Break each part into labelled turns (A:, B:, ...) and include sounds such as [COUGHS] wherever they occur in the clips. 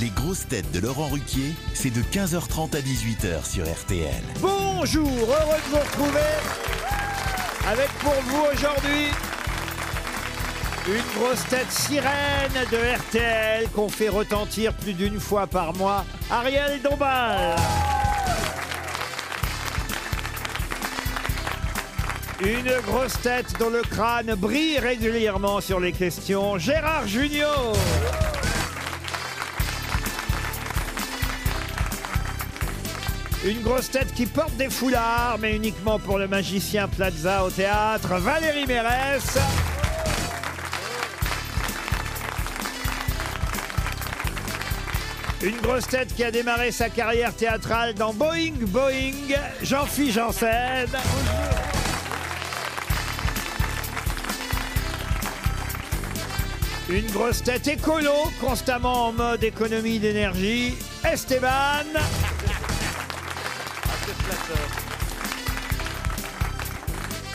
A: Les grosses têtes de Laurent Ruquier, c'est de 15h30 à 18h sur RTL.
B: Bonjour, heureux de vous retrouver avec pour vous aujourd'hui une grosse tête sirène de RTL qu'on fait retentir plus d'une fois par mois, Ariel Dombal. Une grosse tête dont le crâne brille régulièrement sur les questions, Gérard Junior. Une grosse tête qui porte des foulards, mais uniquement pour le magicien Plaza au théâtre, Valérie Mérès. Une grosse tête qui a démarré sa carrière théâtrale dans Boeing Boeing, Jean-Philippe Janssen. Une grosse tête écolo, constamment en mode économie d'énergie, Esteban.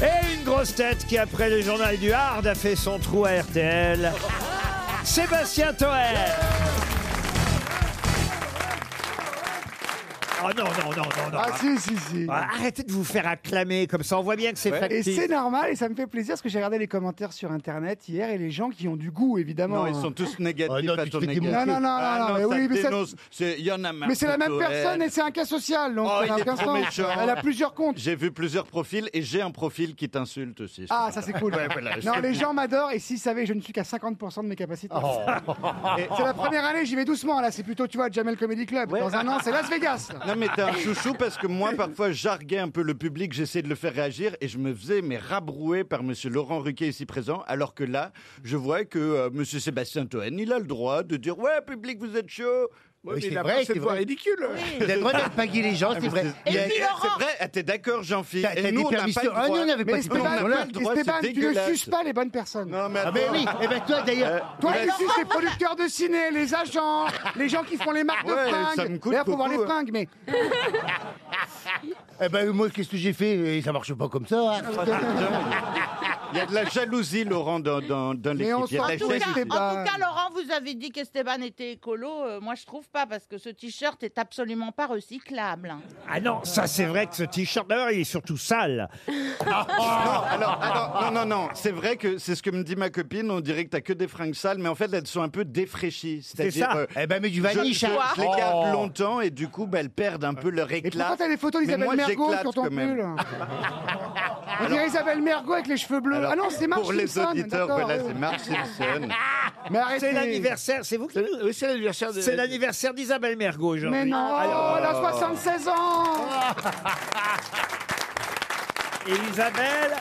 B: Et une grosse tête qui, après le journal du Hard, a fait son trou à RTL, Sébastien Toer. Oh non, non, non, non, non.
C: Ah si, si, si.
B: Ah, Arrêtez de vous faire acclamer comme ça, on voit bien que c'est
C: Et
B: factice.
C: c'est normal et ça me fait plaisir parce que j'ai regardé les commentaires sur internet hier et les gens qui ont du goût évidemment.
D: Non, ils sont tous négatifs
E: Ah non,
D: à
E: tu
D: ton
E: te fais
D: égard.
E: démonter.
C: hein. Non, non, non,
D: Ah
C: non, mais
D: ça
C: oui, mais ça-
D: dénonce. C'est- Il y en a marre.
C: Mais c'est la même
D: Tourelle.
C: personne et c'est un cas social donc
D: Oh,
C: ça
D: il
C: n'a
D: est
C: aucun
D: trop
C: sens.
D: méchant.
C: Elle a plusieurs comptes.
D: J'ai vu plusieurs profils et j'ai un profil qui t'insulte aussi.
C: Ah ça c'est cool.
D: Ouais, voilà, je- Oh.
C: non les gens m'adorent et s'ils savaient je ne suis qu'à 50% de mes capacités. Et C'est la première année j'y vais doucement là c'est plutôt tu vois Jamel Comedy Club. Dans un an c'est Las Vegas. là.
D: Non mais t'es un chouchou parce que moi parfois j'arguais un peu le public, j'essayais de le faire réagir et je me faisais mais rabrouer par Monsieur Laurent Ruquet ici présent alors que là je vois que euh, Monsieur Sébastien Toen il a le droit de dire ouais public vous êtes chaud. Ouais,
E: Oui,
D: mais
E: c'est
D: il a
E: vrai,
D: pas
E: c'est
D: cette voix
E: vrai.
D: ridicule.
E: Vous avez le droit d'alpaguer les gens, c'est vrai.
D: Et
E: Il y a-
D: puis, C'est vrai, ah, t'es d'accord Jean-Philippe.
E: T'as-
D: Et
E: t'as
D: nous
E: des
D: on n'a pas
E: permissions.
D: le
E: Ah, nous,
D: droit.
E: on n'avait
C: Mais
E: pas ce
D: on n'a
C: Esteban,
D: pas le droit, c'est
C: Esteban, tu ne
D: dégueulasse.
C: suces pas les bonnes personnes.
D: Non mais
E: Ah ben
D: attends. Euh,
E: oui, et ben toi d'ailleurs,
C: Eh Toi,
D: Ouais.
C: tu suces les producteurs de ciné, les agents, les gens qui font les marques
D: Ouais,
C: de fringues.
D: ça me coûte
C: D'ailleurs, faut voir
D: beaucoup,
C: les
D: hein.
C: fringues, mais
E: eh ben moi qu'est-ce que j'ai fait Et Ça marche pas comme ça. hein.
D: [LAUGHS] Il y a de la jalousie, Laurent, dans, dans, dans
C: Mais
D: l'équipe.
C: on
D: Il y a
C: s'en
D: de la
C: fout,
D: jalousie.
C: là.
D: C'est
C: c'est pas-
F: En tout cas, Laurent, vous avez dit qu'Esteban était écolo. Euh, moi, je trouve pas parce que ce t-shirt est absolument pas
B: [LAUGHS]
F: recyclable.
B: Ah non, ça c'est vrai que ce t-shirt, d'ailleurs, il est surtout sale.
D: Non, alors, alors, non, non, non. C'est vrai que c'est ce que me dit ma copine. On dirait que t'as que des fringues sales, mais en fait, elles sont un peu défraîchies. C'est-à-dire,
B: ça.
D: euh,
E: Eh ben mais du
D: je, je-
E: vaniche. hein.
D: je les garde
E: Oh.
D: longtemps et du coup, bah, elles perdent un peu leur
C: Et pourquoi
D: éclat.
C: t'as des photos
D: Mais
C: d'Isabelle
D: moi,
C: Mergo
D: j'éclate
C: sur ton
D: quand même.
C: pull On dirait Isabelle Mergo avec les cheveux bleus.
D: Alors,
C: ah non, c'est Marge
D: Pour les
C: Simpson,
D: auditeurs,
C: d'accord,
D: voilà,
C: ouais.
D: c'est Marge Simpson.
C: [LAUGHS] Mais arrêtez.
B: C'est l'anniversaire, c'est vous qui...
E: Oui, c'est l'anniversaire de.
B: C'est l'anniversaire d'Isabelle Mergo aujourd'hui.
C: Mais non, oh, elle a 76 ans
B: Et euh, Isabelle,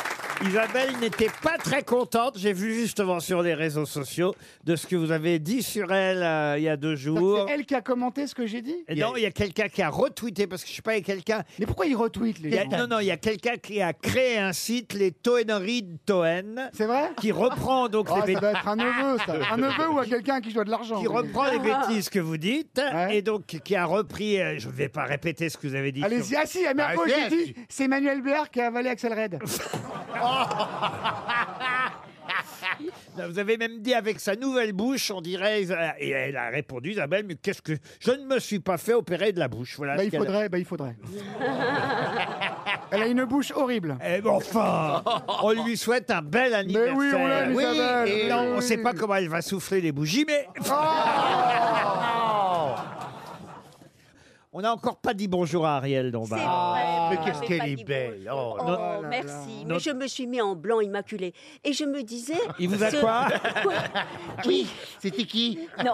B: Isabelle n'était pas très contente, j'ai vu justement sur les réseaux sociaux, de ce que vous avez dit sur elle euh, il y a deux jours.
C: C'est elle qui a commenté ce que j'ai dit
B: Et non, il y a quelqu'un qui a retweeté, parce que je sais pas, il y a quelqu'un...
C: Mais pourquoi ils retweetent les
B: il y a-
C: gens
B: Non, non, il y a quelqu'un qui a créé un site, les Toenorides Toen,
C: C'est vrai
B: qui reprend donc
C: Oh,
B: les
C: Ça
B: bêtises.
C: doit être un neveu,
B: [LAUGHS]
C: ça. Un neveu ou à quelqu'un à qui je dois de l'argent.
B: qui reprend les bêtises que vous dites
C: Ouais.
B: et donc qui a repris. euh, Je ne vais pas répéter ce que vous avez dit.
C: Allez-y,
B: sur-
C: ah si, à Mergo,
E: Ah,
C: j'ai
E: yes.
C: dit, c'est Manuel
B: [LAUGHS]
C: Blair qui a avalé Axel Red.
B: Vous avez même dit avec sa nouvelle bouche, on dirait. Isa- Et elle a répondu, Isabelle, mais qu'est-ce que je ne me suis pas fait opérer de la bouche. Voilà.
C: Bah,
B: ce
C: il
B: qu'elle-
C: faudrait, bah, il faudrait.
G: Eh
C: Elle a une bouche horrible.
B: Eh ben enfin, on lui souhaite un bel
C: Mais
B: anniversaire.
C: oui, on l'aime,
E: Oui,
C: Isabelle.
E: et
C: oui, Oh
B: Non, on
C: oui,
B: ne sait
C: oui.
B: pas comment elle va souffler les bougies, mais
G: Oh.
B: on n'a encore pas dit bonjour à Ariel
H: C'est
B: Dombal.
H: vrai,
E: Ah, mais
H: vous
E: qu'est-ce
H: m'avez
E: qu'elle
H: pas
E: est
H: dit
E: belle,
H: bonjour.
E: oh.
H: Oh,
C: Notre-
H: merci. Mais
B: Notre-
H: je me suis mis en blanc immaculé. Et je me disais.
B: Il vous a
H: ce-
B: quoi
E: [LAUGHS]
H: Oui,
E: C'était qui
H: non.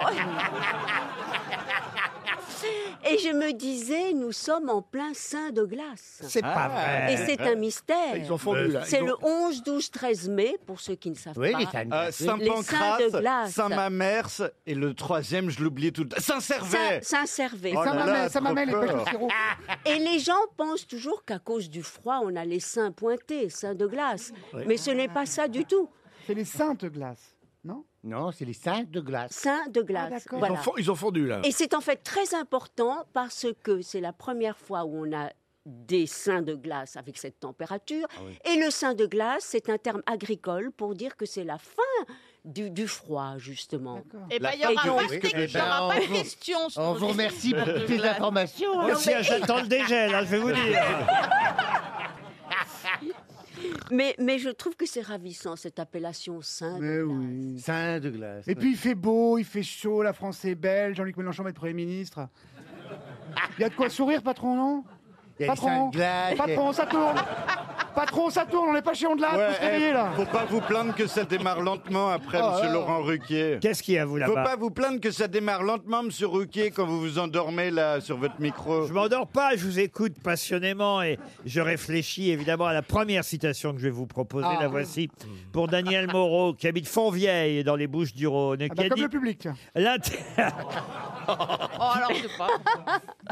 H: Et je me disais, nous sommes en plein sein de glace. Ah.
B: C'est pas
H: Et
B: vrai.
H: c'est un mystère.
E: Euh, Ils ont fondu là.
H: C'est le 11, 12, 13 mai, pour ceux qui ne savent
E: Oui,
H: pas.
E: les tannes.
D: Euh,
H: de glace.
D: Saint-Pancras, Saint-Mamers et le troisième, je l'oublie tout. le temps. Saint-Servais.
H: Saint-Servais.
D: Oh là
C: Ça
D: là,
C: m'amène, ça
D: trop
C: m'amène les
D: peur.
C: pêches au sirop.
H: [LAUGHS] Et les gens pensent toujours qu'à cause du froid, on a les seins pointés, seins de glace. Mais ce n'est pas ça du tout.
C: C'est les saintes glaces, non
E: Non, c'est les saints de glace.
H: Seins de
C: Ah,
H: glace.
C: d'accord.
H: Voilà.
E: Ils ont fondu là.
H: Et c'est en fait très important parce que c'est la première fois où on a des seins de glace avec cette température.
I: Ah oui.
H: Et le sein de glace, c'est un terme agricole pour dire que c'est la fin du, du froid, justement.
F: Eh ben, il y aura pas de
H: donc-
F: question, il y aura pas de question sur
E: On vous
F: le-
E: remercie pour toutes
F: Voilà.
E: ces informations. hein.
B: Moi aussi, j'attends le dégel, hein, je vais vous dire.
H: [LAUGHS] Mais, mais je trouve que c'est ravissant, cette appellation sein de
C: Mais Eh oui.
E: Sein de glace.
C: Et puis il fait beau, il fait chaud, la France est belle, Jean-Luc Mélenchon va être Premier ministre. Il y a de quoi sourire, patron, non
E: Il y a les seins
C: Patron,
E: de glace.
C: patron, ça tourne Patron, ça tourne, on n'est pas chez Ondelat,
D: Ouais,
C: faut se réveiller
D: eh,
C: là
D: faut pas vous plaindre que ça démarre lentement après,
C: Oh,
D: monsieur Laurent Ruquier.
B: Qu'est-ce qu'il y a, vous,
D: Faut
B: là-bas
D: pas vous plaindre que ça démarre lentement, monsieur Ruquier, quand vous vous endormez là sur votre micro.
B: Je m'endors pas, je vous écoute passionnément et je réfléchis évidemment à la première citation que je vais vous proposer.
E: Ah.
B: La voici pour Daniel Moreau, qui habite Fontvieille dans les Bouches du Rhône,
C: Ah
B: qui,
C: bah,
B: a
C: Comme
B: dit,
C: le public. tiens.
B: l'int- [LAUGHS]
F: Oh, alors, je sais pas.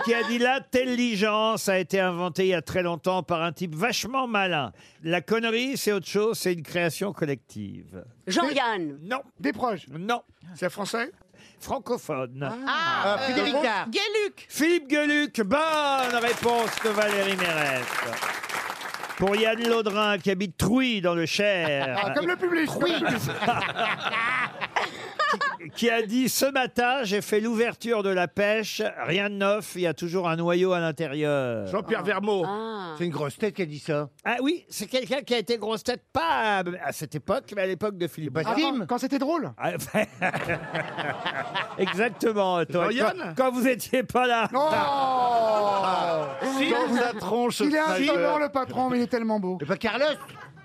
B: qui a dit l'intelligence a été inventée il y a très longtemps par un type vachement malin. La connerie, c'est autre chose, c'est une création collective.
H: Jean-Yann,
B: Non,
C: Des proches.
B: non,
C: C'est français
B: francophone.
F: Ah,
C: Euh,
E: Ah, Frédéric
G: Euh,
E: Dard.
F: Guéluc.
B: Philippe Gueluc, bonne réponse de Valérie Mérès. Pour Yann Laudrin, qui habite Trouy dans le
G: Ah,
B: Cher,
C: Ah, Comme le public. comme le public.
B: qui a dit Ce matin, j'ai fait l'ouverture de la pêche, rien de neuf, il y a toujours un noyau à l'intérieur.
D: Jean-Pierre Vermeau.
H: ah,
E: C'est une grosse tête qui a dit ça.
B: Ah oui, c'est quelqu'un qui a été grosse tête, pas à, à cette époque, mais à l'époque de Philippe.
E: Bah,
C: Avant,
E: Tim.
C: Quand c'était drôle.
B: Ah, [LAUGHS] Exactement, toi. Quand,
D: Jean-Yann
B: quand vous étiez pas là. Ah.
C: Oh
D: Dans sa tronche.
C: Il est
D: ça, je-
C: insolent le patron, mais il est tellement beau.
E: Et pas Carlos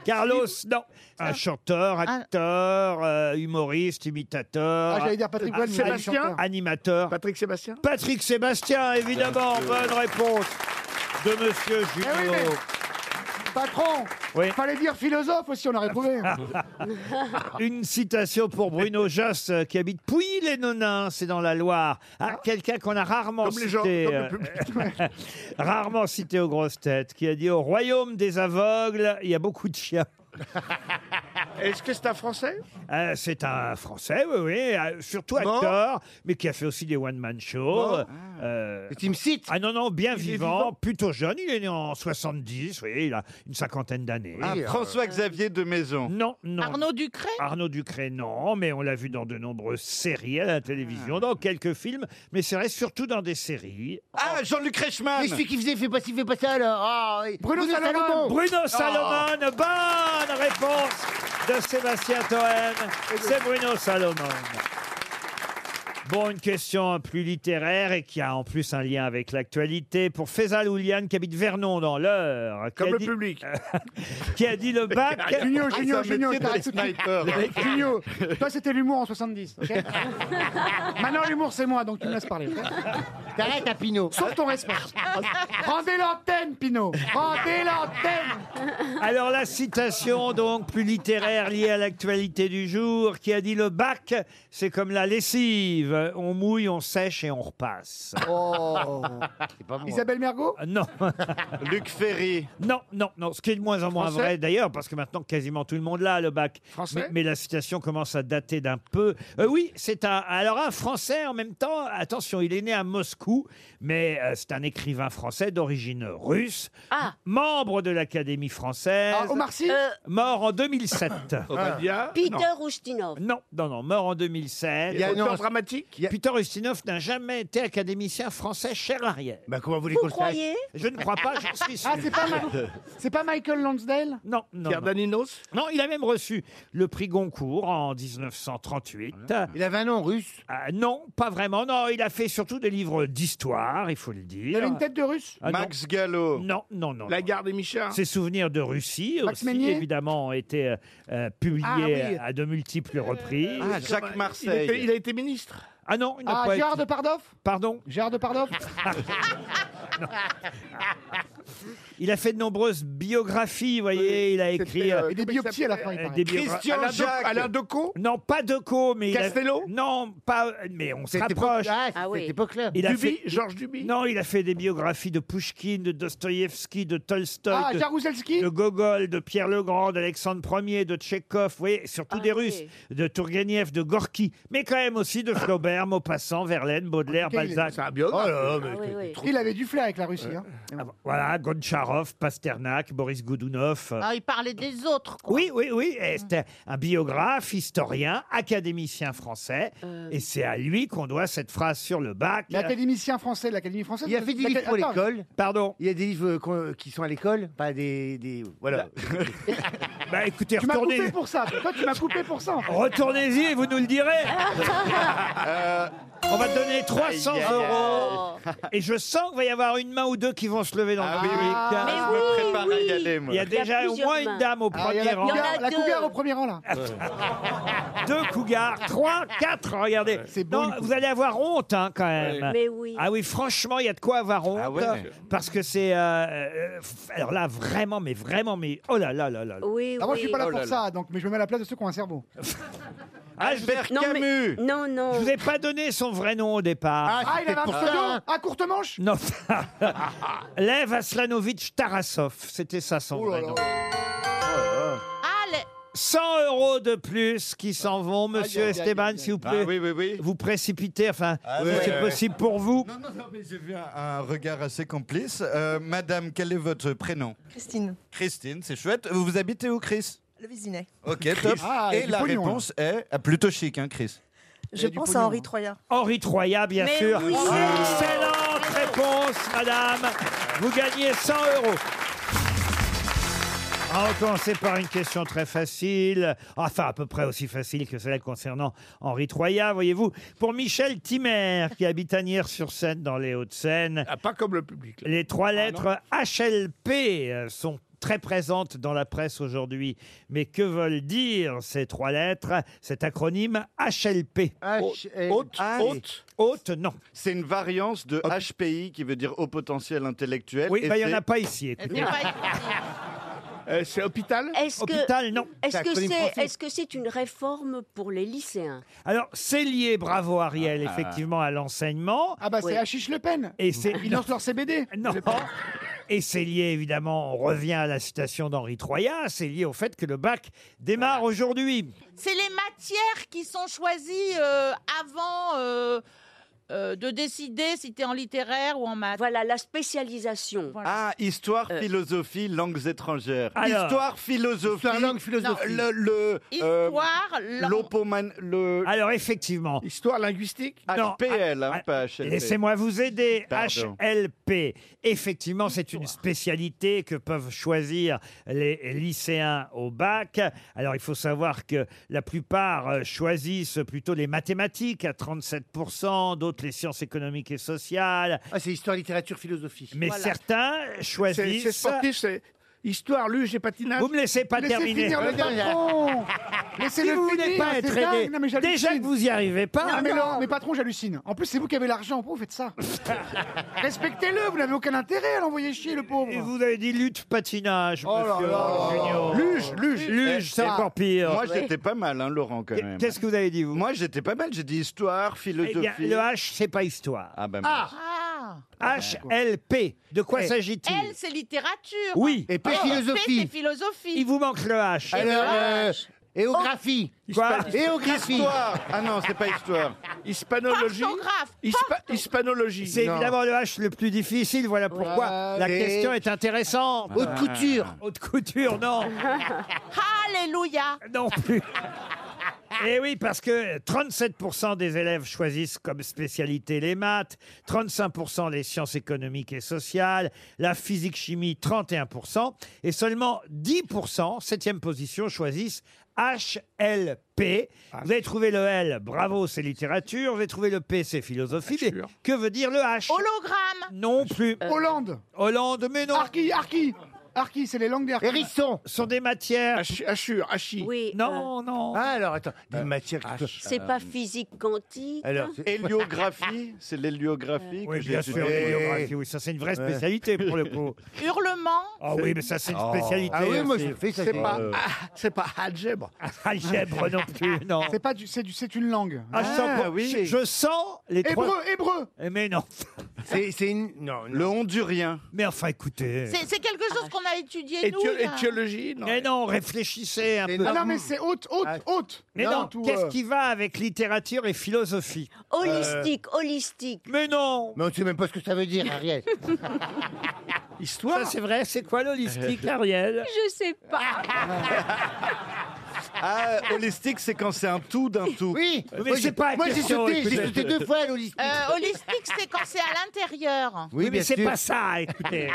B: Carlos, non. Un chanteur,
F: Ah.
B: acteur, euh, humoriste, imitateur.
C: Ah, j'allais dire Patrick Boine, mais il est
B: Sébastien
C: chanteur.
B: Animateur.
J: Patrick Sébastien
B: Patrick Sébastien, évidemment. Bonne réponse de Monsieur
C: Eh oui,
B: Junot.
C: mais... Patron,
B: Oui.
C: fallait dire philosophe aussi, on aurait trouvé.
B: [LAUGHS] Une citation pour Bruno Josse euh, qui habite Pouilly-les-Nonins, c'est dans la Loire. Ah, quelqu'un qu'on a rarement
J: Comme les gens,
B: cité,
J: comme le
B: euh, [LAUGHS]
J: public.
B: rarement cité aux grosses têtes, qui a dit au royaume des aveugles, il y a beaucoup de chiens.
J: Est-ce que c'est un Français
B: Euh, c'est un Français, oui, oui, euh, surtout
J: Mort
B: acteur, mais qui a fait aussi des one-man shows.
J: Mort
B: Euh,
E: C'est Tim Sit.
B: ah non, non, bien
J: Il est
B: vivant,
J: vivant
B: plutôt jeune, il est né en 70, oui, il a une cinquantaine d'années.
D: Ah, François-Xavier de Maison.
B: Non, non.
F: euh, Arnaud Ducret.
B: Arnaud Ducré, non, mais on l'a vu dans de nombreuses séries à la
F: Ah.
B: télévision, dans quelques films, mais c'est vrai surtout dans des séries.
D: Ah, Jean-Luc Reichmann
E: Mais celui qui faisait, fais pas ci, fais pas ça alors. Ah, et-
C: Bruno Salomon.
D: Oh.
B: Bruno Salomon, bonne réponse de Sébastien Toen. C'est Bruno Salomon. Bon, une question plus littéraire et qui a en plus un lien avec l'actualité pour Faisal Ouliane qui habite Vernon dans l'Eure, qui,
J: Comme
B: a
J: le
B: dit-
J: public.
B: [LAUGHS] qui a dit le bac.
C: Junio,
D: Ah,
C: Junio,
D: c'est un
C: Junio,
D: métier de
C: t'arrêtes tout de suite.
D: sniper.
B: hein.
C: [LAUGHS] Junio, toi c'était l'humour en 70. ok Maintenant l'humour c'est moi, donc tu me laisses parler.
G: [LAUGHS]
E: T'arrêtes à Pinot.
C: Sauf ton respect. Rendez l'antenne, Pinot. Rendez l'antenne.
B: Alors la citation donc plus littéraire liée à l'actualité du jour qui a dit le bac, c'est comme la lessive, on mouille, on sèche et on repasse.
E: Oh. C'est pas moi.
C: Isabelle Mergot.
B: Ah, Non,
D: Luc Ferry.
B: non, non, non, ce qui est de moins en moins
C: Français
B: vrai d'ailleurs parce que maintenant quasiment tout le monde l'a le bac.
C: Français
B: Mais, mais la citation commence à dater d'un peu. Euh, oui, c'est un alors un français en même temps. Attention, il est né à Moscou, mais euh, c'est un écrivain français d'origine russe,
H: ah,
B: membre de l'Académie française,
C: Ah, Omar Sy.
H: euh,
B: mort en 2007.
J: Obadia
H: Peter
B: [LAUGHS]
H: Ustinov.
B: Non, non, non, mort en 2016.
E: Il y a- non,
J: Auteur dramatique
B: Peter Ustinov n'a jamais été académicien français, cher Ariel.
E: Bah, comment vous les
H: Vous
E: constatez
H: croyez
B: Je ne crois pas, j'en suis sûr.
C: Ah c'est pas, Ma-
B: [LAUGHS]
C: c'est pas Michael Ah, Lonsdale.
B: Non, non,
J: Pierre
B: non.
J: Daninos
B: Non, il a même reçu le prix Goncourt en 1938.
E: Il avait un nom russe.
B: Ah, non, pas vraiment. Non, il a fait surtout des livres d'histoire, il faut le
C: Il avait
B: dire.
C: une tête de Russe.
B: Ah, non.
D: Max Gallo.
B: Non, non, non. non.
J: Lagarde et Michard
B: Ses souvenirs de Russie
C: Max
B: aussi,
C: Meynier
B: évidemment, ont été euh, euh, publiés
C: Ah, oui.
B: à de multiples reprises.
D: Ah, Jacques
J: il, était-
D: Marseille.
J: il a été ministre
B: Ah non, il n'a
C: Ah
B: pas
C: Gérard
B: été-
C: Depardoff.
B: Pardon
C: Gérard [LAUGHS] Depardoff.
B: Il a fait de nombreuses biographies, vous voyez. il a écrit
J: C'était, euh,
B: euh,
C: Et des biopsies à la fin. Il
B: euh,
C: paraît.
B: des biographies.
D: Christian
J: Alain, Do-
D: Jacques.
J: Alain Decaux
B: Non, pas Decaux, mais il a-
J: Castello
B: Non, pas. Mais on se
E: Cette
B: rapproche.
E: époque- Ah, c'est
H: Ah oui.
E: cette époque-là.
B: Il a
J: Duby
B: fait.
J: Georges Duby
B: Non, il a fait des biographies de Pushkin, de Dostoïevski, de Tolstoï,
C: Ah
B: de,
C: Jaruzelski.
B: de Gogol, de Pierre le Grand, d'Alexandre Ier, de Tchekhov, vous voyez, surtout
H: Ah
B: des
H: oui.
B: Russes, de Turgueniev, de Gorky, mais quand même aussi de Flaubert, Maupassant, Verlaine, Baudelaire,
C: tout cas, il est-
B: Balzac.
J: C'est un biographe.
E: Oh là là,
H: Ah
E: mais
H: oui, oui.
C: Il avait du flair cas avec la Russie. hein.
B: Voilà, Goncharov, Pasternak, Boris Goudounov. euh,
F: Ah, il parlait des autres. quoi.
B: Oui, oui, oui. et C'était un biographe, historien, académicien français. Et c'est à lui qu'on doit cette phrase sur le bac. Euh,
C: L'académicien français, de l'Académie française.
E: Il a fait des livres pour
C: Attends,
E: l'école.
B: Pardon.
E: Il y a des livres euh, qu'on- qui sont à l'école, pas des, des- voilà.
B: Bah écoutez,
C: Tu m'as coupé
B: retournez.
C: pour ça. Toi, tu m'as coupé pour ça. en fait.
B: Retournez-y et vous nous le
C: [LAUGHS]
B: direz. On va te donner 300
D: Aïe, aïe, aïe.
B: euros. Et je sens qu'il va y avoir une main ou deux qui vont se lever dans
D: Ah
B: le
D: oui,
B: public.
D: oui,
H: Mais
D: je
H: oui,
D: me prépare à
H: oui.
D: y aller, moi.
B: Il y a déjà au
H: plusieurs
B: moins une
H: mains.
B: dame au
C: Ah, il y
B: premier
C: a la
B: rang. Ah,
C: cougar- la
H: deux.
C: cougar au premier rang là.
B: [LAUGHS] Deux cougars, trois, quatre, regardez.
C: C'est beau,
B: Non,
C: une cougar.
B: vous allez avoir honte hein, quand même.
H: Mais oui.
B: Ah oui, franchement, il y a de quoi avoir honte.
D: Ah ouais.
B: Parce que c'est... euh, euh, f- alors là, vraiment, mais vraiment, mais... Oh là là là là. là.
H: Oui,
C: Ah, moi, je
H: oui.
C: suis pas là
D: Oh
C: pour
D: là
C: ça, donc, mais je me mets à la place de ceux qui ont un cerveau.
B: Ah, je,
D: Albert
H: Non, mais-
D: Camus
H: Non, non.
B: je vous ai pas donné son vrai nom au départ.
C: Ah, il avait un
E: pour
C: pseudo
D: hein.
E: ça.
C: Ah, courte manche
B: Non. [LAUGHS] Lev Aslanovitch Tarasov, c'était ça son vrai nom.
F: Ah, les-
B: 100 euros de plus qui s'en vont, monsieur Esteban, si vous
D: Ah,
B: pouvez
D: oui, oui, oui.
B: vous précipiter, enfin,
I: Ah,
B: si
I: ouais,
B: c'est
I: ouais,
B: possible pour vous.
I: Non, non, non, mais j'ai vu un, un regard assez complice. Euh, Madame, quel est votre prénom
K: Christine,
I: Christine, c'est chouette. Vous, vous habitez où, Chris
K: le Vésinet.
I: Ok, top.
C: Ah, et
I: et
C: du
I: la
C: pognon,
I: réponse est ah, plutôt chic, hein, Chris
K: Je
C: du
K: pense
C: pognon,
K: à
C: hein.
K: Henri Troya.
B: Henri Troya, bien
H: Mais
B: sûr.
H: oui.
B: Excellente réponse, madame. Vous gagnez 100 euros. Ah, On va commencer par une question très facile, enfin à peu près aussi facile que celle concernant Henri Troya, voyez-vous. Pour Michel Timer, qui habite Agnières-sur-Seine dans les Hauts-de-Seine,
J: Ah, pas comme le public. là. Ah,
B: Les trois lettres HLP euh, sont très présentes dans la presse aujourd'hui. Mais que veulent dire ces trois lettres, cet acronyme HLP
E: H- L-
D: Haute,
E: Ah,
D: haute.
B: Haute, non.
D: C'est une variance de HPI qui veut dire haut potentiel intellectuel.
B: Oui,
D: et
B: bah, il n'y en
D: c'est-
B: a pas ici.
F: c'est
B: écoutez.
F: pas-
J: Euh, c'est hôpital
H: Est-ce que
B: Hôpital, non.
H: est-ce
E: C'est
H: que
E: acronyme
H: c'est
E: français.
H: est-ce que c'est une réforme pour les lycéens
B: Alors, c'est lié, bravo Ariel, effectivement, à l'enseignement.
C: Ah, bah, c'est
H: Oui.
C: Achiche Le Pen.
B: Et c'est.
C: Ils lancent leur CBD.
B: Non. Et c'est lié, évidemment, on revient à la citation d'Henri Troya, c'est lié au fait que le bac démarre aujourd'hui.
F: C'est les matières qui sont choisies euh, avant euh, euh, de décider si t'es en littéraire ou en maths.
H: Voilà la spécialisation.
D: Ah, histoire,
H: Euh.
D: philosophie, langues étrangères.
B: Alors.
D: histoire, philosophie.
E: Histoire, langue, philosophie.
D: Le, le, euh,
F: Histoire, langue-
D: l'opoman- le
B: Alors, effectivement,
J: Histoire linguistique
B: non,
D: HPL, hein,
B: ah,
D: pas HLP.
B: Laissez-moi vous aider.
D: Pardon.
B: HLP. Effectivement, c'est une spécialité que peuvent choisir les lycéens au bac. Alors, il faut savoir que la plupart euh, choisissent plutôt les mathématiques à 37%, d'autres les sciences économiques et sociales.
E: Ah, c'est histoire, littérature, philosophie.
B: Mais certains
J: C'est c'est
B: choisissent.
J: sportif, c'est histoire, luge et patinage.
B: Vous me laissez pas
C: Laissez
B: terminer.
C: finir le patron
B: Si
C: Laissez-le
B: vous voulez
C: finir,
B: pas être
C: c'est dingue.
B: aidé,
C: Non, mais
B: déjà
C: j'hallucine.
B: que vous y arrivez
C: Non,
B: pas.
C: mais, Laurent, mais patron, j'hallucine. En plus, c'est vous qui avez l'argent, pourquoi vous
B: [LAUGHS]
C: faites ça Respectez-le, vous n'avez aucun intérêt à l'envoyer chier, le pauvre.
B: Et vous avez dit lutte patinage,
C: Oh là
B: monsieur
C: là.
B: Junior. Eh,
C: Luge, luge.
B: Luge, c'est
D: Ah,
B: encore pire.
D: Moi, j'étais pas mal, hein, Laurent, quand même.
B: Qu'est-ce que vous avez dit, vous
D: Moi, j'étais pas mal. J'ai dit histoire,
B: Eh bien,
D: philosophie.
B: le H, c'est pas histoire.
D: Ah, ben,
F: Ah.
B: HLP. De quoi
F: Eh.
B: s'agit-il
F: Elle, c'est littérature. Oh,
B: Oui.
E: Et P,
F: P, c'est
E: philosophie.
B: Il
F: philosophie.
B: vous manque le H.
E: Alors, euh, éographie.
B: Quoi
E: Éographie.
D: histoire. Ah non, c'est pas histoire.
J: Hispanologie.
F: Orthographe.
J: Hispa- hispanologie.
B: C'est
E: Non.
B: évidemment le H le plus difficile. Voilà pourquoi la
E: Allez.
B: question est intéressante.
E: Haute couture.
B: Haute couture,
G: [LAUGHS]
B: [LAUGHS] non,
F: Alléluia.
B: non plus. Et Eh oui, parce que 37% des élèves choisissent comme spécialité les maths, 35% les sciences économiques et sociales, la physique-chimie 31%, et seulement 10%, septième position, choisissent HLP.
E: Ah.
B: Vous avez trouvé le L, bravo, c'est littérature, vous avez trouvé le P, c'est philosophie, mais
J: sûr.
B: que veut dire le H
F: Hologramme.
B: Non plus.
H: Euh,
C: Hollande,
B: Hollande, mais non.
C: Arki, Arki, Arki, c'est les langues des Arki.
E: Hérisson.
B: Ce sont des matières.
J: Hachu- Hachur, Hachi.
H: Oui. euh,
B: Non, non. Euh,
E: Ah, alors, attends. Des matières.
H: c'est pas physique
K: Euh,
H: quantique.
E: Alors, c'est-
H: [LAUGHS]
D: Héliographie, c'est l'héliographie.
B: Oui,
D: que
B: bien
D: j'ai
B: sûr,
D: étudiée.
B: les biographies, oui, ça c'est une vraie spécialité pour le coup.
F: Hurlement.
B: Ah oui, mais ça c'est
C: Oh.
B: [LAUGHS] une spécialité. hein,
E: ah oui, moi,
B: aussi.
E: je fais ça.
J: C'est
E: c'est-
J: pas, ah, c'est pas algèbre.
B: [LAUGHS] Algèbre
C: [LAUGHS]
B: non plus, non.
C: C'est pas du, c'est du, c'est une langue.
B: Ah, je, sens qu'on-
D: oui.
B: je- je sens les
C: Hébreu,
B: trois. Eh,
C: hébreu.
B: Mais non.
E: C'est c'est une. Non, non.
D: Le hondurien.
B: Mais enfin, écoutez.
F: C'est c'est quelque
B: Ah.
F: chose qu'on a étudié, nous.
J: Étio-
F: il y a-
J: Étiologie, non.
B: Mais non, réfléchissez un
E: Mais
B: peu.
C: Ah non, mais c'est haute, haute,
E: Ah.
C: haute.
B: Mais non,
C: Non, tout,
B: qu'est-ce
C: euh,
B: qui va avec littérature et philosophie
H: Holistique, holistique.
B: Euh, Mais non
E: Euh, Mais on ne sait même pas ce que ça veut
B: Euh.
E: dire, Ariel.
B: Histoire, c'est vrai, Eh, c'est quoi
D: [LAUGHS]
B: l'holistique, Ariel
H: [LAUGHS] Je sais pas.
D: Ah, holistique, c'est quand c'est un tout d'un tout.
E: Oui,
B: Mais
E: moi,
B: c'est
E: j'ai-
B: pas la
E: Moi j'ai
B: question,
E: sauté, j'ai
B: écoutez.
E: sauté deux fois à l'holistique.
F: Euh, holistique, c'est quand c'est à l'intérieur.
B: Oui, mais
E: bien
B: c'est
E: sûr. Ah
B: pas ça, écoutez.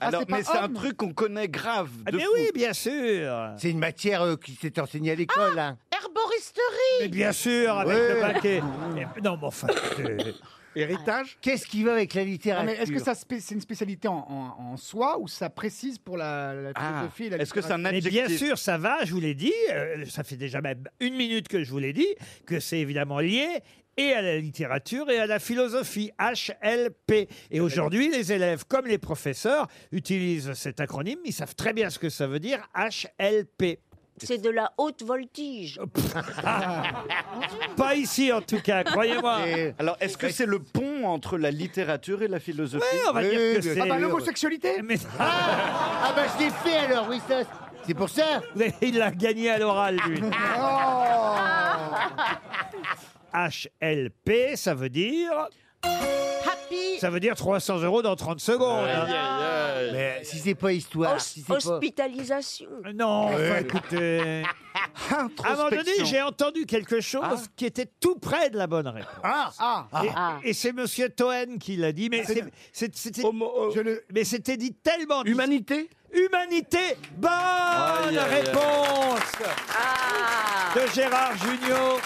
D: Alors,
C: c'est pas
D: mais c'est un
C: homme
D: truc qu'on connaît grave.
B: Ah,
D: de
B: mais
D: fou.
B: oui, bien sûr Ah.
E: C'est une matière euh, qui s'est enseignée à l'école. hein.
B: Mais
F: Herboristerie
B: bien sûr, avec
E: Ouais.
B: le paquet. Mais Eh, Non, mais enfin, écoutez.
J: Héritage
E: Qu'est-ce qui va avec la
C: Non,
E: littérature
C: Ah, mais est-ce que ça spé- c'est une spécialité en, en- en soi ou ça précise pour la, la
D: Ah,
C: philosophie et la
D: Est-ce que c'est un
B: Mais
D: adjectif
B: bien sûr, ça va, je vous l'ai dit, euh, ça fait déjà même une minute que je vous l'ai dit, que c'est évidemment lié et à la littérature et à la philosophie, HLP. Et aujourd'hui, les élèves, comme les professeurs, utilisent cet acronyme, ils savent très bien ce que ça veut dire, HLP.
H: C'est de la haute voltige.
B: [LAUGHS]
H: Ah.
B: Ah. Pas ici, en tout cas,
D: [LAUGHS]
B: croyez-moi.
E: Et-
D: Alors, est-ce que c'est le pont entre la littérature et la philosophie
B: Oui, on va dire que
E: bien
B: c'est...
C: Ah bah l'homosexualité
B: Mais-
E: Ah bah je l'ai fait alors, oui, ça. C'est pour ça.
B: il l'a gagné à l'oral,
C: [LAUGHS]
B: lui.
C: Oh
B: Ah. HLP, ça veut dire...
F: Happy
B: Ça veut dire 300 euros dans 30 secondes. hein.
E: Mais si c'est pas
B: Ah,
E: histoire,
H: Hos-
E: si c'est pas.
H: hospitalisation.
B: Euh, Non,
K: Ah,
B: enfin,
C: [LAUGHS]
B: écoutez. À un moment donné,
D: Introspection.
B: j'ai entendu quelque chose qui était tout près de la bonne réponse.
C: Ah,
B: Et, et c'est Monsieur Toen qui l'a dit, mais c'est- c'est- c'était.
C: je le...
B: Mais c'était dit tellement.
J: Humanité
B: Humanité, bonne réponse de Gérard Junior.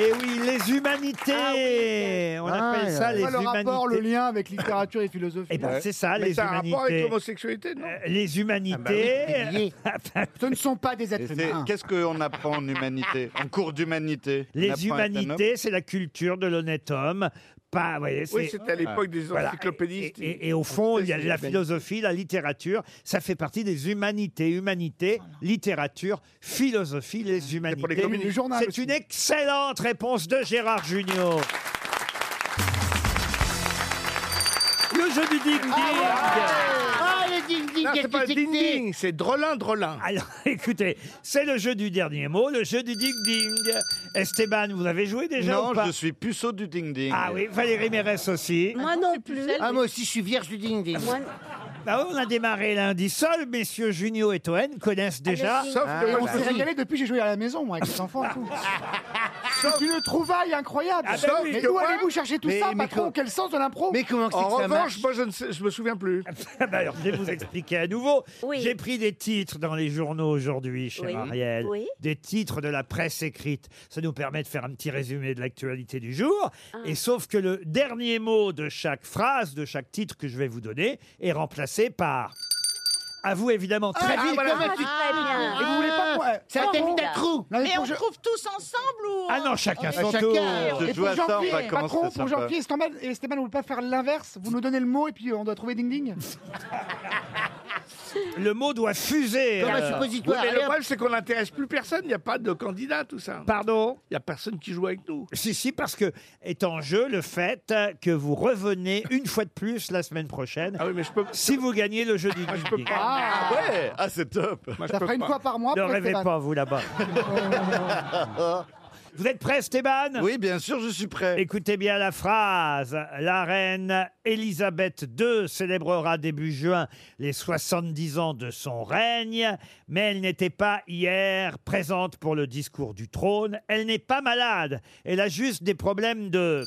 B: Et Eh oui, les humanités.
C: Ah
B: On appelle ça les
C: Quoi, le
B: humanités.
C: rapport, le lien avec littérature et philosophie
B: Eh ben, c'est ça,
J: Mais
B: les
J: ça a un rapport avec
B: humanités.
J: l'homosexualité, non
C: Ah
B: Euh,
C: bah
B: Les
E: c'est
C: [LAUGHS]
B: humanités.
E: lié.
D: [LAUGHS]
C: Ce ne sont pas des
D: Et
C: êtres
D: c'est-
C: humains.
D: Qu'est-ce qu'on apprend en humanité En cours d'humanité on
B: Les
D: apprend à être un homme
B: humanités, c'est la culture de l'honnête homme. Pas, vous voyez,
J: Oui,
B: c'est-
J: c'était à l'époque des
B: voilà.
J: encyclopédistes.
B: Et, et- et au fond, il y a
J: C'est
B: la
J: humanité.
B: philosophie, la littérature, ça fait partie des humanités. Humanité, littérature, philosophie,
J: pour
B: les
J: les
B: humanités.
J: communistes.
C: Du journal
B: C'est
C: aussi.
B: une excellente réponse de Gérard Junior. Le jeu du ding-ding.
E: Ah, le ding-ding,
J: Non,
E: qu'est-ce
J: c'est pas
E: que c'est que c'est
J: ding-ding, c'est drolin, drolin.
B: Alors, Ah [LAUGHS] écoutez, c'est le jeu du dernier mot, le jeu du ding-ding. Esteban, vous avez joué déjà ou
D: Non,
B: pas
D: je suis puceau du ding-ding.
B: Ah oui, Valérie Mérès aussi.
H: Moi non plus.
E: Ah, moi aussi, je suis vierge du ding-ding.
H: Moi-
B: Bah oui, on a démarré lundi. Seuls messieurs Junio et Toen connaissent déjà.
H: Allez-y.
C: Sauf
E: Ah,
C: que on
E: bah
C: s'est
E: oui.
C: régalé depuis j'ai joué à la maison, moi, avec les enfants et tout. C'est une trouvaille incroyable.
B: Ah, bah oui.
C: mais où allez-vous chercher tout
E: Mais-
C: ça,
E: mais
C: patron
E: comment-
C: Quel sens de l'impro
E: Mais comment que c'est
J: En
E: que ça
J: revanche,
E: marche
J: moi, je ne sais- je me souviens
B: [LAUGHS]
J: plus.
B: Bah alors, je vais vous expliquer à nouveau.
H: Oui.
B: J'ai pris des titres dans les journaux aujourd'hui, cher
H: Oui.
B: Ariel.
H: Oui.
B: Des titres de la presse écrite. Ça nous permet de faire un petit résumé de l'actualité du jour.
H: Ah.
B: Et sauf que le dernier mot de chaque phrase, de chaque titre que je vais vous donner, est remplacé par. À vous, évidemment, très
E: Ah,
B: vite.
E: voilà,
H: Ah,
E: bah, tu-
H: très bien.
C: Et vous voulez pas qu'on- eh,
E: Ça
H: Ah,
E: t'a
H: bon,
E: mis
H: là.
E: un trou.
C: non, mais
F: Mais
C: pour
F: on
C: je- Euh,
F: trouve tous ensemble ou
B: Ah non, chacun
F: on-
B: son
E: chacun.
B: tour.
D: Je
C: Et
D: joue à
C: pour
D: ça en
C: Jean-Pierre,
D: vacances,
C: patron,
D: c'est
C: pour
D: sympa.
C: Jean-Pierre, Esteban, et Esteban, vous voulez pas faire l'inverse Vous nous donnez le mot et puis on doit trouver Ding Ding
B: Le mot doit fuser. euh.
E: Comme un
B: alors.
J: Oui,
E: suppositoire.
J: mais le
E: Allez, hop.
J: problème, c'est qu'on n'intéresse plus personne. Il n'y a pas de candidat, tout ça.
B: Pardon
J: Il n'y a personne qui joue avec nous.
B: Si, si, parce que est en jeu le fait que vous revenez une fois de plus la semaine prochaine
J: Ah oui, mais je peux.
B: si vous gagnez le jeu du
J: Moi, je peux
B: ding-ding.
J: pas.
C: Ah,
D: Ouais, ah, c'est top.
J: Moi, je
C: Ça
J: peux
C: fera une
J: pas.
C: fois par mois
B: Ne
C: pour
B: rêvez
C: Esteban.
B: pas, vous,
C: [LAUGHS]
B: là-bas. [LAUGHS] vous êtes prêts, Stéban
D: Oui, bien sûr, je suis prêt.
B: Écoutez bien la phrase. La reine Élisabeth II célébrera début juin les 70 ans de son règne, mais elle n'était pas hier présente pour le discours du trône. Elle n'est pas malade. Elle a juste des problèmes de...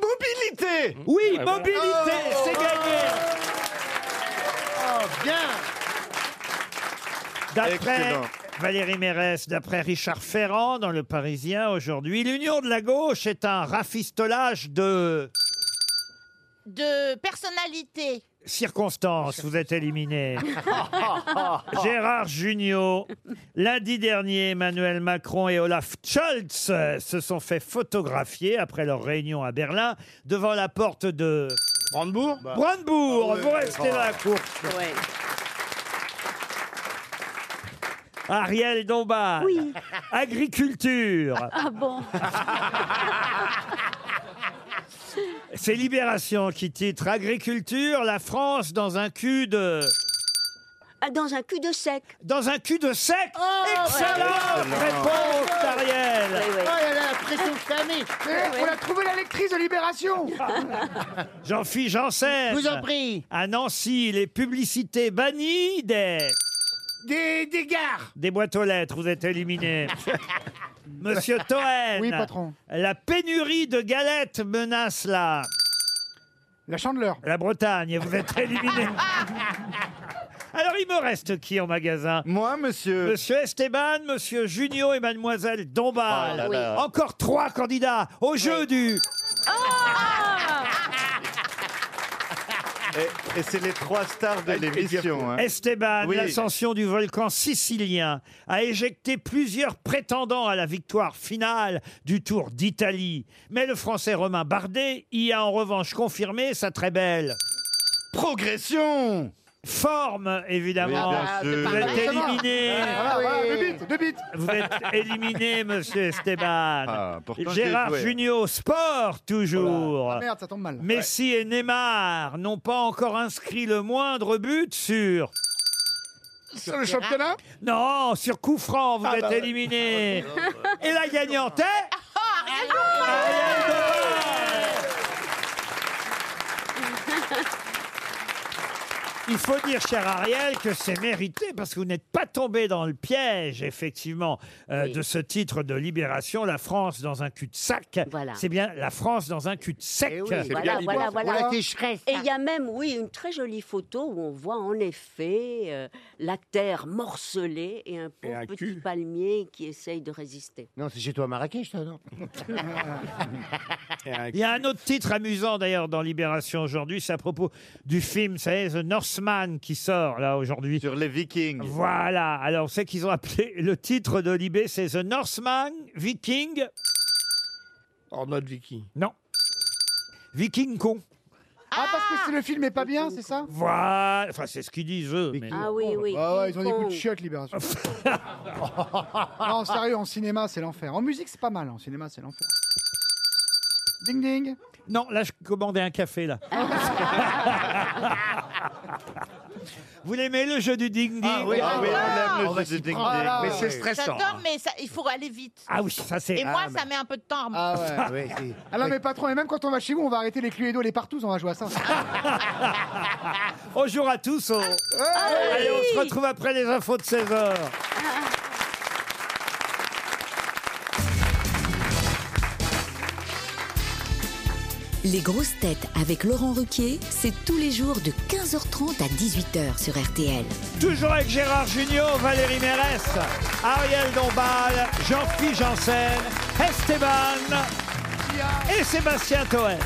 D: Mobilité
B: Oui, mobilité, c'est gagné
E: Oh, bien.
B: D'après
D: Excellent.
B: Valérie Mérès, d'après Richard Ferrand dans Le Parisien aujourd'hui, l'union de la gauche est un rafistolage de...
F: de
B: [LAUGHS]
F: personnalité Oh,
B: Circonstance, vous êtes
F: [LAUGHS]
B: éliminé.
G: Oh,
H: Ah.
B: Gérard Junior. Lundi dernier, Emmanuel Macron et Olaf Scholz euh, se sont fait photographier après leur réunion à Berlin devant la porte de Bah.
J: Brandebourg
K: Bah.
H: Ah
B: Brandebourg.
K: Oh.
J: Ah ouais.
B: Vous restez dans la course.
H: Ouais.
B: Ariel Dombard.
H: Oui.
B: Agriculture.
G: [LAUGHS]
H: Ah bon
B: C'est Libération qui titre Agriculture, la France dans un cul de.
H: Ah, Dans un cul de sec.
B: Dans un cul de sec Excellente
H: Oh, ouais, ouais.
B: réponse, Ariel
H: Oui, oui.
C: Oh, elle a la pression de famille. Eh, On a trouvé la lectrice de Libération.
B: Jean-Philippe Janssen.
K: Vous en prie.
B: À Nancy, les publicités bannies des.
J: Des, des gares.
B: Des boîtes aux lettres, vous êtes éliminé. Monsieur Toen.
C: Oui, patron.
B: La pénurie de galettes menace la.
C: La chandeleur.
B: La Bretagne, vous êtes [LAUGHS] éliminé.
H: Ah.
B: Alors, il me reste qui en magasin
I: Moi, monsieur.
B: Monsieur Esteban, Monsieur Junio et Mademoiselle Dombal.
I: Ah là là.
B: Encore trois candidats au jeu du.
I: Et, et c'est les trois stars
B: Ah,
I: de l'émission. hein.
B: Esteban,
I: Oui.
B: l'ascension du volcan sicilien a éjecté plusieurs prétendants à la victoire finale du Tour d'Italie. Mais le Français Romain Bardet y a en revanche confirmé sa très belle
D: Progression
B: forme, évidemment.
I: Oui, bien
K: Ah,
I: sûr.
B: Vous êtes éliminé,
C: Ah, Voilà, voilà, deux bites, deux bites.
B: vous êtes éliminé, monsieur Esteban.
D: Ah, pourtant, j'ai
B: Gérard
D: joué.
B: Junio, sport toujours.
C: Ah, merde, ça tombe mal.
B: Messi et Neymar n'ont pas encore inscrit le moindre but sur.
J: Sur le championnat
B: Non, sur coup franc,
E: Ah
B: vous
E: bah
B: êtes
E: [LAUGHS]
B: éliminé. Et la gagnante est. Ariel Dombal. Il faut dire, cher Ariel, que c'est mérité parce que vous n'êtes pas tombé dans le piège, effectivement, euh,
H: Oui.
B: de ce titre de Libération, La France dans un cul-de-sac.
H: Voilà.
B: C'est bien La France dans un cul-de-sec.
K: Eh oui,
H: Voilà, voilà,
K: Ou
H: voilà.
K: la sécheresse.
H: Et il y a même, oui, une très jolie photo où on voit en effet euh, la terre morcelée et un pauvre
J: un
H: petit
J: cul.
H: palmier qui essaye de
B: [LAUGHS]
H: résister.
E: Non, c'est chez toi à Marrakech, toi, non
B: Il y a un autre titre amusant d'ailleurs dans Libération aujourd'hui, c'est à propos du film, ça savez, The Northman qui sort là aujourd'hui.
D: Sur les Vikings.
B: Voilà, alors on sait qu'ils ont appelé [LAUGHS] le titre de Libé, c'est The Northman Viking.
J: Hors notre Vicky.
B: Non. Viking con.
C: Ah, parce que si le film est pas bien, c'est ça
B: Voilà, enfin c'est ce qu'ils disent eux. mais-
H: Ah oui, oui.
C: Ah ouais, ils ont des
H: King
C: coups de
H: Kong.
B: [LAUGHS]
C: chiottes, Libération. non, sérieux, en cinéma, c'est l'enfer. En musique, c'est pas mal. En cinéma, c'est l'enfer. Ding ding.
B: Non, là je commandais un
D: [LAUGHS]
B: café là. Vous l'aimez le jeu du ding-ding
D: Ah oui, ah oui, on
F: bah,
D: aime le jeu de ding-ding.
C: Ah,
J: Mais
C: ouais.
J: c'est stressant.
F: J'adore, mais ça- il faut aller vite.
B: Ah oui, ça c'est...
F: Et moi, ça met un peu de temps. à remonter.
C: Ah ouais.
F: [LAUGHS]
E: Ah ouais, c'est-
C: Ah non, mais patron, et même quand on va chez vous, on va arrêter les cluedo, les partous, on va
B: [LAUGHS]
C: jouer à ça.
B: Bonjour à tous. au- Allez, on se retrouve après les infos de 16h.
L: Les grosses têtes avec Laurent Ruquier, c'est tous les jours de 15h30 à 18h sur RTL.
B: Toujours avec Gérard Junior, Valérie Mérès, Ariel Dombal, Jean-Philippe Janssen, Esteban et Sébastien Toen.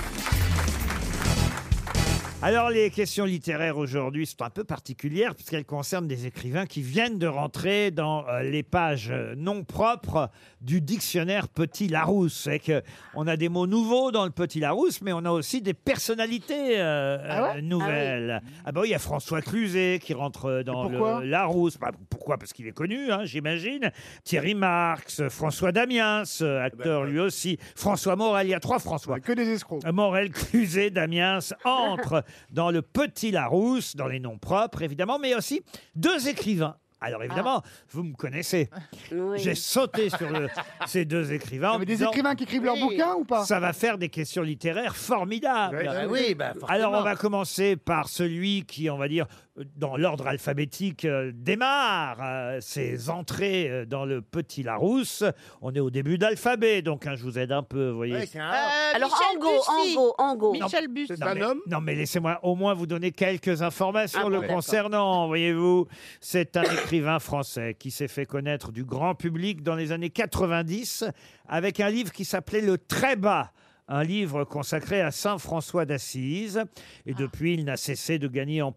B: Alors les questions littéraires aujourd'hui sont un peu particulières puisqu'elles concernent des écrivains qui viennent de rentrer dans euh, les pages euh, non propres du dictionnaire Petit Larousse. C'est que on a des mots nouveaux dans le Petit Larousse, mais on a aussi des personnalités euh, euh, nouvelles. Ah, bah oui, il y a François Cluzet qui rentre euh, dans
C: Et pourquoi
B: le Larousse. Bah, pourquoi Parce qu'il est connu, hein, j'imagine. Thierry Marx, euh, François Damiens, euh, acteur lui aussi. François Morel, il y a trois François.
C: Eh ben,
B: Euh,
C: Que des escrocs.
B: Morel, Cluzet, Damiens
C: [LAUGHS]
B: entre dans le Petit Larousse, dans les noms propres évidemment, mais aussi deux écrivains. Alors évidemment,
C: Ah.
B: vous me connaissez.
H: Oui.
B: J'ai sauté sur
K: [LAUGHS]
B: le- ces deux écrivains. en
C: Mais
B: me
C: des
B: disant,
C: écrivains qui écrivent leurs bouquins ou pas
B: Ça va faire des questions littéraires formidables.
K: Ah oui, bah, forcément.
B: Alors on va commencer par celui qui, on va dire, euh, dans l'ordre alphabétique, euh, démarre euh, ses entrées euh, dans le Petit Larousse. On est au début d'alphabet, donc hein, je vous aide un peu, vous voyez.
E: ouais, c'est un
F: Euh,
E: art.
H: Alors,
F: Michel
H: Ango,
F: Bussy.
H: Ango, Ango.
F: Michel Bussy.
J: C'est un homme
B: Non, mais laissez-moi au moins vous donner quelques informations
H: Ah bon,
B: le
H: d'accord.
B: concernant, voyez-vous. C'est un écrivain français qui s'est fait connaître du grand public dans les années 90 avec un livre qui s'appelait Le Très Bas. Un livre consacré à Saint François d'Assise. Et depuis, il n'a cessé de gagner en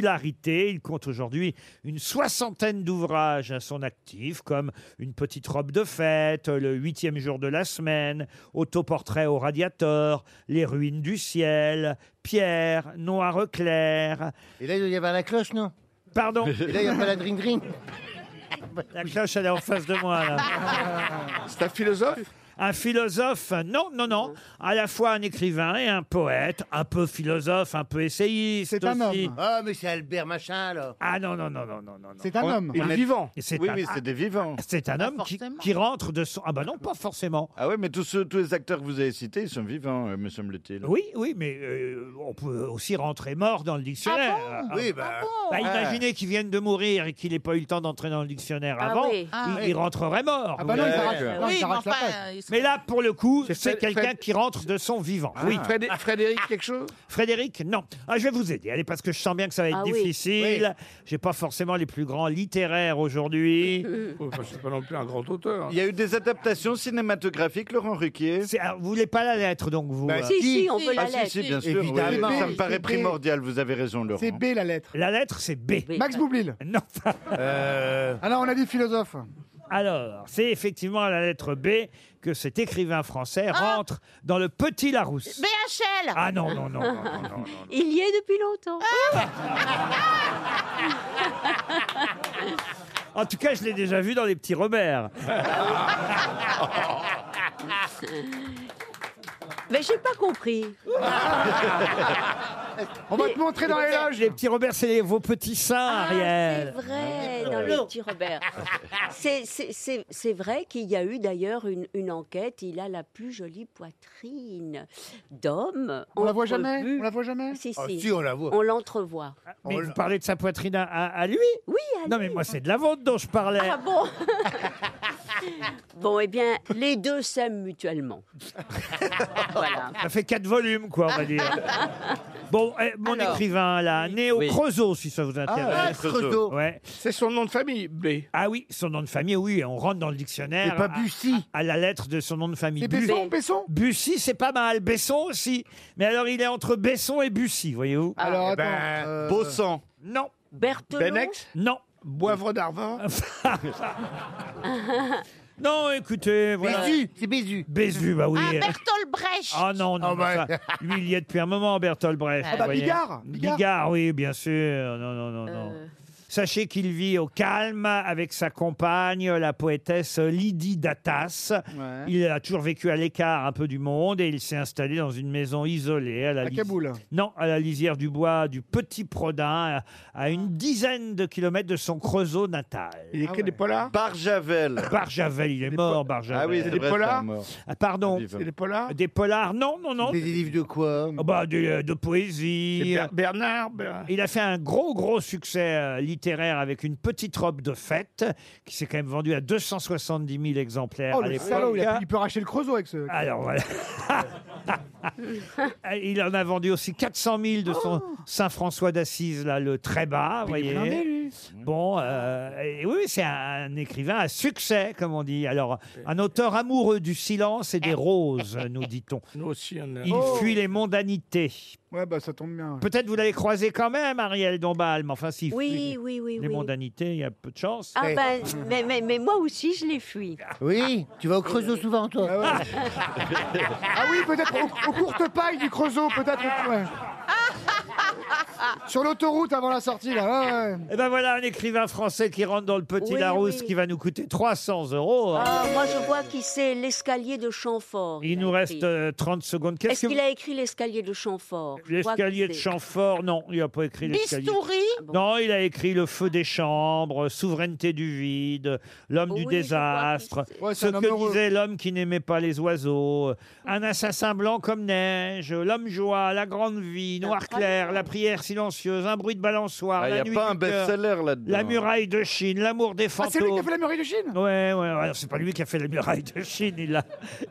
B: popularité. Il compte aujourd'hui une soixantaine d'ouvrages à son actif, comme Une petite robe de fête, Le huitième jour de la semaine, Autoportrait au radiateur, Les ruines du ciel, Pierre, Noir clair.
E: Et là, il doit y avoir la cloche, non
B: Pardon
E: Et là, il n'y a pas la dring-dring
B: La cloche, elle est en face de moi, là. C'est un philosophe un philosophe, non, non, non, à la fois un écrivain et un poète, un peu philosophe, un peu essayiste.
E: C'est un
B: aussi.
E: homme. Ah, mais c'est Albert Machin, là.
B: Ah non, non, non, non, non, non.
E: C'est un On- homme. il
B: Un
E: est-
B: vivant.
D: Oui, mais c'est des vivants.
B: C'est un homme qui, qui rentre de son. Ah bah non, pas forcément.
D: Ah ouais, mais tous, ceux- tous les acteurs que vous avez cités, ils sont vivants, euh, me semble-t-il.
B: Oui, oui, mais euh, on peut aussi rentrer mort dans le dictionnaire.
D: Ah bon Oui, bah- Ah bon
B: Bah,
D: Ah.
B: Imaginez qu'il vienne de mourir et qu'il n'ait pas eu le temps d'entrer dans le dictionnaire
F: Ah
B: avant,
F: oui. Ah
B: il,
F: oui.
B: il rentrerait mort.
F: Ah bah non, il s'arrache- non, il Oui, mais s'arrache la enfin, tête. il se-
B: Mais là, pour le coup,
F: C'est
B: c'est
F: Fred-
B: quelqu'un
F: Fred-
B: qui rentre de son vivant. Oui.
J: Frédé- Frédéric, quelque chose
B: Frédéric, non. Ah, je vais vous aider, allez, parce que je sens bien que ça va être
J: Ah oui.
B: difficile. J'ai pas forcément les plus grands littéraires aujourd'hui.
D: pas non plus un grand auteur. hein. Il y a eu des adaptations cinématographiques, Laurent Ruquier.
B: ah, Vous voulez pas la lettre, donc, vous euh,
C: Bah, Si, si, on veut la
D: ah,
C: lettre.
D: Si, si, bien sûr.
C: Évidemment.
D: oui, oui, ça me
C: C'est
D: paraît
C: B.
D: primordial, vous avez raison, Laurent.
C: C'est B la lettre.
B: La lettre, c'est B. Euh,
C: Max Boublil.
B: Non.
C: Alors on a dit philosophe.
B: Alors, c'est effectivement à la lettre B que cet écrivain français
H: Ah
B: rentre dans le Petit Larousse.
F: BHL
B: Ah non, non, non, non, non, non, non.
H: Il y est depuis longtemps.
B: En tout cas, je l'ai déjà vu dans Les Petits Robert.
H: Mais j'ai pas compris.
B: On va te montrer dans les loges. Les Petits Robert, c'est les- vos petits seins,
H: Ah, C'est
B: Ariel. Ah,
H: vrai, dans le petit Robert. C'est- c'est- C'est c'est vrai qu'il y a eu d'ailleurs une, une enquête. Il a la plus jolie poitrine d'homme.
C: On la voit
H: entrevue.
C: jamais On la voit jamais
H: Si, si.
C: Ah,
B: si, on la voit.
H: On l'entrevoit.
B: Mais vous parlez de sa poitrine à, à- à lui
H: Oui, à
B: Non, mais moi, c'est de la vôtre dont je parlais.
H: Ah bon Bon, eh bien, les deux s'aiment mutuellement. [LAUGHS] voilà.
B: Ça fait quatre volumes, quoi, on
H: [LAUGHS]
B: va dire. Bon, eh, mon
H: Alors.
B: écrivain, là, né au Creusot, si ça vous intéresse.
J: Ah, Creusot.
B: C'est son nom de famille, B. Ah oui, son nom de famille, oui, on rentre dans le dictionnaire.
J: Mais pas
B: à- À, à la lettre de son nom de famille.
J: C'est Besson,
B: Besson Bussy, c'est pas mal. Besson aussi. Mais alors, il est entre Besson et Bussy, voyez-vous.
J: Alors, Eh attends, ben, euh,
D: Beausang.
B: Non.
H: Berthelot
J: Benex
B: Non.
J: Boivre d'Arvin
B: [LAUGHS]
J: [LAUGHS]
B: Non, écoutez, voilà.
J: Bézu,
B: c'est Bézu. Bézu, bah oui.
F: Ah, Bertolt Brecht
B: Ah non, non, non, ça, lui, il y est depuis un moment, Bertolt Brecht.
F: Ah bah,
B: vous voyez.
F: Bigard,
B: Bigard
F: Bigard.
B: oui, bien sûr. Non, non, non, non.
J: Euh.
B: Sachez qu'il vit au calme avec sa compagne, la poétesse Lydie Datas.
C: Ouais.
B: Il a toujours vécu à l'écart un peu du monde et il s'est installé dans une maison isolée à la
C: À
B: lisi-
C: Kaboul.
B: Non, à la lisière du bois du Petit Prodin, à, à une dizaine de kilomètres de son Creusot natal.
J: Il écrit Ah ouais. des polars
D: Barjavel.
B: Barjavel, il est mort, Barjavel.
D: Ah oui, c'est
B: des
D: vrai, c'est un
B: polars
D: mort.
B: Ah, Pardon.
D: C'est
B: des polars Des polars, non, non, non. Des livres de quoi bah, des, euh, de poésie.
J: Bernard
B: Il a fait un gros, gros succès euh, littéraire avec une petite robe de fête qui s'est quand même vendue à 270 000 exemplaires
C: Oh
B: à
C: le
B: l'époque.
C: salaud, il, a- il peut racheter le Creusot avec ce.
B: Alors voilà. Ah, il en a vendu aussi 400 000 de son Saint-François d'Assise, là, le très bas, vous
J: Oh. Mais il est blindé,
B: voyez.
J: lui.
B: Bon, euh, et oui, c'est un écrivain à succès, comme on dit. Alors, un auteur amoureux du silence et
J: [LAUGHS]
B: des roses, nous dit-on.
J: Nous aussi, on a... Oh.
B: Il fuit les mondanités.
C: Ouais, bah ça tombe bien.
B: Peut-être vous l'avez croisé quand même, Ariel Dombal, mais enfin, si.
H: Oui, oui, oui,
B: Les
H: oui.
B: mondanités, il y a peu de chance.
H: Ah ben, mais, mais, mais moi aussi, je les fuis.
E: Eh. Oui, tu vas au Creusot souvent, toi. [LAUGHS]
C: Ah oui, peut-être aux, aux courtes pailles du Creusot, peut-être.
B: [LAUGHS]
C: ouais.
B: Sur l'autoroute avant la sortie, là. Et ben voilà un écrivain français qui rentre dans le petit
H: Oui,
B: Larousse
H: oui.
B: qui va nous coûter 300 euros. hein.
H: Ah, moi, je vois qui c'est l'escalier de Chamfort.
B: Il nous reste euh, 30 secondes. Qu'est-ce
H: Est-ce
B: que
H: qu'il
B: vous-
H: a écrit l'escalier de Chamfort Je vois
B: L'escalier de
H: qui c'est.
B: Chamfort, non, il n'a pas écrit l'escalier.
H: Bistouri
J: Ah
B: Non, il a écrit Le feu des chambres, Souveraineté du vide, L'homme du
J: Oui, je vois qui
B: désastre,
J: c'est. Ouais,
B: ce
J: c'est un homme
B: que
J: heureux.
B: disait l'homme qui n'aimait pas les oiseaux, Un assassin blanc comme neige, L'homme joie, La grande vie, Noir clair, La prière silencieuse, Un bruit de balançoire.
D: Ah,
B: La
D: y a
B: nuit
D: pas un
B: du cœur,
D: best-seller là-dedans.
B: La muraille de Chine, L'amour des
C: Ah,
B: fantômes.
C: c'est lui qui a fait la muraille de Chine
B: Ouais, ouais, ouais. Alors, C'est pas lui qui a fait la muraille de Chine. Il a,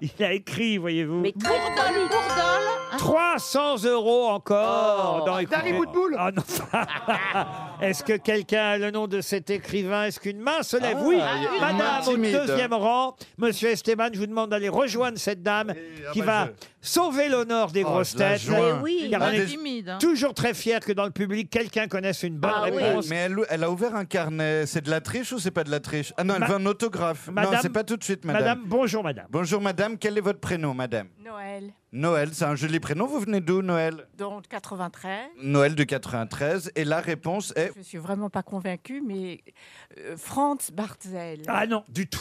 B: il a écrit, voyez-vous.
F: Bourdol, Bourdol
B: 300 euros encore
F: Oh.
B: dans
F: Dari
B: Écoutez- Ah, non. [LAUGHS] Est-ce que quelqu'un a le nom de cet écrivain Est-ce qu'une main se lève
J: Ah,
B: Oui,
J: il y a une
B: madame
J: main
B: au
J: timide.
B: deuxième rang. Monsieur Esteban, je vous demande d'aller rejoindre cette dame
J: ah
B: qui
J: bah,
B: va
J: je-
B: sauver l'honneur des
J: Oh,
B: grosses
J: je la
B: têtes.
J: joins. Mais oui.
B: Car
J: Ah,
B: on est
J: des- timide, hein. Ah
B: toujours très fier que dans le public, quelqu'un connaisse une bonne Bah réponse.
I: Mais elle, elle a ouvert un carnet. C'est de la triche ou c'est pas de la triche Ah non, elle
B: Ma-
I: veut un autographe. non,
B: Madame-
I: c'est pas tout de suite, madame.
B: Madame, bonjour, madame.
I: Bonjour, madame. Quel est votre prénom, madame
K: Noël.
I: Noël, c'est un joli prénom. Vous venez d'où, Noël
K: Donc 93.
I: Noël de 93. Et la réponse est.
K: Je suis vraiment pas convaincue, mais euh, Franz Bartzel.
B: Ah non, du tout.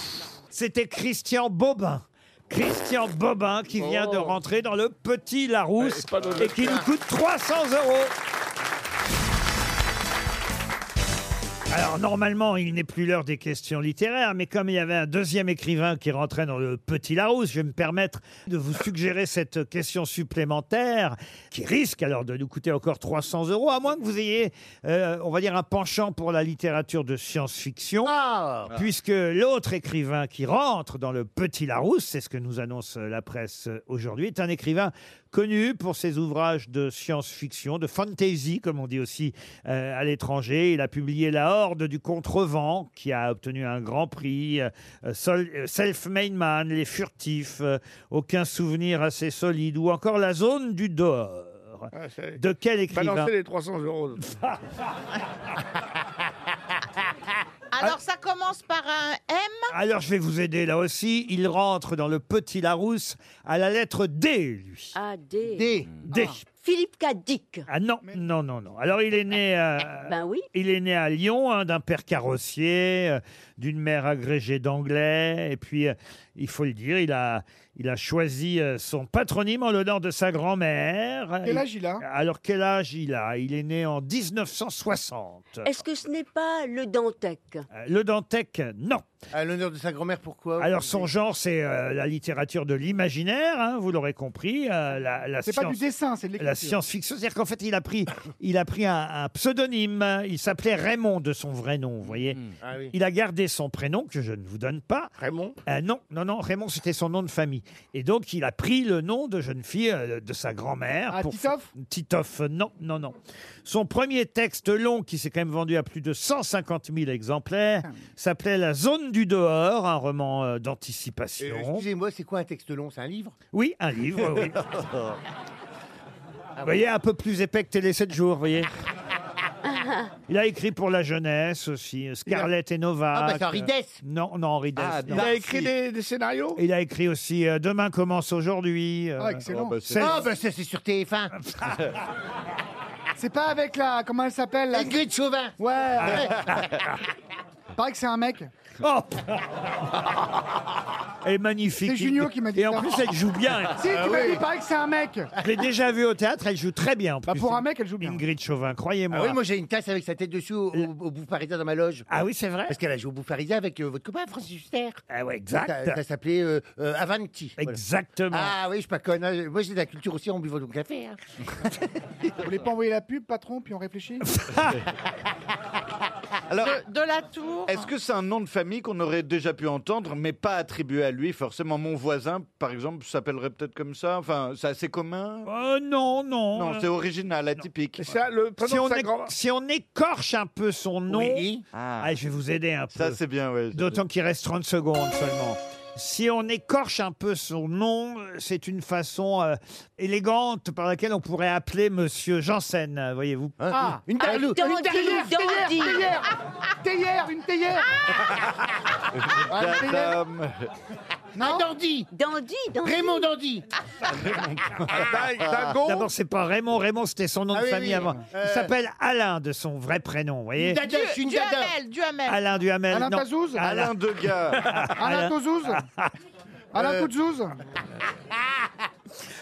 B: C'était Christian Bobin. Christian Bobin qui vient de rentrer dans le petit Larousse et qui nous coûte 300 euros. Alors normalement, il n'est plus l'heure des questions littéraires, mais comme il y avait un deuxième écrivain qui rentrait dans le Petit Larousse, je vais me permettre de vous suggérer cette question supplémentaire qui risque alors de nous coûter encore 300 euros, à moins que vous ayez, euh, on va dire, un penchant pour la littérature de science-fiction, puisque l'autre écrivain qui rentre dans le Petit Larousse, c'est ce que nous annonce la presse aujourd'hui, est un écrivain connu pour ses ouvrages de science-fiction, de fantasy, comme on dit aussi euh, à l'étranger. Il a publié La Horde du Contrevent, qui a obtenu un grand prix, euh, Sol- euh, Self-Made Man, Les Furtifs, euh, Aucun souvenir assez solide, ou encore La Zone du Dehors.
J: Ah, c'est-
B: De quel écrivain
J: Balancez les 300 euros.
B: Ah.
F: Alors, ça commence par un M.
B: Alors je vais vous aider là aussi. Il rentre dans le petit Larousse à la lettre D, lui.
H: Ah, D. Ah.
B: D. D.
H: Philippe Cadic.
B: Ah non, non, non, non. Alors il est né.
H: [LAUGHS]
B: à-
H: Ben oui.
B: Il est né à Lyon, hein, d'un père carrossier, euh, d'une mère agrégée d'anglais. Et puis, euh, il faut le dire, il a, il a choisi euh, son patronyme en l'honneur de sa grand-mère.
C: Quel âge il a
B: Alors quel âge il a Il est né en 1960.
H: Est-ce que ce n'est pas le Dantec
B: Euh, Le Dantec, non.
E: À l'honneur de sa grand-mère, pourquoi Oh.
B: Alors son genre, c'est euh, la littérature de l'imaginaire, hein, vous l'aurez compris. euh, la, la
C: C'est pas
B: science-
C: du dessin, c'est de l'écriture.
B: la science-fiction. C'est-à-dire qu'en fait, il a pris, il a pris un, un pseudonyme. Il s'appelait Raymond de son vrai nom, vous voyez.
E: Ah oui.
B: Il a gardé son prénom que je ne vous donne pas. Euh,
J: Raymond
B: Non, non, non. Raymond, c'était son nom de famille. Et donc, il a pris le nom de jeune fille euh, de sa grand-mère.
C: Ah, Titoff
B: Titoff, euh, non, non, non. Son premier texte long, qui s'est quand même vendu à plus de 150 000 exemplaires,
E: Ah
B: s'appelait La zone du dehors, un roman euh,
E: Euh,
B: d'anticipation.
E: Excusez-moi, c'est quoi un texte long C'est un livre
B: Oui, un livre,
E: [LAUGHS]
B: oui.
E: Ah
B: Vous voyez, un peu plus épais que Télé 7 jours, vous voyez. Il a écrit pour la jeunesse aussi, euh, Scarlett et Nova.
E: Ah, bah, c'est Henri Dess.
B: Non, non, Henri Dess.
E: Ah,
B: non.
E: il a
J: écrit des, des scénarios
B: Il a écrit aussi euh, Demain commence aujourd'hui. euh, Celle-
E: Ah, bah ça, c'est sur
B: [LAUGHS]
E: TF1.
C: C'est pas avec la. Comment elle s'appelle la...
E: Ingrid Chauvin. Ah
C: Ouais. bah, [LAUGHS]
B: [LAUGHS]
C: Pareil que c'est un mec. [LAUGHS]
B: Oh Elle est magnifique.
C: C'est Junio qui m'a dit
B: Et en
C: ça.
B: plus, elle joue
E: Ah
B: bien. Ah
C: Si, tu m'as dit pareil que c'est un mec.
B: Je l'ai
C: [LAUGHS]
B: déjà vue au théâtre, elle joue très bien. en plus.
C: pour un mec, elle joue bien.
B: Ingrid Chauvin, croyez-moi.
E: Ah oui, moi j'ai une tasse avec sa tête dessus au, au, au Bouffe Parisien dans ma loge.
B: Ah oui, c'est vrai.
E: Parce qu'elle a joué au Bouffe Parisien avec euh, votre copain Francis Huster.
B: Ah ouais, exact.
E: Ça, ça s'appelait euh, euh, Avanti. Voilà.
B: Exactement.
E: Ah oui, je suis pas conne. hein. Moi j'ai de la culture aussi en buvant mon
B: [LAUGHS]
E: café. hein.
C: Vous voulez pas envoyer la pub, patron, puis
E: [LAUGHS]
C: on réfléchit
D: Alors,
F: Ah, De la tour.
D: est-ce que c'est un nom de famille qu'on aurait déjà pu entendre, mais pas attribué à lui Forcément, mon voisin, par exemple, s'appellerait peut-être comme ça. Enfin, c'est assez commun.
B: Euh, non, non.
D: Non, c'est original, atypique. Ça,
J: le
B: si, on é- si on écorche un peu son nom,
E: Oui.
D: Ah.
B: Ah, je vais vous aider un peu.
D: Ça, c'est bien, oui.
B: D'autant qu'il reste 30 secondes seulement. Si on écorche un peu son nom, c'est une façon euh, élégante par laquelle on pourrait appeler Monsieur Janssen, euh, voyez-vous.
C: Ah,
E: Hein, Une tarlou.
H: Dandy,
C: une théière, théière,
H: dandy.
C: théière, théière, une théière. Ah, une théière.
D: Dame.
E: Un Ah, dandy.
H: Dandy, dandy.
E: Raymond [LAUGHS] Dandy.
J: Dingo
B: D'abord, c'est pas Raymond. Raymond, c'était son nom
E: Ah
B: de
E: oui,
B: famille
E: oui.
B: avant.
E: Euh.
B: Il s'appelle Alain de son vrai prénom, vous voyez.
E: Dada, je suis une dada.
F: Duhamel, Duhamel.
B: Alain Duhamel.
C: Alain
B: non.
C: Tazouz
D: Alain
B: [LAUGHS]
D: Degas.
C: Alain Tozouz Alain Koutzouz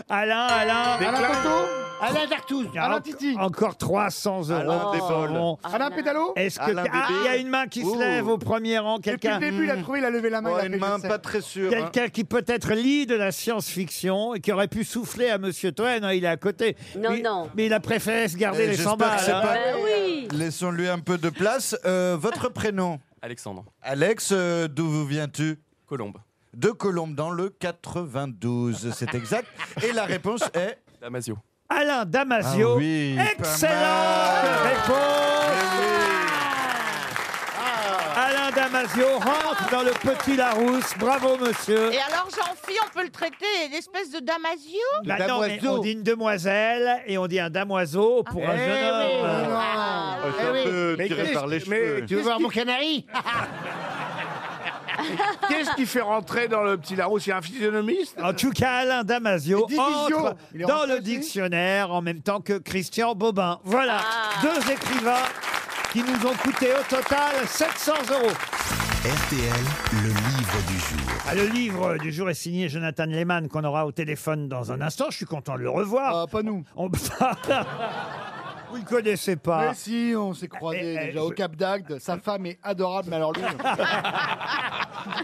B: Alain, Alain.
C: Alain Toto
E: Alain Dartouz.
B: Ah,
C: Alain
B: enc-
C: Titi.
B: Encore 300 euros.
D: Alain Despol.
B: Bon.
C: Alain Pédalo
B: Oh. Est-ce que
D: Oh, Alain
B: Ah, il y a
D: Bébé.
B: une main qui se
D: Ouh.
B: lève au premier rang,
C: Depuis
B: quelqu'un
C: le début, il a trouvé, il a levé la main.
D: Oh,
C: il a fait,
D: une
C: je
D: main
C: sais.
D: pas très sûre. hein.
B: Quelqu'un qui peut-être lit de la science-fiction et qui aurait pu souffler à Monsieur Toen, hein, il est à côté.
H: Non,
B: mais,
H: non.
B: Mais il a préféré se garder
I: Eh,
B: les
I: j'espère
B: 100
I: que
B: balles.
I: c'est
B: hein.
I: pas-
H: Ben oui.
I: Laissons-lui un peu de place. Euh, votre prénom
M: Alexandre.
I: Alex, euh, d'où vous viens-tu
M: Colombe.
I: De Colombe, dans le 92, c'est exact. Et la réponse est.
M: Damasio.
B: Alain Damasio.
I: Ah oui, pas
B: Excellente
I: mal.
D: Eh
B: réponse. Alain Damasio rentre dans le petit Larousse. Bravo, monsieur.
F: Et alors, Jean-Phi, on peut le traiter une espèce de Damasio
B: Bah non, mais
E: damoiseau.
B: on dit une demoiselle et on dit un damoiseau pour un jeune
E: Eh
B: homme.
E: oui.
D: Ah, c'est un peu tiré par les cheveux.
E: Tu veux voir mon canari [LAUGHS]
J: Qu'est-ce
B: [LAUGHS]
J: qui fait rentrer dans le petit Larousse Il y a un physionomiste
B: En tout cas, Alain Damasio
J: Et Divisio,
B: entre
J: il est
B: dans
J: rentré
B: le dictionnaire en même temps que Christian Bobin. Voilà, deux écrivains qui nous ont coûté au total 700 euros.
A: RTL, le livre du jour.
B: Ah, le livre du jour est signé Jonathan Lehmann qu'on aura au téléphone dans un instant. Je suis content de le revoir. pas nous. [LAUGHS] Vous ne connaissez pas.
C: Mais si, on s'est croisés
B: Eh, eh,
C: déjà au
B: je-
C: Cap d'Agde. Sa femme est adorable, mais alors lui.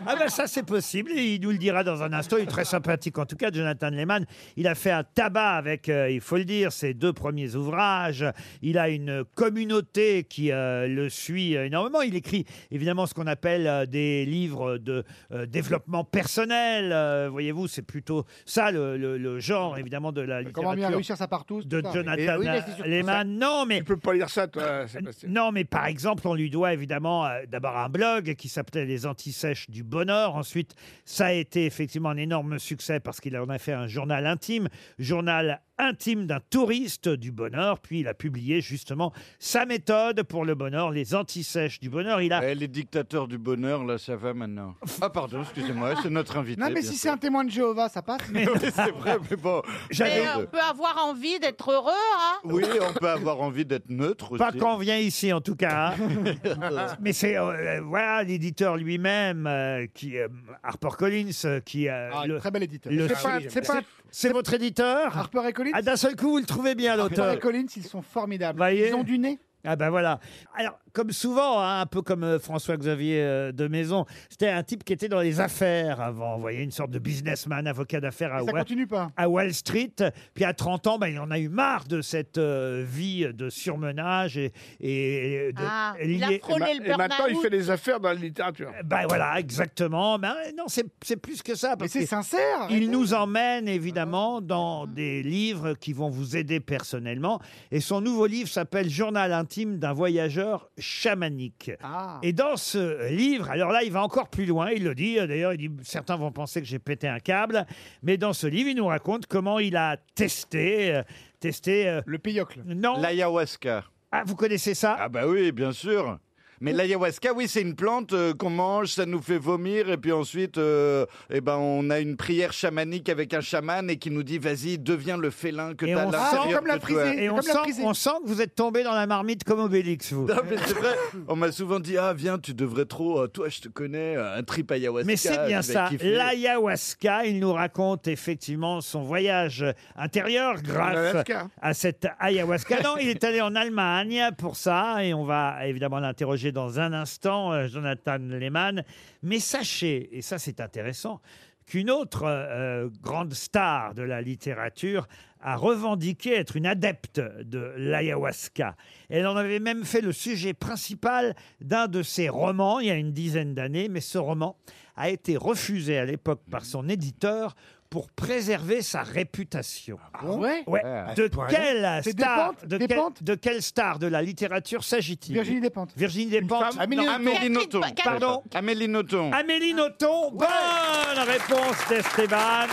B: Ah ben ça c'est possible, il nous le dira dans un instant, il est très sympathique en tout cas, Jonathan Lehmann. Il a fait un tabac avec, euh, il faut le dire, ses deux premiers ouvrages. Il a une communauté qui euh, le suit énormément. Il écrit évidemment ce qu'on appelle euh, des livres de euh, développement personnel. Euh, Voyez-vous, c'est plutôt ça le, le- le genre évidemment de la littérature.
C: Comment bien réussir sa partouze Eh
B: de
J: Eh
B: Jonathan Lehmann. Non, mais. Tu
J: peux pas lire ça, toi,
B: Non, mais par exemple, on lui doit évidemment euh, d'abord un blog qui s'appelait Les Antisèches du Bonheur. Ensuite, ça a été effectivement un énorme succès parce qu'il en a fait un journal intime, journal intime d'un touriste du bonheur. Puis il a publié justement sa méthode pour le bonheur, Les Antisèches du Bonheur. Il a.
D: Eh, les dictateurs du bonheur, là, ça va maintenant. Ah, pardon, excusez-moi, c'est notre invité.
C: Non, mais
D: bien
C: si c'est
D: sûr.
C: un témoin de Jéhovah, ça passe.
I: [LAUGHS]
D: Oui,
C: [LAUGHS]
D: c'est vrai, mais bon.
F: Mais
H: euh,
F: on peut avoir envie d'être heureux, hein
D: Oui, on peut avoir envie d'être neutre aussi.
B: Pas quand on vient ici, en tout cas. hein. Mais c'est euh, euh, voilà l'éditeur lui-même euh, qui euh, HarperCollins euh, qui euh, le très
C: bel éditeur.
B: Le,
C: C'est pas- c'est pas-
B: c'est votre éditeur
C: Harper et Collins.
B: Ah d'un seul coup vous le trouvez bien l'auteur.
C: Harper et Collins, ils sont formidables.
B: Voyez
C: Ils ont du nez.
B: Ah ben voilà. Alors comme souvent, hein, un peu comme euh, François-Xavier euh, de Maison, c'était un type qui était dans les affaires avant, vous voyez, une sorte de businessman, avocat d'affaires à
C: Ça
B: Wall-
C: continue pas.
B: à Wall Street. Puis à 30 ans, ben, il en a eu marre de cette euh, vie de surmenage et, et de
J: Ah,
B: et lié-
J: et, ma- et maintenant, il fait des affaires dans la littérature.
B: Ben voilà, exactement. Ben, non, c'est c'est plus que ça. parce
J: c'est
B: que
J: sincère,
B: Il
J: arrêtez.
B: nous emmène évidemment dans des livres qui vont vous aider personnellement. Et son nouveau livre s'appelle Journal intime d'un voyageur chamanique.
C: Ah.
B: Et dans ce livre, alors là, il va encore plus loin. Il le dit. euh, D'ailleurs, il dit certains vont penser que j'ai pété un câble, mais dans ce livre, il nous raconte comment il a testé, euh, testé euh,
C: le péiocle.
B: Non.
D: L'ayahuasca.
B: Ah, vous connaissez ça
D: Ah bah oui, bien sûr. Mais l'ayahuasca, oui, c'est une plante euh, qu'on mange, ça nous fait vomir, et puis ensuite, euh, eh ben, on a une prière chamanique avec un chaman et qui nous dit, vas-y, deviens le félin que
B: Et
D: t'as à
B: on
D: l'intérieur
B: sent-
D: de toi.
B: Et on sent, on sent que vous êtes tombé dans la marmite comme Obélix,
C: [LAUGHS]
B: vous.
D: Non, [LAUGHS] mais c'est vrai, on m'a souvent dit, ah, viens, tu devrais trop, euh, toi, je te connais, euh, un trip ayahuasca.
B: Mais c'est bien
D: tu vas
B: ça.
D: kiffer.
B: L'ayahuasca, il nous raconte effectivement son voyage intérieur grâce
J: Alaska.
B: à cette ayahuasca. Non, il est allé en
E: Euh,
B: Allemagne pour ça et on va évidemment l'interroger dans un instant, euh, Jonathan Lehmann. Mais sachez, et ça c'est intéressant, qu'une autre euh, grande star de la littérature a revendiqué être une adepte de l'ayahuasca. Elle en avait même fait le sujet principal d'un de ses romans il y a une dizaine d'années, mais ce roman a été refusé à l'époque par son éditeur pour préserver sa réputation.
C: ouais
B: Ouais. De
C: point-là.
B: quelle
C: Ah, C'est
B: star
C: Despentes
B: de, quel- de quelle star de la littérature s'agit-il
C: Virginie Despentes.
B: Virginie Despentes.
D: femme- Amélie
B: non,
D: Nothomb. Amélie Nothomb.
B: Pardon.
D: Amélie Nothomb.
B: Amélie Nothomb. Bonne réponse d'Esteban.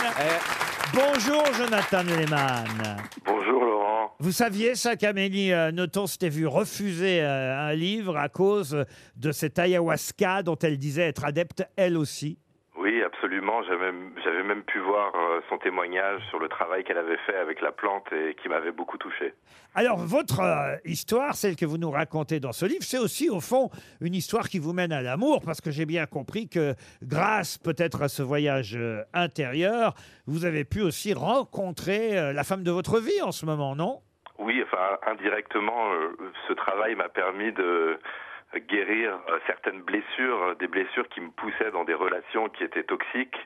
B: Bonjour Jonathan Lehmann.
M: Bonjour Laurent.
B: Vous saviez ça qu'Amélie euh, Nothomb s'était vue refuser euh, un livre à cause de cette ayahuasca dont elle disait être adepte elle aussi
M: Oui, absolument. J'avais j'avais même pu voir euh, son témoignage sur le travail qu'elle avait fait avec la plante et qui m'avait beaucoup touché.
B: Alors, votre euh, histoire, celle que vous nous racontez dans ce livre, c'est aussi, au fond, une histoire qui vous mène à l'amour, parce que j'ai bien compris que, grâce peut-être à ce voyage euh, intérieur, vous avez pu aussi rencontrer euh, la femme de votre vie en ce moment, non
M: Oui, enfin, indirectement, euh, ce travail m'a permis de guérir euh, certaines blessures, euh, des blessures qui me poussaient dans des relations qui étaient toxiques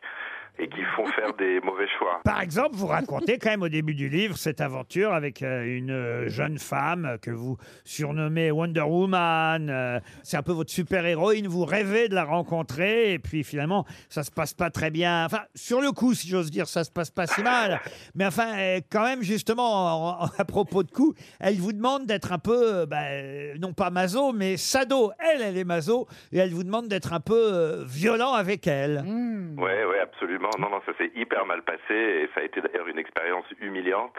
M: et qui font faire des mauvais choix.
B: Par exemple, vous racontez quand même au début du livre cette aventure avec euh, une euh, jeune femme que vous surnommez Wonder Woman. euh, C'est un peu votre super-héroïne, vous rêvez de la rencontrer et puis finalement, ça se passe pas très bien. Enfin, sur le coup, si j'ose dire, ça se passe pas si mal. Mais enfin, euh, quand même, justement, en- en- à propos de coup, elle vous demande d'être un peu, euh, bah, euh, non pas maso, mais sado. Elle, elle est maso et elle vous demande d'être un peu euh, violent avec elle.
M: Hmm. Ouais, ouais, absolument. Non, non, non, ça s'est hyper mal passé et ça a été d'ailleurs une expérience humiliante,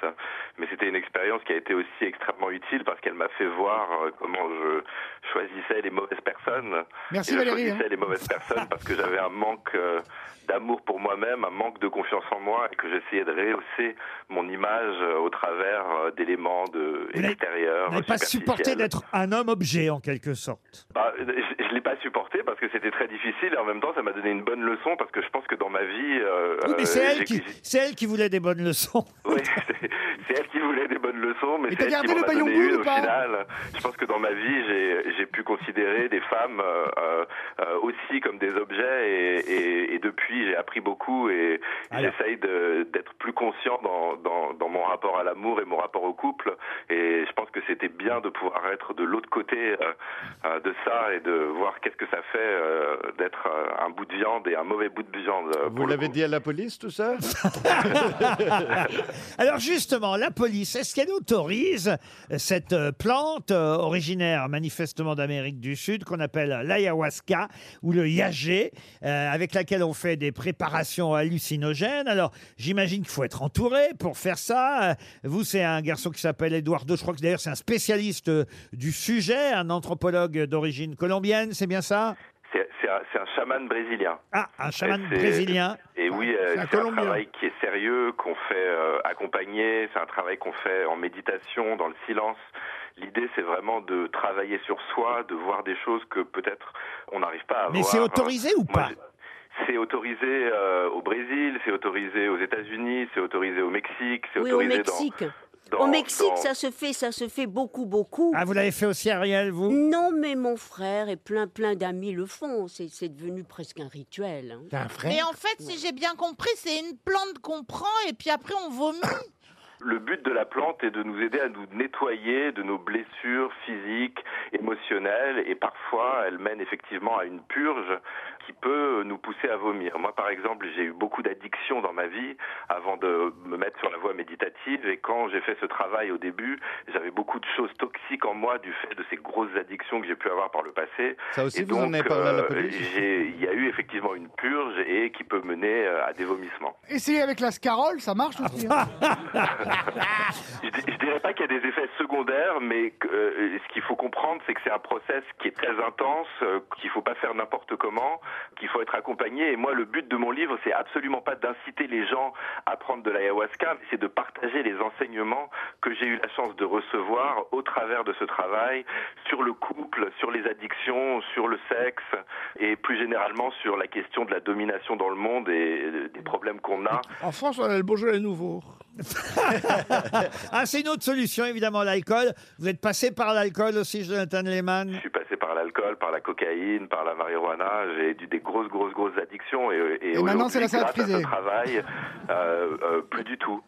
M: mais c'était une expérience qui a été aussi extrêmement utile parce qu'elle m'a fait voir euh, comment je choisissais les mauvaises personnes.
C: Merci
M: Et je
C: Valérie,
M: choisissais
C: hein.
M: les mauvaises personnes parce que j'avais un manque euh, d'amour pour moi-même, un manque de confiance en moi et que j'essayais de rehausser mon image euh, au travers euh, d'éléments de
B: Vous n'avez-
M: extérieurs.
B: Vous n'avez pas
M: superficiels.
B: supporté d'être un homme objet en quelque sorte.
M: Bah, je ne l'ai pas supporté parce que c'était très difficile et en même temps ça m'a donné une bonne leçon parce que je pense que dans ma vie... euh,
B: Oui, mais c'est
M: euh,
B: elle
M: j'ai-
B: qui, c'est elle qui voulait des bonnes leçons. [LAUGHS]
M: Oui, c'est c'est elle qui voulait des bonnes leçons, mais
B: Mais
M: c'est
B: t'as
M: elle qui
B: gardé
M: m'en
B: le
M: a
B: baillon
M: donné
B: bleu
M: une
B: ou
M: au
B: pas
M: final. Je pense que dans ma vie, j'ai- j'ai pu considérer des femmes euh, euh, euh, aussi comme des objets et, et- et depuis, j'ai appris beaucoup et j'essaye de- d'être plus conscient dans, dans- dans mon rapport à l'amour et mon rapport au couple. Et je pense que c'était bien de pouvoir être de l'autre côté euh, euh, de ça et de voir qu'est-ce que ça fait euh, d'être euh, un bout de viande et un mauvais bout de viande. euh,
D: Vous
M: pour le
D: l'avez dit à la police, tout
B: [LAUGHS]
D: ça
B: Alors justement, la police, est-ce qu'elle autorise cette euh, plante euh, originaire manifestement d'Amérique du Sud qu'on appelle l'ayahuasca ou le yagé, euh, avec laquelle on fait des préparations hallucinogènes Alors j'imagine qu'il faut être entouré pour faire ça. Euh, Vous, c'est un garçon qui s'appelle Eduardo, je crois que d'ailleurs c'est un spécialiste euh, du sujet, un anthropologue d'origine colombienne, c'est bien ça
M: C'est c'est un, c'est un chaman brésilien.
B: Ah, un chaman
M: Et c'est-
B: brésilien.
M: Et oui, euh,
B: C'est
M: c'est
B: un
M: un,
B: Colombien.
M: travail qui est sérieux, qu'on fait euh, accompagner, c'est un travail qu'on fait en méditation, dans le silence. L'idée, c'est vraiment de travailler sur soi, de voir des choses que peut-être on n'arrive pas à
B: Mais
M: voir.
B: c'est autorisé ou
M: Moi,
B: pas
M: j'ai- c'est autorisé euh, au Brésil, c'est autorisé aux États-Unis, c'est autorisé au Mexique, c'est
H: Oui, au
M: autorisé dans-
H: Mexique.
M: dans.
H: Au Mexique,
M: dans-
H: ça se fait, ça se fait beaucoup, beaucoup.
B: Ah, vous l'avez fait aussi, Ariel, vous
H: Non, mais mon frère et plein, plein d'amis le font. C'est c'est devenu presque un rituel. hein.
F: Mais en fait, si j'ai bien compris, c'est une plante qu'on prend et puis après on
C: [COUGHS]
F: vomit.
M: Le but de la plante est de nous aider à nous nettoyer de nos blessures physiques, émotionnelles, et parfois elle mène effectivement à une purge qui peut nous pousser à vomir. Moi, par exemple, j'ai eu beaucoup d'addictions dans ma vie avant de me mettre sur la voie méditative, et quand j'ai fait ce travail au début, j'avais beaucoup de choses toxiques en moi du fait de ces grosses addictions que j'ai pu avoir par le passé.
D: Ça aussi,
M: Et
D: vous en
M: donc,
D: avez parlé à la
M: euh,
D: police
M: j'ai- Il y a eu effectivement une purge et qui peut mener euh, à des vomissements.
C: Essayez avec la scarole, ça marche aussi.
B: [LAUGHS]
C: hein.
M: [LAUGHS] je, di- je dirais pas qu'il y a des effets secondaires, mais que, euh, ce qu'il faut comprendre, c'est que c'est un process qui est très intense, euh, qu'il faut pas faire n'importe comment, qu'il faut être accompagné. Et moi, le but de mon livre, c'est absolument pas d'inciter les gens à prendre de l'ayahuasca, mais c'est de partager les enseignements que j'ai eu la chance de recevoir au travers de ce travail sur le couple, sur les addictions, sur le sexe, et plus généralement sur la question de la domination dans le monde et euh, des problèmes qu'on a.
J: En France, on a le Beaujolais nouveau.
B: Ah, c'est une autre solution, évidemment, l'alcool. Vous êtes passé par l'alcool aussi, Jonathan Lehmann.
M: Je suis passé par l'alcool, par la cocaïne, par la marijuana. J'ai eu des grosses, grosses, grosses addictions. Et,
C: Et maintenant, c'est la salade
M: grâce à ce
C: frisée.
M: travail, euh, euh, plus du tout.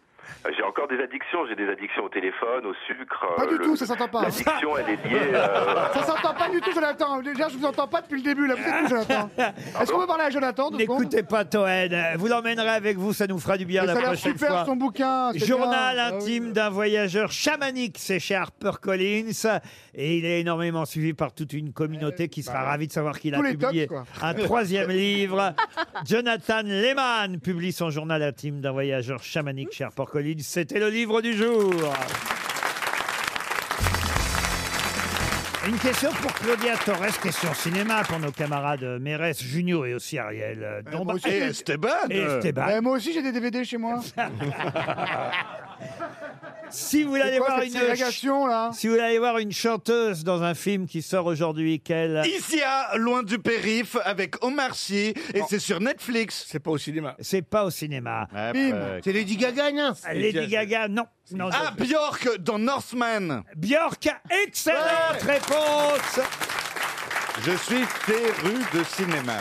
M: J'ai encore des addictions. J'ai des addictions au téléphone, au sucre.
C: Pas
M: euh,
C: du
M: le-
C: tout, ça s'entend pas. hein.
M: L'addiction, elle est
C: [LAUGHS]
M: liée. euh,
C: Ça s'entend pas du tout, Jonathan. Déjà, je vous entends pas depuis le début. Là, vous êtes où,
B: [LAUGHS]
C: Jonathan Est-ce qu'on peut parler à Jonathan deux secondes
B: N'écoutez pas Toen. Vous l'emmènerez avec vous, ça nous fera du bien
C: Mais
B: la
C: ça a l'air
B: prochaine
C: super
B: fois.
C: son bouquin. c'est
B: Journal
C: bien. Ah oui.
B: intime d'un voyageur chamanique, c'est chez HarperCollins. Et il est énormément suivi par toute une communauté qui sera ravie de savoir qu'il a
C: Euh, bah tous les tops,
B: publié
C: quoi.
B: un troisième
C: [LAUGHS]
B: livre. Jonathan Lehman publie son journal intime d'un voyageur chamanique chez HarperCollins. C'était le livre du jour. Une question pour Claudia Torres, question cinéma pour nos camarades Mérès, Junio et aussi Ariel euh,
C: Eh,
B: Dombas.
C: moi aussi, j'ai-
B: Et Esteban.
C: Eh, moi aussi, j'ai des DVD chez moi.
B: [LAUGHS] Si vous
C: C'est
B: allez
C: quoi
B: voir
C: cette
B: une
C: ségrégation, hein là
B: si vous allez voir une chanteuse dans un film qui sort aujourd'hui, quelle
D: Ici, à loin du périph, avec Omar Sy, et c'est sur Netflix. bah,
J: C'est pas au cinéma.
B: C'est pas au cinéma.
D: Bim.
E: C'est Lady Gaga, non
B: Ah, Lady Gaga, non. non
D: Ah, Bjork dans Northman.
B: Bjork, excellente réponse.
D: Je suis féru de cinéma.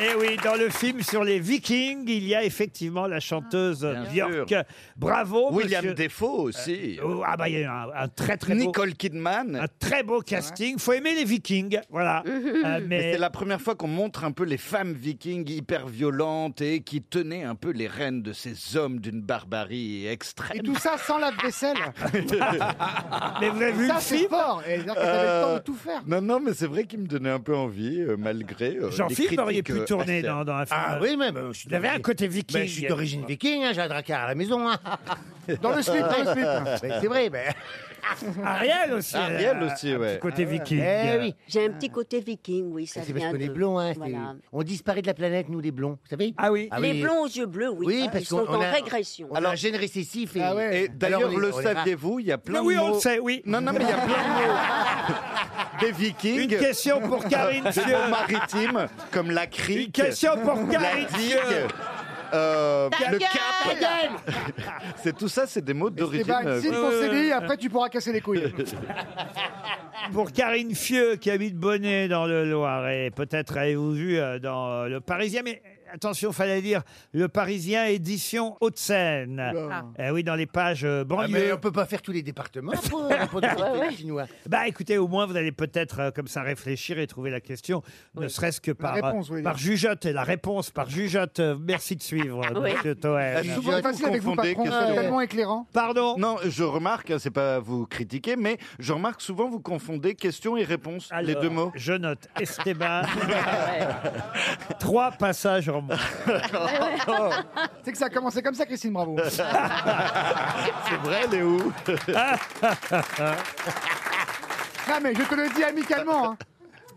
B: Et Eh oui, dans le film sur les Vikings, il y a effectivement la chanteuse Björk.
D: Ah, sûr.
B: Bravo,
D: William
B: monsieur-
D: Defoe aussi.
B: Euh, ah bah il y a eu un, un très très beau.
D: Nicole Kidman.
B: Un très beau casting. Faut aimer les Vikings,
C: [LAUGHS]
B: voilà. Euh,
D: Mais
B: mais
D: C'est la première fois qu'on montre un peu les femmes vikings hyper violentes et qui tenaient un peu les rênes de ces hommes d'une barbarie extrême.
C: Et tout ça sans lave-vaisselle.
B: [LAUGHS] Mais vous avez vu
C: ça,
B: le
C: c'est
B: film
C: fort. Et c'est-à-dire que t'avais le temps de tout faire.
D: Non, non, mais c'est vrai qu'il me donnait un peu envie, euh, malgré. euh, les
B: Jean-Philippe,
D: critiques,
B: vous auriez pu
D: euh,
B: tourné dans, dans un film. euh,
E: Ah oui, mais ben, je suis
B: Vous avez
E: d'origine-
B: un côté viking.
E: Ben, je suis d'origine viking, hein, j'ai un dracard à la
B: [LAUGHS]
E: maison. hein.
B: Dans le slip, dans le slip.
E: Ben, C'est vrai, mais.
B: Ah, [LAUGHS] Ariel aussi, Ariel elle a aussi, un petit ouais. côté viking.
E: Eh oui. Eh,
H: J'ai un petit côté viking, oui, ça
E: C'est parce
H: vient
E: qu'on est
H: de...
E: blonds, hein, c'est-
H: voilà.
E: On disparaît de la planète, nous, les blonds, vous savez
B: Ah oui.
H: Les blonds aux yeux bleus, oui,
E: Oui,
H: Ah,
E: parce
H: ils
E: qu'on
H: sont en
E: on a-
H: régression.
E: On a un gène récessif et.
H: Ah ouais.
D: Et d'ailleurs,
E: Alors, on est-
D: le
E: on est rare.
D: saviez-vous, il y a plein
E: Mais
D: de
E: oui, on
D: mots-
E: le sait, Eh oui.
D: Non, non, mais il y a plein de mots. Des vikings.
B: Une question pour Karine
D: Des
B: Fieux.
D: mots maritimes, comme la crique.
B: Une question pour Karine
D: La digue.
B: Fieux.
D: euh,
C: Ta
D: le
C: gueule,
D: cap. [LAUGHS] C'est tout ça, c'est des mots d'origine. euh,
C: Esteban, signe ton CDI, après tu pourras casser les couilles.
B: Pour Karine Fieux, qui habite Bonnet dans le Loiret, peut-être avez-vous vu euh, dans euh, Le Parisien, mais euh, attention, fallait dire Le Parisien édition Haute-Seine.
E: Oula.
B: Eh oui, dans les pages euh, banlieue.
E: Ah, mais on peut pas faire tous les départements pour
B: [LAUGHS]
E: répondre aux
H: Ouais, ouais.
E: chinois.
B: Bah écoutez, au moins vous allez peut-être euh, comme ça réfléchir et trouver la question, ne serait-ce que par,
E: réponse, oui.
B: par jugeote et la réponse par jugeote. Euh, Merci de suivre,
E: Ah,
B: euh,
C: Oui.
B: monsieur Toen.
D: Je
C: Souvent facile avec vous,
D: confondez
C: patron,
D: que-
C: c'est
D: [LAUGHS]
C: tellement éclairant.
B: [LAUGHS] Pardon
D: Non, je remarque, hein, c'est pas à vous critiquer, mais je remarque souvent vous confondez questions et réponses, les
B: Alors,
D: deux mots.
B: Je note Esteban. Trois passages en moins.
E: [LAUGHS]
C: C'est que ça a commencé comme ça, Christine Bravo.
D: C'est vrai,
B: [LAUGHS]
E: [LAUGHS]
D: Léo
C: Non, Ah, mais je te le dis amicalement. hein.
B: [LAUGHS]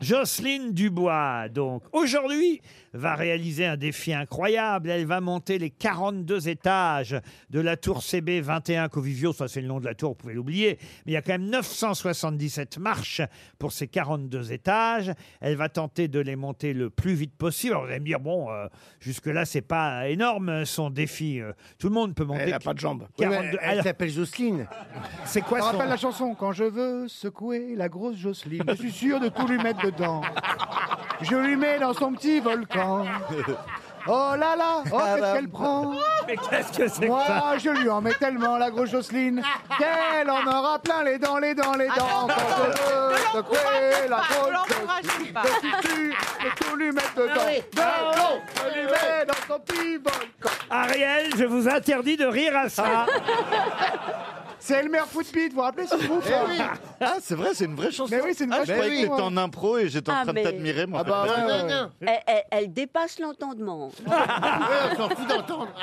B: Jocelyne Dubois, donc, aujourd'hui, va réaliser un défi incroyable. Elle va monter les 42 étages de la tour CB21 Covivio. Ça, c'est le nom de la tour, vous pouvez l'oublier. Mais il y a quand même 977 marches pour ces 42 étages. Elle va tenter de les monter le plus vite possible. Alors, vous allez me dire, bon, euh, jusque-là, c'est pas énorme son défi. Euh, Tout le monde peut monter.
E: n'a pas de
B: jambes.
E: Elle s'appelle Jocelyne.
B: C'est quoi
C: On
B: son...
C: rappelle la chanson Quand je veux secouer la grosse Jocelyne, je suis sûr de tout lui mettre dedans. Je lui mets dans son petit volcan. Oh là là, oh
E: Ah
C: qu'est-ce
E: bah.
C: qu'elle prend
B: Mais qu'est-ce que c'est que
C: Moi,
B: ça
C: je lui en mets tellement la grosse Jocelyne qu'elle en aura plein les dents, les dents, les dents.
F: Attends,
G: Ah,
C: Quand
F: attends,
C: je veux secouer la
F: pas, ne
C: grosse
F: l'encouragez
C: Jocelyne,
F: pas.
C: je suis sûr de tout lui mettre dedans.
F: Ah oui. Ah
C: Dedans, je lui mets dans son petit volcan.
B: Ariel, je vous interdis de rire à ça.
C: C'est Elmer Footbeat, vous vous rappelez ce Hein groupe
D: Eh oui. [LAUGHS] Ah, c'est vrai, c'est une vraie chanson.
C: Mais oui, c'est une
D: Ah,
C: vraie
D: je croyais que
C: chanson, hein.
D: t'étais
C: ouais.
D: en impro et j'étais en
H: Ah,
D: train
H: mais-
D: de t'admirer, moi.
E: Ah bah, ouais, ouais, ouais.
H: Elle, elle- elle dépasse l'entendement. [LAUGHS]
E: Ouais, on s'en fout d'entendre.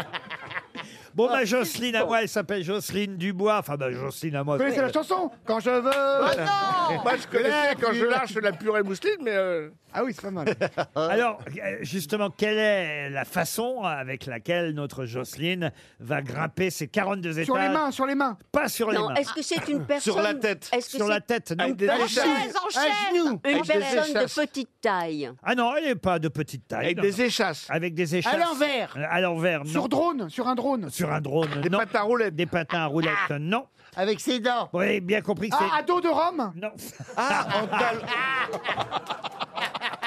B: Bon, bah, Jocelyne à moi, elle s'appelle Jocelyne Dubois. Enfin, bah, Jocelyne à moi.
C: Vous connaissez la chanson Quand je veux.
J: Oh
C: Oh,
J: Moi, je connaissais quand je lâche la purée mousseline, mais.
C: [LAUGHS]
J: euh,
C: Ah oui,
B: [LAUGHS]
C: c'est pas mal.
B: Alors, euh, justement, quelle est la façon avec laquelle notre Jocelyne va grimper ses 42 étages
C: Sur les mains, sur les mains.
B: Pas sur les
H: Non,
B: mains.
H: est-ce que c'est une personne
D: la tête.
H: Est-ce que
B: Sur la
H: c'est
B: tête, non.
J: des
H: En
J: échasses.
H: chaise,
F: en chaise.
E: genou.
H: une
E: Avec des
H: personne de
E: échasses.
H: petite taille
B: Ah non, elle n'est pas de petite taille.
J: Avec
B: non,
J: des
B: non.
J: échasses.
B: Avec des échasses.
E: À l'envers.
B: Euh, À l'envers, non.
C: Sur drone, sur un drone.
B: Sur un drone,
J: Des
B: non.
J: patins roulettes.
B: Des patins à roulettes, non.
E: Avec ses dents.
B: Vous avez bien compris que c'est...
C: Ah, à dos de Rome
B: Non.
D: Ah, en tal-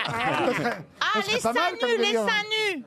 C: Ça serait-
F: Ah,
C: ça serait
F: les seins
C: pas mal comme
F: nus, les
C: délire.
F: seins nus.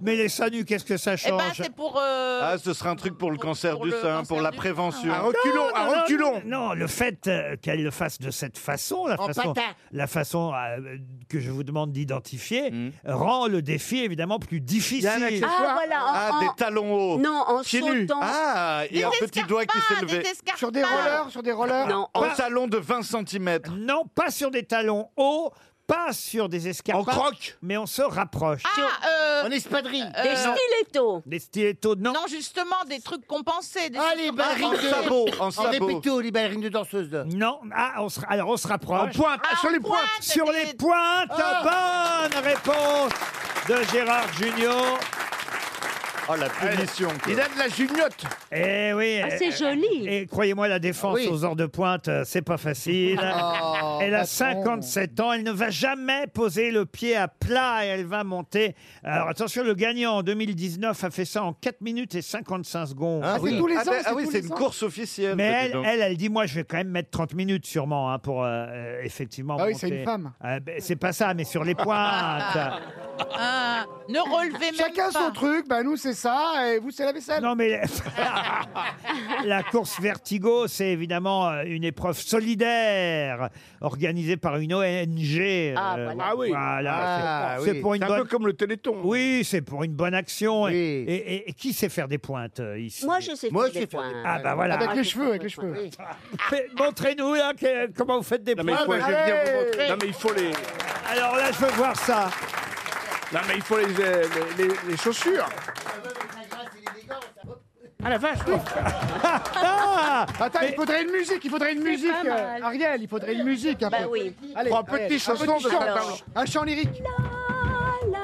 B: Mais les seins nus, qu'est-ce que ça
F: Eh ben,
B: change
F: c'est pour. euh,
D: Ah, ce serait un truc pour le cancer
F: Pour
D: du
F: le
D: sein, pour
F: cancer
D: la
F: du
D: prévention.
J: À reculons,
B: Ah, Non,
J: à
B: non,
J: reculons.
B: Non, non, le fait euh, qu'elle le fasse de cette façon, la
E: En
B: façon,
E: patin.
B: la façon euh, que je vous demande d'identifier,
D: Hmm.
B: rend le défi évidemment plus difficile.
J: Il y a un accès-
H: Ah,
J: soir.
H: voilà. en-
D: Ah,
H: en-
D: des talons hauts.
H: Non, en
D: Pieds
H: sautant.
D: nus. Ah, et
F: des
D: un petit doigt qui s'est
F: escarpins,
D: levé.
F: des escarpins.
C: Sur des rollers, sur des rollers.
H: Non, en-
D: En talon de 20 cm.
B: Non, pas sur des talons hauts, pas sur des escarpins.
J: En croque.
B: Mais on se rapproche.
F: Ah, euh,
E: En espadrille.
H: des stilettos.
B: Des stilettos, non.
F: non, justement, des trucs compensés. Des
E: Ah, les ballerines
D: En
E: de.
D: sabot, en
E: En
D: sabot.
E: répéto, les ballerines de danseuses. là.
B: Non, ah, on se, alors on se
J: En
B: rapproche.
J: pointe, ah, sur les
F: pointe. Oh.
J: pointes.
B: Sur les pointes, bonne réponse de Gérard Junior.
D: Oh, la punition. quoi.
J: Il a de la jugnotte.
B: Eh oui.
H: Ah,
B: eh,
H: c'est joli.
B: Et croyez-moi, la défense
E: Oui.
B: aux heures de pointe, euh, c'est
D: [LAUGHS]
B: pas facile.
E: Oh,
B: elle a
E: patron.
B: 57 ans, elle ne va jamais poser le pied à plat et elle va monter. Alors attention, le gagnant en 2019 a fait ça en 4 minutes et 55 secondes.
D: Ah,
C: c'est tous les
D: Ah,
C: ans,
D: ben,
C: c'est
D: Ah oui,
C: tous
D: c'est
C: les
D: une
C: ans.
D: course officielle. bah,
B: Mais
D: dis
B: elle,
D: donc.
B: elle, elle dit moi, je vais quand même mettre 30 minutes sûrement hein, pour euh, euh, effectivement.
C: Ah oui,
B: monter.
C: c'est une femme.
B: Ah, ben, c'est pas ça, mais sur les
C: [LAUGHS]
B: pointes.
F: Ah, ne relevez même
C: Chacun
F: pas.
C: son truc, bah nous c'est ça, et vous c'est la vaisselle. Ah,
B: Non, mais [LAUGHS] la course Vertigo, c'est évidemment euh, une épreuve solidaire organisée par une ONG. euh,
H: Ah, voilà.
J: Ah oui.
B: voilà,
E: Ah,
B: c'est- c'est
E: oui.
B: pour
J: C'est
B: une
J: un peu
B: bonne.
J: comme le téléthon.
B: Oui, c'est pour une bonne action. Et-
E: Oui.
B: Et, et- et qui sait faire des pointes euh, ici
H: Moi, je sais
E: Moi,
H: faire
E: je
H: des
E: sais faire des
H: points.
B: Ah bah voilà.
C: Avec
H: Ah,
C: les
H: c'est
C: cheveux,
H: pas
C: avec les
H: vrai,
C: cheveux.
E: Oui.
B: Fait- Montrez-nous là que- comment vous faites des
J: Non, mais il
B: pointes.
J: faut, je vais venir vous montrer. Non, mais il faut les.
B: Alors là, je veux voir ça.
J: Non, mais il faut les, euh, les, les- les chaussures.
C: Ah la vache, oui Ah. Attends,
J: Mais-
C: il faudrait une musique, il faudrait une
J: C'est
C: musique,
J: pas mal.
C: euh, Ariel, il faudrait une musique un
J: Bah
C: peu.
J: oui.
C: Allez,
J: Trois petits
C: allez, un
J: chansons
C: petit
J: de
C: chant,
J: Chantal.
C: Un chant lyrique.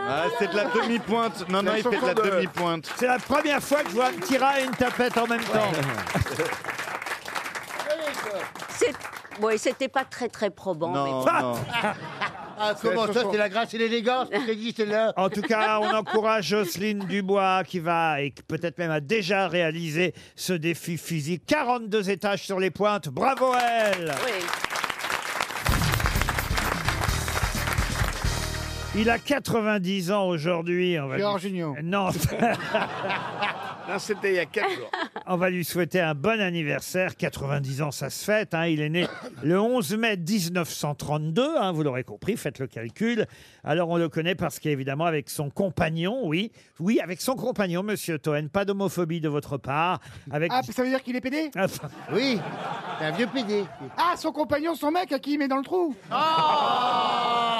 D: Ah, c'est de la demi-pointe. Non, non, il fait de la demi-pointe.
B: C'est la première fois que je vois un petit rat et une tapette en même temps.
D: [LAUGHS]
H: C'est- ouais, c'était pas très très probant.
B: Non,
H: mais...
B: non.
E: Ah, comment ça, c'est la grâce et l'élégance qui existe là
B: [LAUGHS] En tout cas, on
E: [LAUGHS]
B: encourage Jocelyne Dubois qui va et qui peut-être même a déjà réalisé ce défi physique. 42 étages sur les pointes. Bravo à elle Il a 90 ans aujourd'hui. on va
C: Gérard
B: lui-
C: Jugnot.
B: Non.
J: [LAUGHS] Non, c'était il y a 4 jours.
B: On va lui souhaiter un bon anniversaire. 90 ans, ça se fête. hein. Il est né le 11 mai 1932. hein, vous l'aurez compris, faites le calcul. Alors, on le connaît parce qu'évidemment, avec son compagnon, oui. Oui, avec son compagnon, monsieur Toen. Pas d'homophobie de votre part. Avec...
C: Ah, ça veut dire qu'il est pédé
B: oui,
C: un vieux pédé. Ah, son compagnon, son mec à qui il met dans le trou
J: Oh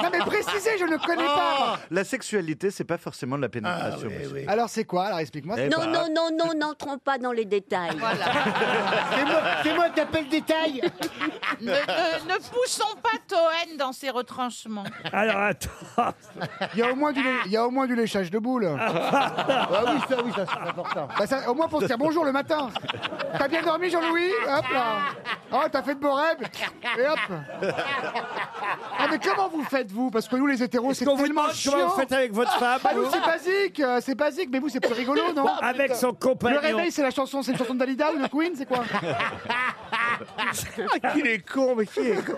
C: Non mais précisez, je ne connais pas Ah, moi.
D: Ah La sexualité, c'est pas forcément de la
J: Ah,
D: pénétration. monsieur.
C: Alors c'est quoi Alors explique-moi.
D: Eh
H: non,
D: ben.
H: non, non, non, n'entrons pas dans les détails. [LAUGHS]
E: C'est moi, c'est moi qui appelle détail
F: Ne, ne- ne poussons pas Toen dans ses retranchements.
B: Alors attends.
C: Il y a au moins du, lé- il y a au moins du léchage de boules.
E: Ah oui, ça, oui, ça, c'est important.
C: Bah, ça, au moins pour se dire bonjour le matin. T'as bien dormi Jean-Louis Hop là. Oh, t'as fait de beaux rêves. Et hop. Ah mais comment vous faites vous Parce que nous les hétéros c'est
B: qu'on vous
C: tellement
B: demande
C: chiant.
B: comment vous faites avec votre femme,
C: Bah nous
B: vous Bah,
C: c'est basique, euh, c'est basique. Mais vous c'est plus rigolo non
B: Avec son compagnon.
C: Le réveil c'est la chanson, c'est une chanson de Dalida ou de Queen, c'est quoi
J: Ah, qu'il est con, mais qui est con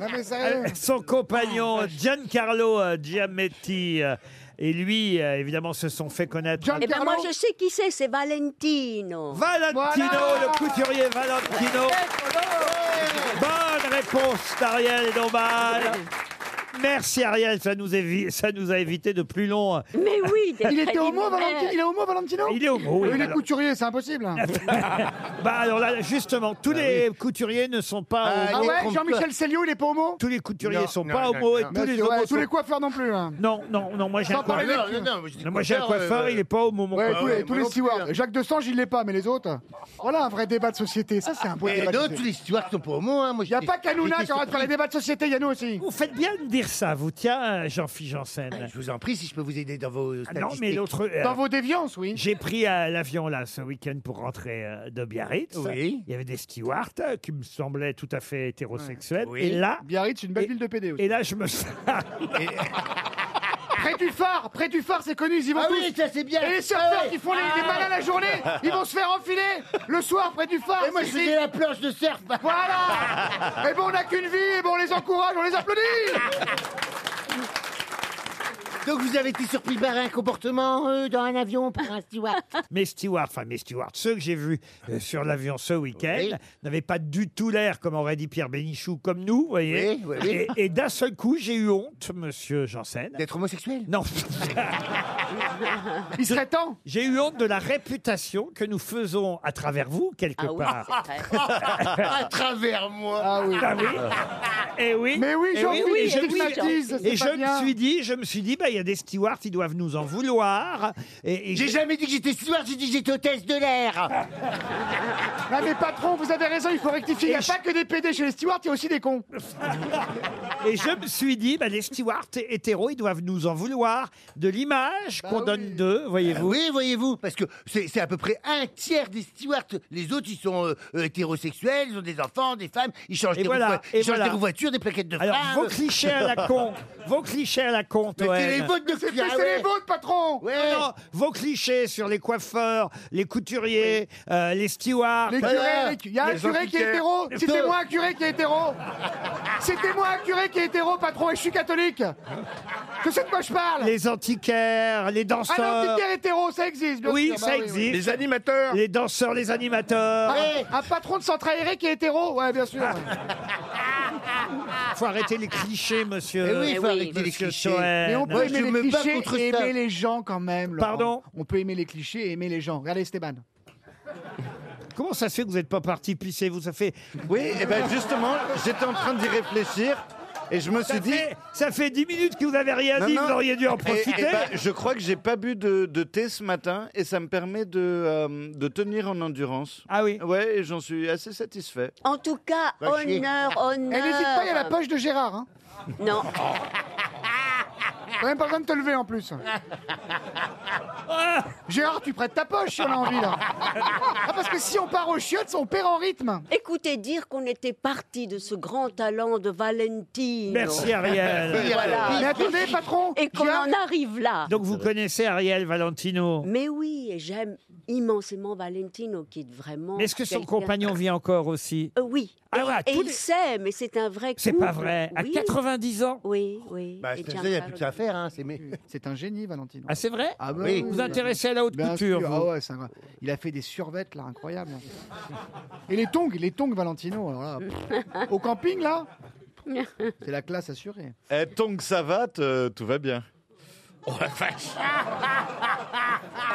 C: Non mais sérieux.
B: Avec Euh, son
C: Ah,
B: compagnon Giancarlo euh, Giametti euh, et lui, euh, évidemment, se sont fait connaître.
H: Eh bien, moi, je sais qui c'est, c'est Valentino.
B: Valentino, le
C: Eh
B: couturier
C: ben,
B: Valentino. Bonne réponse d'Ariel et Dombal. Merci Ariel, ça nous, évi- ça nous a évité de plus long.
H: Mais oui,
C: Il était homo Valentino Il est homo Valentino
B: Il est homo, oui,
C: Il est
B: alors.
C: couturier, c'est impossible.
B: [LAUGHS] bah alors là, justement, tous les couturiers ne sont pas.
C: Ah,
B: homo.
C: ouais, Jean-Michel Célio, il est pas homo
B: Tous les couturiers
C: Non,
B: sont
C: non,
B: pas
C: non,
B: homo et
C: non.
B: tous les
C: Ouais,
B: homos
C: tous les
B: sont-
C: coiffeurs non plus. hein.
B: Non, non, non, moi j'ai
C: Sans
B: un
C: parler
B: coiffeur.
C: des- non, non, mais je dis
B: Moi j'ai un
C: coiffeur,
B: coiffeur,
C: euh,
B: il est pas homo, mon
C: Ouais,
B: coiffeur.
C: tous les, tous les stewards.
E: hein.
C: Jacques Dessange, il l'est pas, mais les autres. Voilà un vrai débat de société. Ça, c'est un beau
E: Et
C: débat.
E: d'autres, tous les stewards sont pas homo. Hein. Moi,
C: Il n'y a pas qu'Anouna
E: j'étais
C: qui aura de faire les débats de société, il y a nous aussi.
B: Vous faites bien de dire ça, vous, tiens, Jean-Philippe Janssen.
C: Bah,
E: Je vous en prie, si je peux vous aider dans vos
B: Ah
E: statistiques.
B: non, mais l'autre. euh,
C: Dans vos déviances, oui.
B: J'ai pris euh, l'avion là ce week-end pour rentrer euh, de Biarritz.
E: Oui.
B: Il y avait des stewards euh, qui me semblaient tout à fait hétérosexuels.
E: Oui.
B: Et là,
C: Biarritz, une belle ville de PD aussi.
B: et là, je me.
C: Près du phare, près du phare, c'est connu, ils y vont
E: Ah
C: tous.
E: oui, ça c'est bien.
C: Et les surfeurs
E: Ah ouais.
C: qui font les, les malins la journée, ils vont se faire enfiler le soir près du phare.
E: Et moi, je
C: c'est-
E: faisais la planche de surf. [LAUGHS]
C: Voilà
E: Eh ben,
C: Et bon, on n'a qu'une vie, et bon, on les encourage, on les applaudit
E: Donc, vous avez été surpris par un comportement euh, dans un avion par un steward.
B: [LAUGHS] mes stewards, enfin mes stewards, ceux que j'ai vus euh, sur l'avion ce week-end,
E: Oui.
B: n'avaient pas du tout l'air, comme aurait dit Pierre Bénichou, comme nous, vous voyez.
E: Oui, oui, oui.
B: Et, et d'un seul coup, j'ai eu honte, monsieur Janssen.
E: D'être homosexuel
B: Non,
C: Il serait temps
B: [LAUGHS] j'ai eu honte de la réputation que nous faisons à travers vous, quelque
H: Ah oui,
B: part.
H: c'est vrai.
B: [LAUGHS]
E: À travers moi.
C: Ah oui.
B: Ah oui.
E: [LAUGHS]
B: Et oui.
C: Mais oui,
B: Eh
C: Jean-Philippe,
B: et je,
C: c'est
B: me suis-
C: stigmatise, c'est
B: et je
C: pas
B: me
C: bien.
B: suis dit, je me suis dit, bah il y a des stewards, ils doivent nous en vouloir. Et, et
E: J'ai jamais dit que j'étais steward, j'ai dit que j'étais hôtesse de l'air.
C: Ah mais patron, vous avez raison, il faut rectifier. Il n'y a
B: Et
C: pas que des PD chez les stewards, il y a aussi des cons.
B: [LAUGHS] et je me suis dit, bah les stewards hétéros, ils doivent nous en vouloir de l'image qu'on
C: oui.
B: donne d'eux, voyez-vous.
E: Bah Oui, voyez-vous, parce que c'est c'est à peu près un tiers des stewards. Les autres, ils sont euh, euh, hétérosexuels, ils ont des enfants, des femmes, ils changent,
B: Et
E: des,
B: voilà,
E: roues- ils
B: et
E: changent
B: voilà.
E: des voitures, des plaquettes de
B: Alors
E: femmes.
B: vos clichés à la con, vos clichés à la con,
E: Mais
B: Toen.
E: c'est les vôtres de
C: C'est
E: Ah
C: c'est
E: ouais.
C: les vôtres, patron
E: Ouais.
B: Non, vos clichés sur les coiffeurs, les couturiers, euh, les stewards.
C: Les
E: Voilà.
C: curés, les cu- il y a un
J: Les
C: curé qui est
J: antiquaires.
C: hétéro.
E: Les
C: C'était
E: deux.
C: moi un curé qui est hétéro. C'était moi un curé qui est hétéro, patron, et je suis catholique. Je sais de quoi je parle.
B: les antiquaires, les
C: Ah non,
B: danseurs.
C: antiquaire hétéro, ça existe, bien
B: oui,
C: sûr.
B: ça
C: Bah
B: existe.
J: Les animateurs
B: Les danseurs, les animateurs.
C: Ah, Un patron de centre aéré qui est hétéro, ouais, bien
B: Ah,
C: sûr. Ah.
B: Faut arrêter les clichés, monsieur.
E: Eh oui, il faut
H: oui,
E: arrêter les
B: monsieur
E: clichés.
B: Toen.
C: Mais on peut
E: Moi,
C: aimer
E: je
C: les
E: me bats
C: clichés
E: contre
C: et
E: ça.
C: aimer les gens quand même. Laurent.
B: Pardon
C: On peut aimer les clichés et aimer les gens. Regardez Stéban.
B: Comment ça
D: eh
B: se fait que vous n'êtes pas parti pisser Vous, ça fait.
D: Oui, et ben justement, j'étais en train d'y réfléchir. Et je me suis dit.
B: ça fait 10 minutes que vous n'avez rien
D: Non,
B: dit,
D: non.
B: vous auriez dû en
D: Eh, eh
B: profiter.
D: ben, je crois que j'ai pas bu de, de thé ce matin et ça me permet de, euh, de tenir en endurance.
B: Ah oui
D: Ouais, et j'en suis assez satisfait.
H: En tout cas,
D: Va chier.
H: honneur, honneur.
C: Et Eh, n'hésite Ah, pas, il y a la poche de Gérard. Hein.
H: Non.
C: T'as même pas besoin de te lever en plus. Gérard, tu prêtes ta poche si on a envie là. Ah, parce que si on part aux chiottes, on perd en rythme.
H: Écoutez, dire qu'on était parti de ce grand talent de Valentine.
B: Merci, Ariel. Oui, Ariel. Mais attendez,
C: patron.
H: Et qu'on en arrive là.
B: Donc vous connaissez Ariel Valentino.
H: Mais oui, et j'aime immensément Valentino, qui est vraiment.
B: Mais Est-ce que son
H: quelqu'un-
B: compagnon vit encore aussi
H: Euh, Oui.
B: Ah
H: et
B: ouais, à
H: et
B: tous
H: il
B: les-
H: s'aime, et c'est un vrai
B: C'est
H: couple.
B: pas vrai. À
H: Oui.
B: 90 ans
H: Oui, oui.
E: Bah,
H: Et
E: c'est ça, il n'y a
H: Giancarlo-
E: plus que ça à faire. Hein, c'est... mais-
C: Hmm. C'est un génie, Valentino.
B: Ah, c'est vrai
C: Ah
B: Oui. Vous intéressez à la haute
C: Bien
B: couture,
C: sûr.
B: vous.
C: Ah ouais, c'est un- Il a fait des survettes, là, incroyable. Et les tongs, les tongs Valentino. alors là, pff. au camping,
H: [LAUGHS]
C: là, c'est la classe assurée.
D: [LAUGHS] Eh, tongue savate, euh, tout va bien.
J: Oh la vache Oh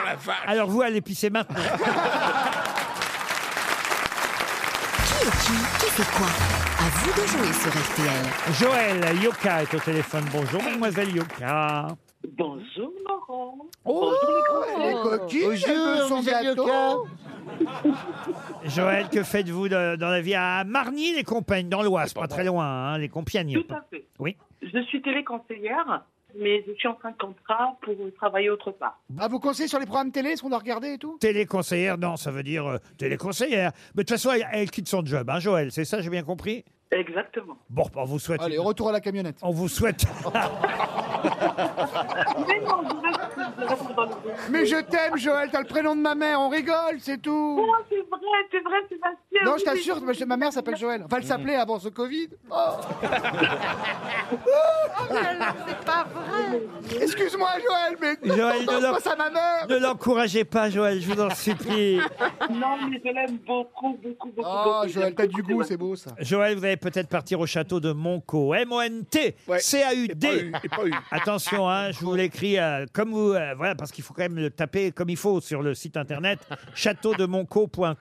J: la vache
B: Alors vous allez pisser
N: [LAUGHS]
B: maintenant.
L: Qui est qui Qui fait quoi À vous de jouer sur RTL.
B: Joël Yoka est au téléphone. Bonjour, mademoiselle Yoka.
N: Bonjour Laurent.
C: Oh,
N: les
C: coquilles, Bonjour, elles
G: Euh,
C: veulent son Monsieur gâteau.
B: [LAUGHS] Joël, que faites-vous de- dans la vie à Marny, les compagnes, dans l'Oise, pas très loin, hein, les compagnes.
N: Tout à fait.
B: Oui.
N: Je suis téléconseillère, mais je suis en fin de contrat pour travailler autre part.
C: Ah, vous conseillez sur les programmes télé, ce qu'on doit regarder et tout
B: Téléconseillère, non, ça veut dire euh, téléconseillère. Mais de toute façon, elle, elle quitte son job, hein, Joël, c'est ça, j'ai bien compris
N: Exactement.
B: Bon, bah, on vous souhaite.
C: Allez, retour à la camionnette.
B: On vous
C: [LAUGHS]
B: souhaite.
N: [LAUGHS] Mais non, je reste- je reste dans le-
C: Mais je t'aime, Joël, t'as le prénom de ma mère, on rigole, c'est tout.
N: Oh, c'est vrai, c'est vrai, Sébastien.
C: Non,
N: oui,
C: je t'assure,
N: oui.
C: ma mère s'appelle Joël. Enfin, elle
B: Mm-hmm.
C: s'appelait avant ce Covid. Oh.
N: [LAUGHS] Oh, C'est pas vrai.
C: Excuse-moi, Joël, mais
B: Joël,
C: non,
B: ne l'en-
C: pas ça, ma mère.
B: ne l'encouragez pas, Joël, je vous en supplie.
N: Non, mais je l'aime beaucoup, beaucoup, beaucoup.
C: Oh,
N: beaucoup.
C: Joël, t'as du goût, c'est beau ça.
B: Joël, vous allez peut-être partir au château de Monco.
J: Et
B: M-O-N-T-C-A-U-D.
J: pas eu, et pas eu.
B: Attention, hein, je vous l'écris euh, comme vous. euh, voilà, parce qu'il faut quand même le taper comme il faut sur le site internet châteaudemonco.com.
J: Faut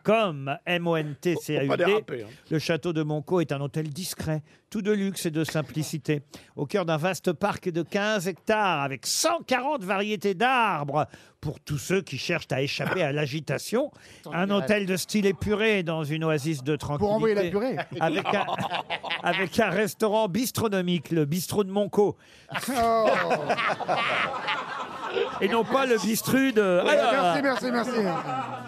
J: pas
B: M-O-N-T-C-A-U-D.
J: déraper, hein.
B: Le château de Monco est un hôtel discret, tout de luxe et de simplicité, au cœur d'un vaste parc de 15 hectares avec 140 variétés d'arbres pour tous ceux qui cherchent à échapper à l'agitation. Un hôtel de style épuré dans une oasis de tranquillité.
C: Pour envoyer la purée.
B: Avec un, avec un restaurant bistronomique, le bistrot de Monco.
C: Oh.
B: Et non pas le bistrut de... Ah
C: Merci, merci, merci.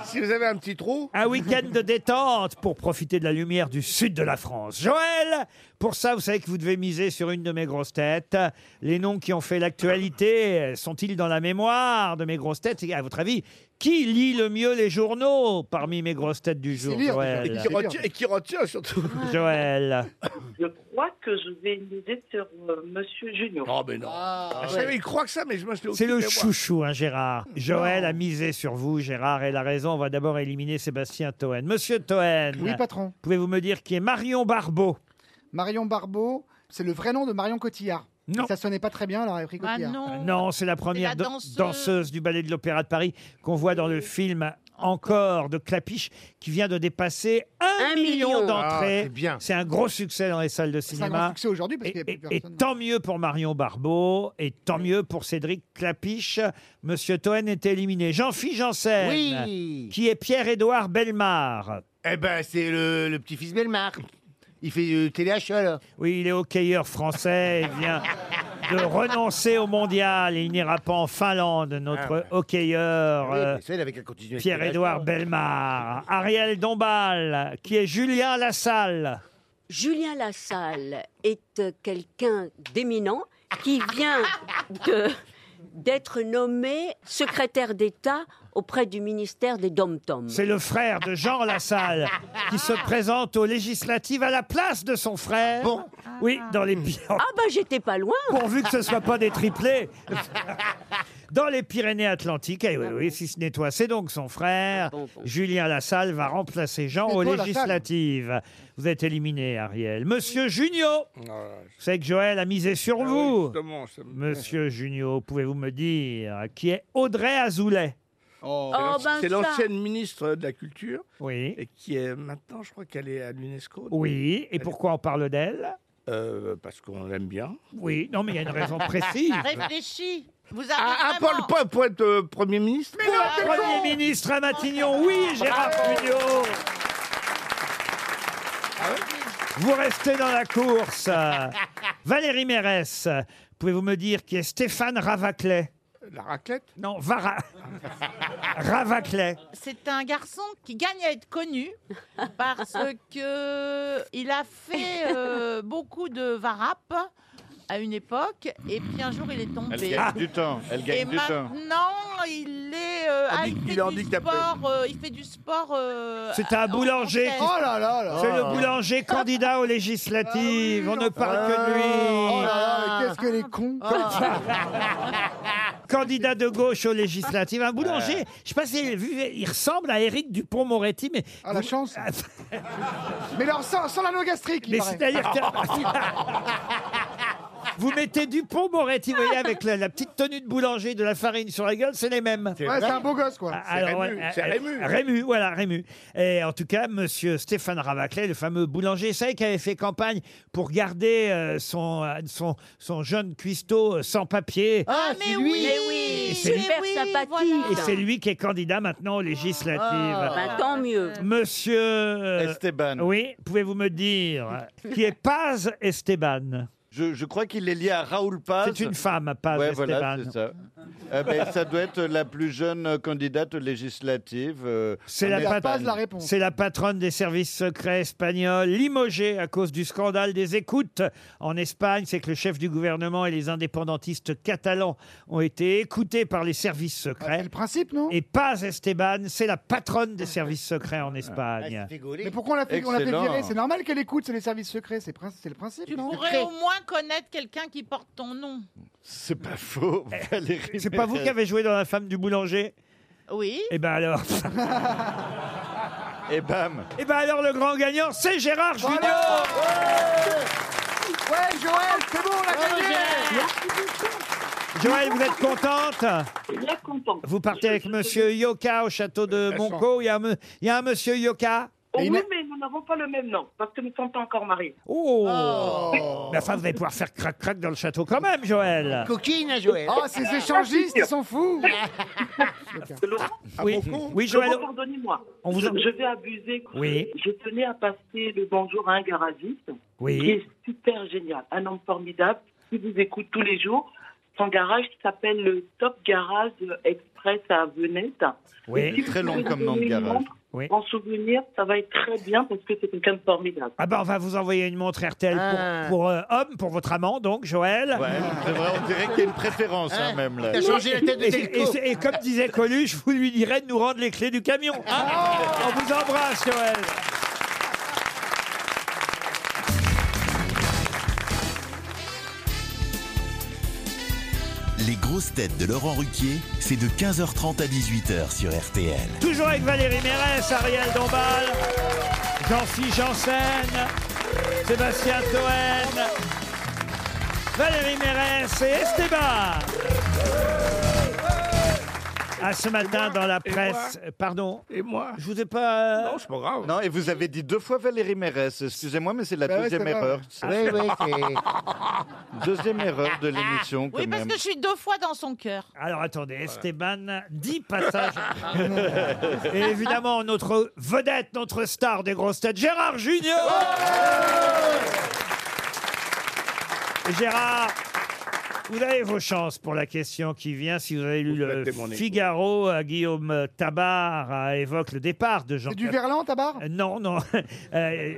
J: Si vous avez un petit trou,
B: Un week-end de détente pour profiter de la lumière du sud de la France. Joël, pour ça, vous savez que vous devez miser sur une de mes grosses têtes. Les noms qui ont fait l'actualité euh, sont-ils dans la mémoire de mes grosses têtes Et à votre avis, qui lit le mieux les journaux parmi mes grosses têtes du jour,
C: lire, déjà.
J: et
B: Joël
J: qui, retient, et qui retient surtout.
B: Joël.
N: Je crois que je vais miser sur euh, Monsieur Junior.
J: Non, mais non. Ah, Je savais, il croit que ça, mais je me suis
B: C'est le
J: aucune mémoire.
B: chouchou, hein, Gérard. Joël a misé sur vous, Gérard, et la raison. On va d'abord éliminer Sébastien Toen. Monsieur Toen,
C: Oui, patron.
B: pouvez-vous me dire qui est Marion Barbeau
C: Marion Barbeau, c'est le vrai nom de Marion Cotillard.
B: Non.
C: Ça sonnait pas très bien, alors elle a pris
F: Ah
C: Cotillard.
F: non.
B: Non, c'est la première
F: la
B: dan-
F: danseuse.
B: danseuse du ballet de l'Opéra de Paris qu'on voit dans le film Encore de Clapiche, qui vient de dépasser un
H: Un
B: million,
H: million.
B: d'entrées.
E: Ah, c'est bien.
B: C'est un gros succès dans les salles de
C: c'est un grand
B: cinéma.
C: succès aujourd'hui parce qu'il
B: Et,
C: n'y a plus
B: et- et
C: personne.
B: tant mieux pour Marion Barbeau, et tant mieux pour Cédric Clapiche. Monsieur Toen est éliminé. Jean-Philippe Janssen,
E: Oui.
B: qui est Pierre-Édouard Bellemare.
E: Eh ben, c'est le, le petit-fils Belmar. Il fait du téléachat, là.
B: Oui, il est hockeyeur français et vient de renoncer au mondial. Il n'ira pas en Finlande, notre hockeyeur.
E: Ah. Oui,
B: euh,
E: mais celle avec la continuité.
B: Pierre-Édouard Bellemare, Ariel Dombal, qui est Julien Lassalle.
H: Julien Lassalle est euh, quelqu'un d'éminent qui vient de d'être nommé secrétaire d'État auprès du ministère des Dom-Tom.
B: C'est le frère de Jean Lassalle qui se présente aux législatives à la place de son frère.
E: Bon.
B: Oui, dans les Pyrénées.
H: Ah bah j'étais pas loin.
B: Pourvu que ce soit pas
H: [LAUGHS]
B: des triplés. Dans les Pyrénées-Atlantiques, eh oui,
H: Ah
B: oui, si ce n'est toi, c'est donc son frère. Julien Lassalle va remplacer Jean
C: C'est
B: aux
C: toi, Lassalle.
B: législatives. Vous êtes éliminé, Ariel. Monsieur Junio,
C: Oh.
J: Ah,
B: vous savez que Joël a misé sur vous.
J: Justement, ça me-
B: Monsieur Junio, pouvez-vous me dire qui est Audrey Azoulay
J: Oh,
H: Oh,
J: c'est
H: ben
J: l'ancien- c'est
H: ça.
J: l'ancienne ministre de la Culture,
B: Oui.
J: et qui est maintenant, je crois qu'elle est à l'UNESCO.
B: Oui. Et pourquoi on parle d'elle
J: Euh, parce qu'on aime bien.
B: Oui, non, mais il y a une
J: [LAUGHS]
B: raison précise.
F: Réfléchis. Vous avez
J: Ah, ah,
F: vraiment...
J: Paul, Paul, pour être euh, Premier ministre
B: Pour un Premier ministre à Matignon, oui, Gérard Pugnot. Vous restez dans la
C: [LAUGHS]
B: course. Valérie Mérès, pouvez-vous me dire qui est Stéphane Ravaclet
J: La raclette
B: Non, Vara. Ravaclet.
F: C'est un garçon qui gagne à être connu parce que il a fait euh, beaucoup de varap à une époque et puis un jour il est tombé.
D: Elle
J: Ah.
D: gagne du temps, elle gagne
F: et
D: du temps.
F: maintenant il est euh, ah, il fait
D: il est
F: du
D: handicapé.
F: sport, euh, il fait du sport. euh,
B: C'est un
F: en
B: boulanger. qui-
F: français.
C: Oh
B: C'est le boulanger candidat aux législatives. On ne parle que de lui.
C: Ah
B: Ah.
C: Oh là là, mais qu'est-ce qu'elle est con
B: Oh. Candidat de gauche aux législatives. Un boulanger, je ne sais pas si vous avez vu, il ressemble à Éric Dupont-Moretti, mais. Ah, [LAUGHS] la
C: chance Mais alors, sans, sans l'anneau gastrique, il
B: Mais
C: paraît.
B: c'est-à-dire
C: [LAUGHS]
B: Vous mettez Dupont-Moretti, vous voyez, avec la, la petite tenue de boulanger, de la farine sur la gueule, c'est les mêmes.
C: Ouais, c'est un beau gosse, quoi.
B: Ah, alors, ouais, euh,
C: Rému.
B: euh, Rému, voilà, Rému. Et en tout cas, monsieur Stéphane Ravaclet, le fameux boulanger, c'est qui avait fait campagne pour garder euh, son, euh, son, son jeune cuistot euh, sans papier.
F: Ah, mais oui,
H: Mais oui,
B: Et c'est lui-
H: super sympathique.
B: Et c'est lui qui est candidat maintenant aux législatives.
H: Bah, tant mieux.
B: Monsieur... euh,
D: Esteban.
B: Oui, pouvez-vous me dire qui est Paz Esteban
D: Je, je crois qu'il est lié à Raoul Paz.
B: C'est une femme, Paz
D: Ouais,
B: Esteban.
D: voilà, c'est ça. Euh, ben, ça doit être la plus jeune candidate législative. euh,
B: C'est
D: en
B: la,
D: Espagne.
B: patronne- c'est la patronne des services secrets espagnols, limogée à cause du scandale des écoutes en Espagne. C'est que le chef du gouvernement et les indépendantistes catalans ont été écoutés par les services secrets. c'est le
C: principe, non
B: Et pas Esteban, c'est la patronne des services secrets en Espagne.
C: Mais pourquoi on l'a bah, fait, on l'a fait
B: Excellent.
C: virer C'est normal qu'elle écoute, c'est les services secrets, c'est prin- c'est le principe.
F: Tu pourrais au moins connaître quelqu'un qui porte ton nom.
D: C'est pas faux, Valérie.
B: Eh, C'est pas vous qui avez joué dans La femme du boulanger
F: Oui.
B: Eh ben alors.
D: Et bam
B: Et ben alors, le grand gagnant, c'est Gérard Junior
C: Ouais, Joël, c'est bon, on l'a gagné
B: Joël, vous êtes contente Vous partez avec Monsieur Yoka au château
D: Euh,
B: de Monco. Il y a un, me- il y a un Monsieur Yoka
N: Oh oui, mais nous n'avons pas le même nom, parce que nous ne sommes pas encore mariés.
B: Oh,
D: Oh.
B: Mais enfin, vous allez pouvoir faire crac-crac dans le château quand même,
D: Ah,
B: Joël
E: Coquine, hein, Joël.
C: Oh, ces échangistes, ils sont fous Ah,
D: Ah,
B: Oui, oui Joël.
N: Laurent, Pardonnez-moi,
B: On vous
N: je,
B: a-
N: je vais abuser.
B: Oui.
N: Je tenais à passer le bonjour à un garagiste
B: Oui.
N: qui est super génial, un homme formidable qui vous écoute tous les jours. Son garage s'appelle le Top Garage Express à Venette.
B: Oui.
N: Et si vous
D: Très long
N: pouvez
D: comme
N: lui
D: nom de
N: donner une
D: garage.
N: montre
B: Oui.
N: En souvenir, ça va être très bien parce que c'est quelqu'un de formidable.
B: Ah ben, on va vous envoyer une montre RTL pour,
N: Ah.
B: pour, euh, homme, pour votre amant, donc, Joël.
D: Ouais, c'est vrai, on dirait qu'il y a une préférence,
N: Ah.
D: hein, même. Là.
B: et, et c'est- et comme disait Coluche, vous lui direz de nous rendre les clés du camion. Ah, on vous embrasse, Joël.
A: Les grosses têtes de Laurent Ruquier, c'est de 15h30 à 18h sur RTL.
B: Toujours avec Valérie Mérès, Ariel Dombal, Jean-Philippe Janssen, Sébastien Toen, Valérie Mérès et Esteban. À ce matin, dans la presse, euh, pardon.
J: Et moi
B: Je vous ai pas. euh,
J: Non, c'est pas grave.
D: Non, et vous avez dit deux fois Valérie Mérès. Excusez-moi, mais c'est la
J: Bah ouais,
D: deuxième
J: c'est vrai.
D: erreur.
E: Oui, oui,
D: Deuxième erreur de l'émission, quand
F: Ah, Oui, parce
D: même.
F: que je suis deux fois dans son cœur.
B: Alors attendez, Esteban, 10 passages. Et évidemment, notre vedette, notre star des grosses têtes, Gérard Junior. Gérard, vous avez vos chances pour la question qui vient. Si vous avez lu le
J: flattez mon ego.
B: Figaro, euh, Guillaume Tabar euh, évoque le départ de Jean.
C: C'est du verlan, ta barre
B: Euh, Non, [LAUGHS] non. Euh,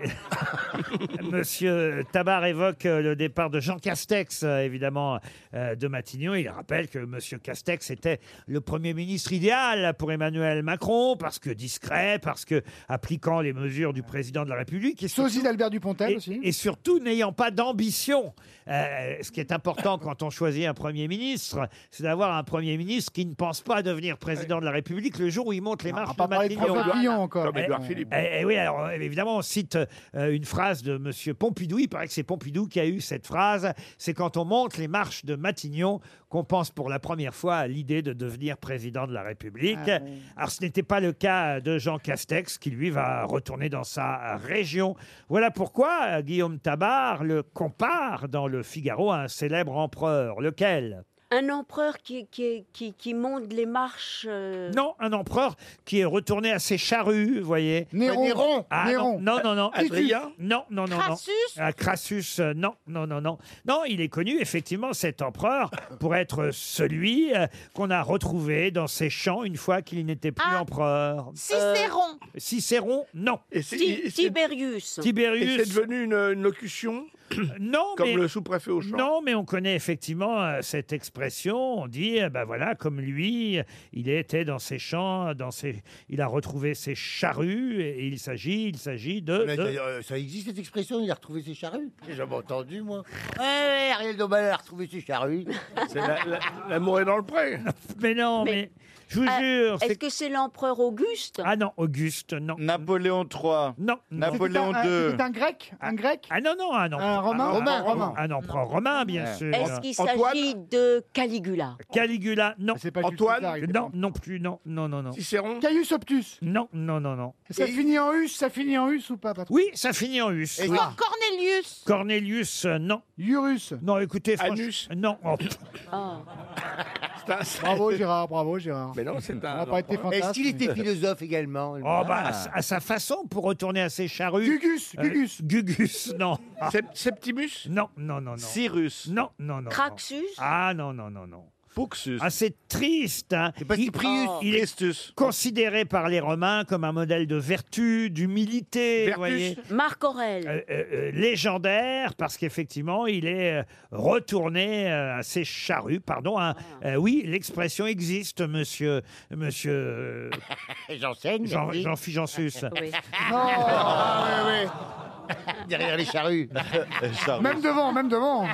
B: [LAUGHS] Monsieur Tabar évoque euh, le départ de Jean Castex, euh, évidemment, euh, de Matignon. Il rappelle que Monsieur Castex était le Premier ministre idéal pour Emmanuel Macron, parce que discret, parce que appliquant les mesures du président de la République. Et surtout-
C: Sosie d'Albert Dupontel
B: et,
C: aussi.
B: et surtout n'ayant pas d'ambition, Euh, ce qui est important [LAUGHS] quand on choisit un Premier ministre, c'est d'avoir un Premier ministre qui ne pense pas devenir président de la République le jour où il monte les marches de
C: parler de
B: Matignon.
C: François Fillon encore. Comme
B: Eh,
C: Édouard Philippe.
B: eh, eh oui, alors euh, évidemment, on cite euh, une phrase de Monsieur Pompidou. Il paraît que c'est Pompidou qui a eu cette phrase. C'est quand on monte les marches de Matignon qu'on pense pour la première fois à l'idée de devenir président de la République.
O: Ah oui.
B: Alors ce n'était pas le cas de Jean Castex qui lui va retourner dans sa région. Voilà pourquoi euh, Guillaume Tabar le compare dans le Figaro à un célèbre empereur. Lequel
H: Un empereur qui, qui, qui, qui monte les marches. euh,
B: Non, un empereur qui est retourné à ses charrues, vous voyez.
H: Néron. Néron.
B: Ah,
H: Néron.
B: Non, non, non. non.
H: Titus. Adrien
B: Non, non, non. non.
H: Crassus
B: Ah, Crassus, euh, non, non, non, non. Non, il est connu, effectivement, cet empereur, pour être celui euh, qu'on a retrouvé dans ses champs une fois qu'il n'était plus
H: Ah.
B: empereur.
F: Cicéron.
B: Euh, Cicéron, non.
H: Tiberius.
B: Tiberius.
J: Et c'est devenu une, une locution
B: Euh, Non,
J: Comme
B: mais-
J: le sous-préfet au champ.
B: Non, mais on connaît effectivement euh, cette expression. On dit, eh ben voilà, comme lui, euh, il était dans ses champs, dans ses, il a retrouvé ses charrues, et il s'agit, il s'agit de.
E: Mais
B: de-
J: euh,
E: d'ailleurs, euh, Ça existe cette expression, il a retrouvé ses charrues J'ai jamais
B: [LAUGHS]
E: entendu, moi. Ouais, ouais, Ariel Dombal a retrouvé ses charrues.
J: [LAUGHS] C'est la- la- L'amour est dans le pré.
B: [LAUGHS] Mais non, mais, je vous jure.
H: ah, Est-ce
B: c'est-
H: que c'est l'empereur Auguste
B: Ah non, Auguste, non.
D: Napoléon III.
B: Non.
D: Napoléon
C: C'était un- un-
D: II.
C: c'était un grec Un grec
B: Ah non, non, ah, un empereur.
C: Un romain
B: un
C: Romain,
B: empereur-
C: romain.
B: Un empereur romain, bien
C: Ouais.
B: sûr.
H: Est-ce qu'il s'agit de Caligula
B: Caligula, non.
C: Antoine César, il était
B: Non, non plus, non, non, non, non.
J: Cicéron
C: Caius Optus.
B: Non, non, non, non.
C: Ça finit en us, ça finit en us ou pas, Patrick Ah.
B: Oui, ça finit en us. oui.
F: Cor- Cornelius.
B: Cornelius, euh, non.
C: Urus.
B: Non, écoutez, franchement.
J: Anus.
B: Non. oh, pff,
C: Ah. Bravo Gérard, bravo Gérard.
J: Mais non, c'est un. Ah.
C: On n'a pas été fantasme.
E: Est-ce qu'il était philosophe également Ah. le
B: oh,
E: mec
B: bah, à sa- à sa façon, pour retourner à ses charrues.
C: Gugus,
B: Euh,
C: Gugus.
B: Gugus, non.
J: Sept- Septimus
B: Non, non, non, non.
D: Cyrus.
B: Non, non, non, non.
H: Craxus
B: Ah, non, non, non, non.
D: Fuxus.
B: Ah, c'est triste. hein. il,
D: Prius.
B: il est considéré par les Romains comme un modèle de vertu, d'humilité. vous voyez.
H: Marc Aurèle.
B: Euh, euh, euh, légendaire parce qu'effectivement il est euh, retourné euh, à ses charrues pardon hein. Euh, oui l'expression existe monsieur monsieur euh,
E: J'enseigne.
B: Jean,
E: merci.
B: Jean, Jean
E: [LAUGHS]
B: Sus.
E: Ah, ouais, ouais. Derrière
B: [LAUGHS]
E: les charrues. [LAUGHS]
C: Même devant, même devant.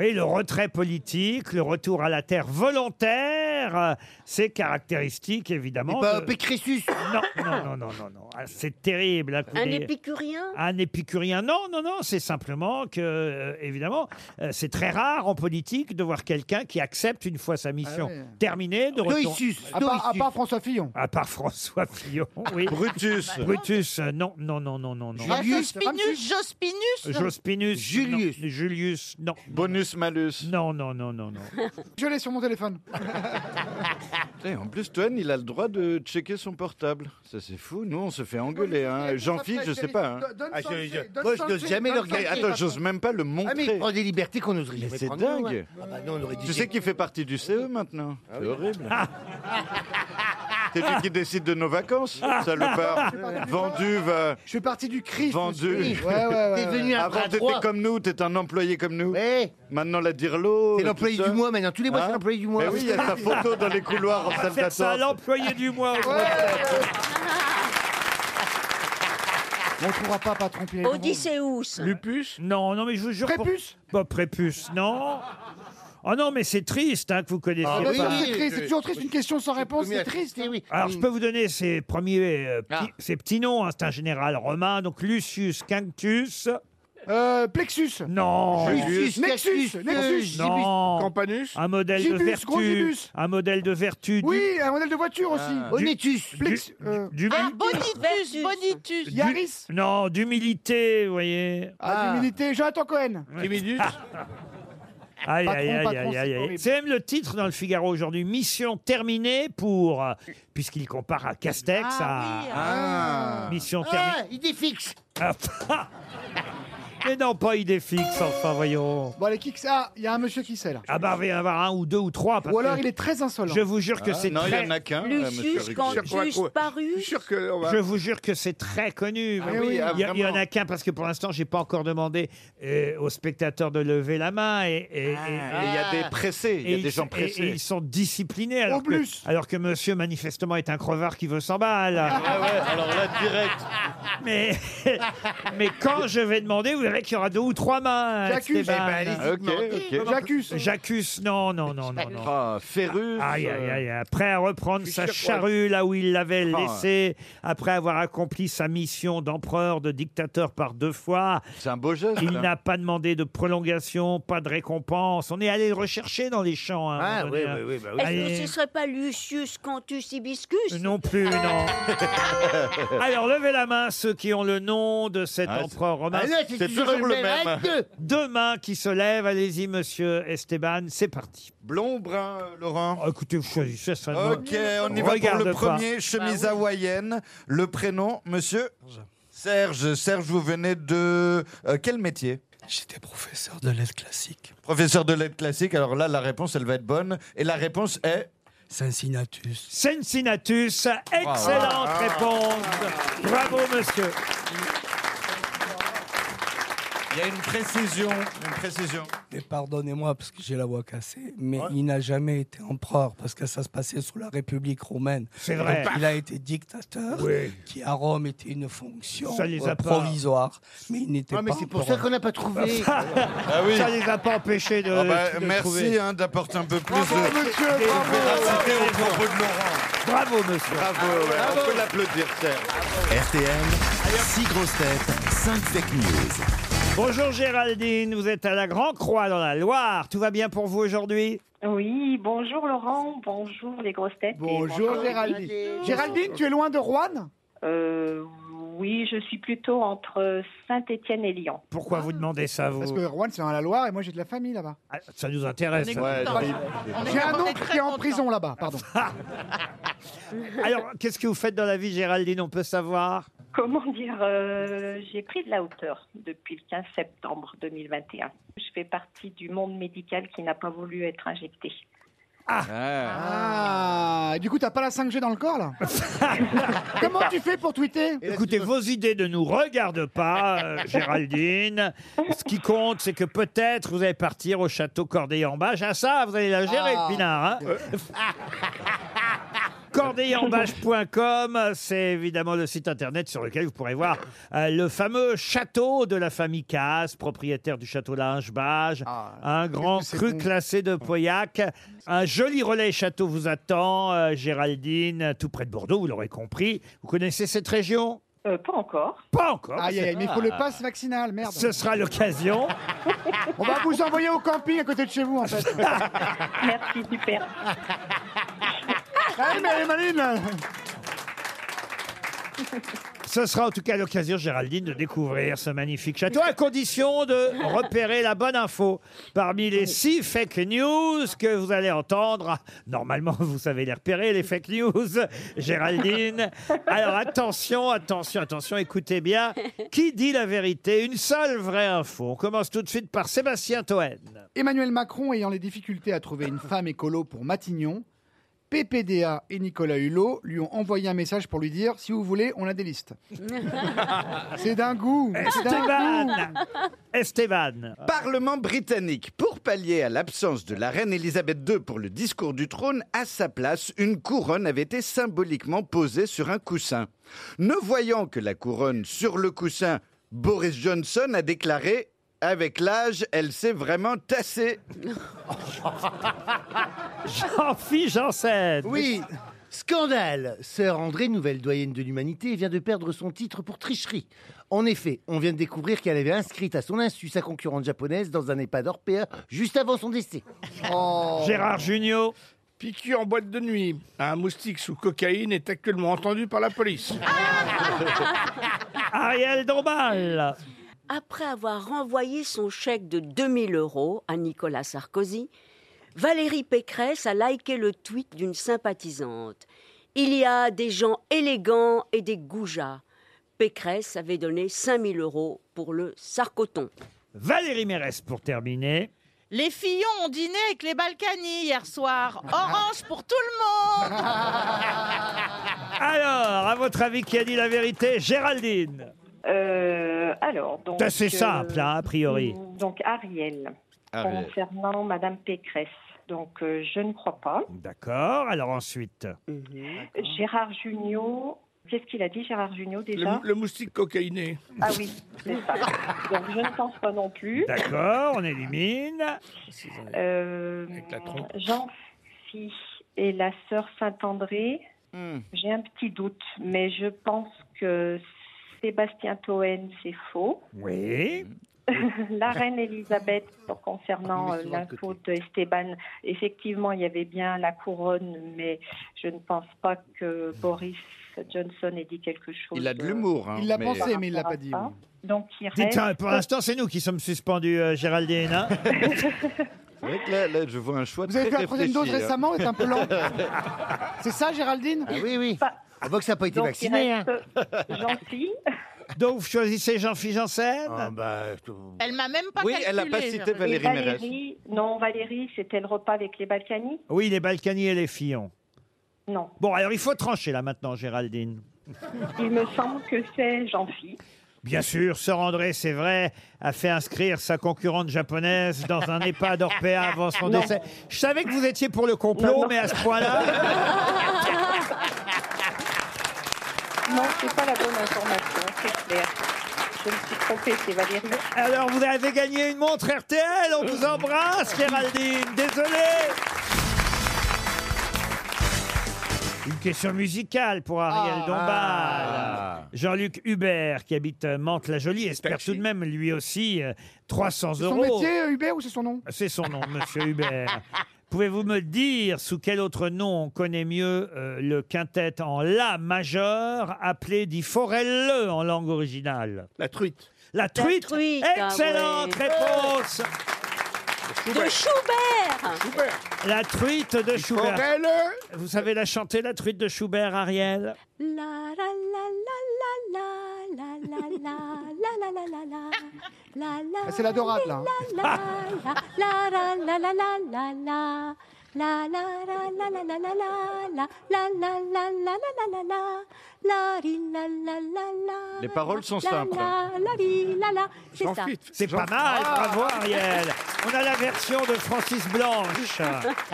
B: Oui, le retrait politique, le retour à la terre volontaire, euh, c'est caractéristique évidemment.
E: Et pas
B: de-
E: Pécressus.
B: Non, non, non, non, non, non. Ah, c'est terrible. hein, que vous
H: Un
B: ayez-
H: épicurien
B: Un épicurien, non, non, non, c'est simplement que, euh, évidemment, euh, c'est très rare en politique de voir quelqu'un qui accepte, une fois sa mission
C: Ah ouais.
B: terminée, de retourner...
E: Doïsus.
C: À part, à part François Fillon.
B: À part François [LAUGHS] Fillon, oui.
D: Brutus.
B: Brutus, euh, non, non, non, non, non, non.
F: Ah,
E: Julius.
F: Jospinus. Jospinus.
B: Jospinus.
E: Julius.
B: non. Julius, non.
D: Bonus malus.
B: Non, non, non, non, non.
C: Je l'ai sur mon téléphone.
B: Ah,
D: [LAUGHS] Putain, en plus, Toen, il a le droit de checker son portable. Ça, c'est fou. Nous, on se fait engueuler. Hein. Jean-Philippe, je sais pas. hein.
E: Ah, je- je- moi, je n'ose jamais le regarder.
D: Attends, j'ose même pas le
E: Ah, mais il
D: montrer.
E: prend des libertés qu'on n'oserait
D: Mais
E: jamais
D: c'est
E: prendre. nous,
D: dingue.
E: ouais. Ah, bah, non, on aurait dit Ah
D: Tu sais qu'il fait partie du CE maintenant. C'est horrible. [LAUGHS] C'est lui qui décide de nos vacances,
E: Ah.
D: salopard. Vendu, va.
C: Je fais partie du Christ.
D: Vendu.
C: Ouais, ouais, ouais.
E: T'es devenu un
D: Avant,
E: bras
D: t'étais
E: droit.
D: comme nous, t'étais un employé comme nous.
E: Ouais.
D: Maintenant, la Dirlo.
E: C'est
D: euh,
E: l'employé
D: tout ça.
E: du mois maintenant. Tous les mois,
D: Hein
E: c'est l'employé du mois.
D: Mais oui, il y a sa photo dans les couloirs en salle
B: Faire ça à
D: d'attente.
B: l'employé du mois.
C: On ne trouvera pas, patron Pierre.
H: Odysseus.
J: Lupus
B: Non, non, mais je vous jure... pour-
C: Prépuce
B: Pas prépuce, non. Oh non, mais c'est triste hein, que vous connaissiez
E: Ah
C: Ah,
B: pas.
C: oui,
E: bah,
C: c'est triste, c'est toujours triste, une question sans réponse,
E: Premier
C: c'est triste.
E: attesté, oui.
B: Alors, je peux vous donner ces premiers, euh, petits,
E: Ah.
B: ces petits noms. hein. C'est un général romain, donc Lucius Quinctus.
C: Euh, Plexus.
B: Non,
E: Julius,
C: Nexus,
E: Cassius,
C: Nexus.
E: euh,
B: non,
J: Campanus
B: un modèle de
C: Gibus, gros
B: vertu,
C: Gibus.
B: un modèle de vertu.
C: Oui, un modèle de voiture aussi.
E: Onétus.
C: Plex, euh,
B: Ah. Du, du-
F: Ah, Bonitus.
H: Versus.
F: Bonitus.
B: du-
C: Yaris.
B: Non, d'humilité, vous voyez.
C: Ah, d'humilité. Jonathan Cohen.
J: Timidus
B: Aïe,
C: Patron,
B: aïe, aïe,
C: patron,
B: aïe, aïe,
C: c'est
B: aïe.
C: horrible.
B: C'est même le titre dans le Figaro aujourd'hui. Mission terminée pour, euh, puisqu'il compare à Castex,
F: Ah
B: à
F: oui,
B: mission terminée.
E: Ah, il
B: [LAUGHS]
E: défixe.
B: Ah, Mais non, pas idée fixe, enfin, voyons.
C: Bon, les kicks, ah, il y a un monsieur qui sait là.
B: Ah bah, il va y en avoir un ou deux ou trois. parce
C: Ou alors
B: que
C: il est très insolent. Ah.
B: Je vous jure que c'est
D: Ah. Non, il
B: très...
D: y en a qu'un. euh, monsieur
H: Lucius,
D: Ruquier.
H: Cantus,
J: Sur quoi Je suis
H: Parus.
J: sûr qu'on va.
B: Je vous jure que c'est très connu.
D: Ah oui,
B: il, y a-
D: ah,
B: il y en
D: vraiment.
B: a qu'un parce que pour l'instant, j'ai pas encore demandé euh, aux spectateurs de lever la main et, et- et-
D: Ah. Et Il y a des pressés, il
B: et
D: y a des
B: ils-
D: gens
B: et- et
D: pressés.
B: ils sont disciplinés alors
C: Au
B: que,
C: plus.
B: alors que monsieur manifestement est un crevard qui veut 100 balles.
D: Ah ouais, alors là, direct.
B: mais, mais quand je vais demander, vous verrez qu'il y aura deux ou trois mains.
C: J'accuse.
B: Esteban.
C: Eh ben, allez-y, Ok, mentez. ok. J'accuse.
B: J'accuse, non, non, non, non. non.
D: Ah, Ferrus.
B: Aïe,
E: euh,
B: aïe, aïe, aïe. Prêt à reprendre
D: Je suis
B: sa
D: sûr qu'on-
B: charrue là où il l'avait
D: Ah,
B: laissée, après avoir accompli sa mission d'empereur, de dictateur par deux fois.
D: C'est un beau geste.
B: Il
D: hein.
B: n'a pas demandé de prolongation, pas de récompense. On est allé le rechercher dans les champs. hein, à un
E: Ah,
B: moment
E: oui,
B: donné, hein.
E: oui, oui, bah oui.
H: Est-ce
B: Allez.
H: que ce serait pas Lucius Cantus Hibiscus
B: Non
H: [LAUGHS]
B: plus, non. Alors, levez la main ceux qui ont le nom de cet
E: Ah, c'est-
B: empereur romain.
E: Ah, là, c'est C'est toujours toujours le le même. même.
B: Deux. Deux mains qui se lèvent. Allez-y, monsieur Esteban, c'est parti.
D: Blond, brun, Laurent
B: Ah, Écoutez, vous choisissez ça.
I: euh, Ok, on y va pour le premier, chemise hawaïenne. Le prénom, monsieur Serge. Serge, vous venez de... euh, quel métier J'étais professeur de lettres classiques. Professeur de lettres classiques, alors là, la réponse, elle va être bonne. Et la réponse est... Cincinnatus.
B: Cincinnatus, excellente
I: Bravo. Ah.
B: réponse. Bravo, monsieur.
I: Il y a une précision, une précision.
O: Et pardonnez-moi parce que j'ai la voix cassée, mais il n'a jamais été empereur parce que ça se passait sous la République romaine.
B: C'est vrai.
O: Donc, il a été dictateur,
B: Oui.
O: qui à Rome était une fonction
B: Ça les a
O: euh,
B: pas.
O: provisoire, mais il n'était pas. empereur.
I: Ah
O: [LAUGHS]
I: oui.
B: Ça les a pas empêchés de.
I: Ah bah,
B: de
I: merci
B: trouver.
I: hein, d'apporter un peu plus
B: Bravo,
I: de
B: monsieur,
I: de
B: bravo.
I: véracité au propos de Laurent.
B: Bravo, monsieur.
D: Bravo, ouais, on peut l'applaudir, Serge.
A: RTL, 6 grosses têtes, 5 fake news.
B: Bonjour Géraldine, vous êtes à la Grand Croix dans la Loire. Tout va bien pour vous aujourd'hui
P: Oui, bonjour Laurent, bonjour les grosses têtes. et
C: Bonjour Géraldine. Géraldine, tu es loin de Rouen
P: Euh, oui, je suis plutôt entre Saint-Étienne et Lyon.
B: Pourquoi vous demandez ça, vous
C: Parce que Rouen, c'est dans la Loire et moi, j'ai de la famille là-bas.
B: Ah, Ça nous intéresse.
C: On est Ouais, content.
P: On est-
C: J'ai un
P: on est
C: oncle qui est en prison là-bas, pardon.
B: [LAUGHS] Alors, qu'est-ce que vous faites dans la vie, Géraldine On peut savoir
P: Comment dire, euh, j'ai pris de la hauteur depuis le 15 septembre 2021. Je fais partie du monde médical qui n'a pas voulu être injecté.
C: Ah, et du coup, t'as pas la 5G dans le
B: [LAUGHS]
C: corps là Comment tu fais pour tweeter
B: Écoutez, vos idées ne nous regardent pas,
C: [LAUGHS]
B: euh, Géraldine. Ce qui compte, c'est que peut-être vous allez partir au château Corday-en-Bâche. Ah ça, vous allez la gérer,
G: Ah.
B: le Pinard. hein cordeillambage.com, c'est évidemment le site internet sur lequel vous pourrez voir euh, le fameux château de la famille Casse, propriétaire du château Langebage,
C: Ah,
B: un grand cru classé de Pauillac. Un joli relais château vous attend, euh, Géraldine, tout près de Bordeaux, vous l'aurez compris. Vous connaissez cette région
P: Euh, Pas encore.
B: Pas encore.
C: Aïe, aïe, aïe, mais il faut le passe vaccinal, merde.
B: Ah. Ce sera l'occasion.
C: [LAUGHS] On va vous envoyer au camping à côté de chez vous en fait.
P: Merci, super.
C: Allez, Eh, mais elle est maligne.
B: Ce sera en tout cas l'occasion, Géraldine, de découvrir ce magnifique château, à condition de repérer la bonne info parmi les six fake news que vous allez entendre. ah, Normalement, [LAUGHS] vous savez les repérer, les fake news, Géraldine. Alors attention, attention, attention, écoutez bien. Qui dit la vérité Une seule vraie info. On commence tout de suite par Sébastien Toen.
C: Emmanuel Macron ayant les difficultés à trouver une femme écolo pour Matignon, PPDA et Nicolas Hulot lui ont envoyé un message pour lui dire si vous voulez, on a des listes. C'est d'un goût.
B: Eh,
C: c'est d'un goût.
B: Esteban Esteban
D: Parlement britannique. Pour pallier à l'absence de la reine Elisabeth II pour le discours du trône, à sa place, une couronne avait été symboliquement posée sur un coussin. Ne voyant que la couronne sur le coussin, Boris Johnson a déclaré Avec l'âge, elle s'est vraiment tassée.
B: Jean-Philippe Janssen.
E: Oui. Scandale Sœur André, nouvelle doyenne de l'humanité, vient de perdre son titre pour tricherie. En effet, on vient de découvrir qu'elle avait inscrite à son insu sa concurrente japonaise dans un EHPAD hors pair juste avant son décès.
C: Oh.
B: Gérard Junior.
J: Piqûre en boîte de nuit. Un moustique sous cocaïne est actuellement entendu par la police.
B: Ariel Dombal.
H: Après avoir renvoyé son chèque de 2000 euros à Nicolas Sarkozy, Valérie Pécresse a liké le tweet d'une sympathisante. Il y a des gens élégants et des goujats. Pécresse avait donné 5000 euros pour le sarcoton.
B: Valérie Mérès pour terminer.
F: Les Fillons ont dîné avec les Balkany hier soir. Orange pour tout le monde
G: [LAUGHS]
B: Alors, à votre avis, qui a dit la vérité Géraldine
P: Euh, alors, donc.
B: C'est assez
P: euh,
B: simple, hein, a priori.
P: Donc Ariel,
B: Ariel.
P: concernant Madame Pécresse. Donc euh, je ne crois pas.
B: D'accord, alors ensuite.
P: Gérard Junior, Qu'est-ce qu'il a dit, Gérard Jugnot,
J: Le,
P: déjà
J: mou- le moustique cocaïné.
P: Ah oui, c'est ça. Donc, je ne pense pas non plus.
B: D'accord, on élimine.
P: Euh,
B: Avec la trompe.
P: Jean-Phi et la sœur Saint-André,
J: Hmm.
P: j'ai un petit doute, mais je pense que Sébastien Toen, c'est faux.
B: Oui.
P: [LAUGHS] la reine Elisabeth, pour concernant
G: Ah,
P: euh,
G: mais c'est l'autre
P: l'info de Esteban, effectivement, il y avait bien la couronne, mais je ne pense pas que Boris Johnson ait dit quelque chose.
D: Il a de l'humour, hein,
P: euh,
D: Il l'a mais- pensé,
P: par
D: mais il l'a
P: rapport
D: pas
P: à
D: dit,
P: ça. Donc, il
B: Dites,
P: reste...
B: hein, pour l'instant, c'est nous qui sommes suspendus, euh, Géraldine. hein.
D: C'est vrai que là, là, je vois un choix
B: Vous avez
D: très
B: fait la troisième
D: réfléchi,
B: dose
D: hein.
B: récemment,
C: est un peu lent. C'est ça, Géraldine
E: Ah Oui, oui.
C: On voit que ça n'a pas
E: été Donc, il vacciné, hein. reste euh,
P: Gentil.
B: Euh, Donc, vous choisissez Jean-Philippe Janssen
F: Elle m'a même pas
B: Oui, elle a pas
F: calculé,
B: cité
F: Géraldine.
B: Valérie
P: Et Valérie, non, Valérie, c'était le repas avec les Balkany
B: Oui, les Balkany et les Fillon.
P: Non.
B: Bon, alors il faut trancher là maintenant, Géraldine.
P: Il me semble que c'est Jean-Phi.
B: Bien sûr, Sœur André, c'est vrai, a fait inscrire sa concurrente japonaise dans un EHPAD Orpea avant son
P: Non.
B: décès. Je savais que vous étiez pour le complot, mais à ce point-là...
P: Non, c'est pas la bonne information, c'est clair. Je me suis trompée, c'est Valérie.
B: Alors, vous avez gagné une montre RTL, on vous embrasse, Géraldine, désolé Une question musicale pour Ariel
G: Ah.
B: Dombal.
G: Ah.
B: Jean-Luc Hubert, qui habite euh, Mantes-la-Jolie, espère tout de même, lui aussi, euh, 300
C: [LAUGHS] C'est son
B: euros.
C: métier, euh, Hubert, ou c'est son nom
B: C'est son nom, monsieur Hubert. Pouvez-vous me dire sous quel autre nom on connaît mieux euh, le quintet en La majeur, appelé dit forelle en langue originale La truite. La truite,
H: truite, ah
B: Excellente
H: ouais.
B: réponse
H: De Schubert.
B: La truite de Schubert.
H: forelle
B: Vous savez la chanter, la truite de Schubert, Ariel
G: La la la la la la la la la la la la la la la
C: Ah, C'est la dorade, là.
G: la la la la la la la la la la la la la la la la la la la la la la la la la ri la la la la
D: Les paroles sont
G: la
D: simples.
G: la la ri la la c'est ça
B: C'est pas mal, bravo Ariel. On a la version de Francis Blanche.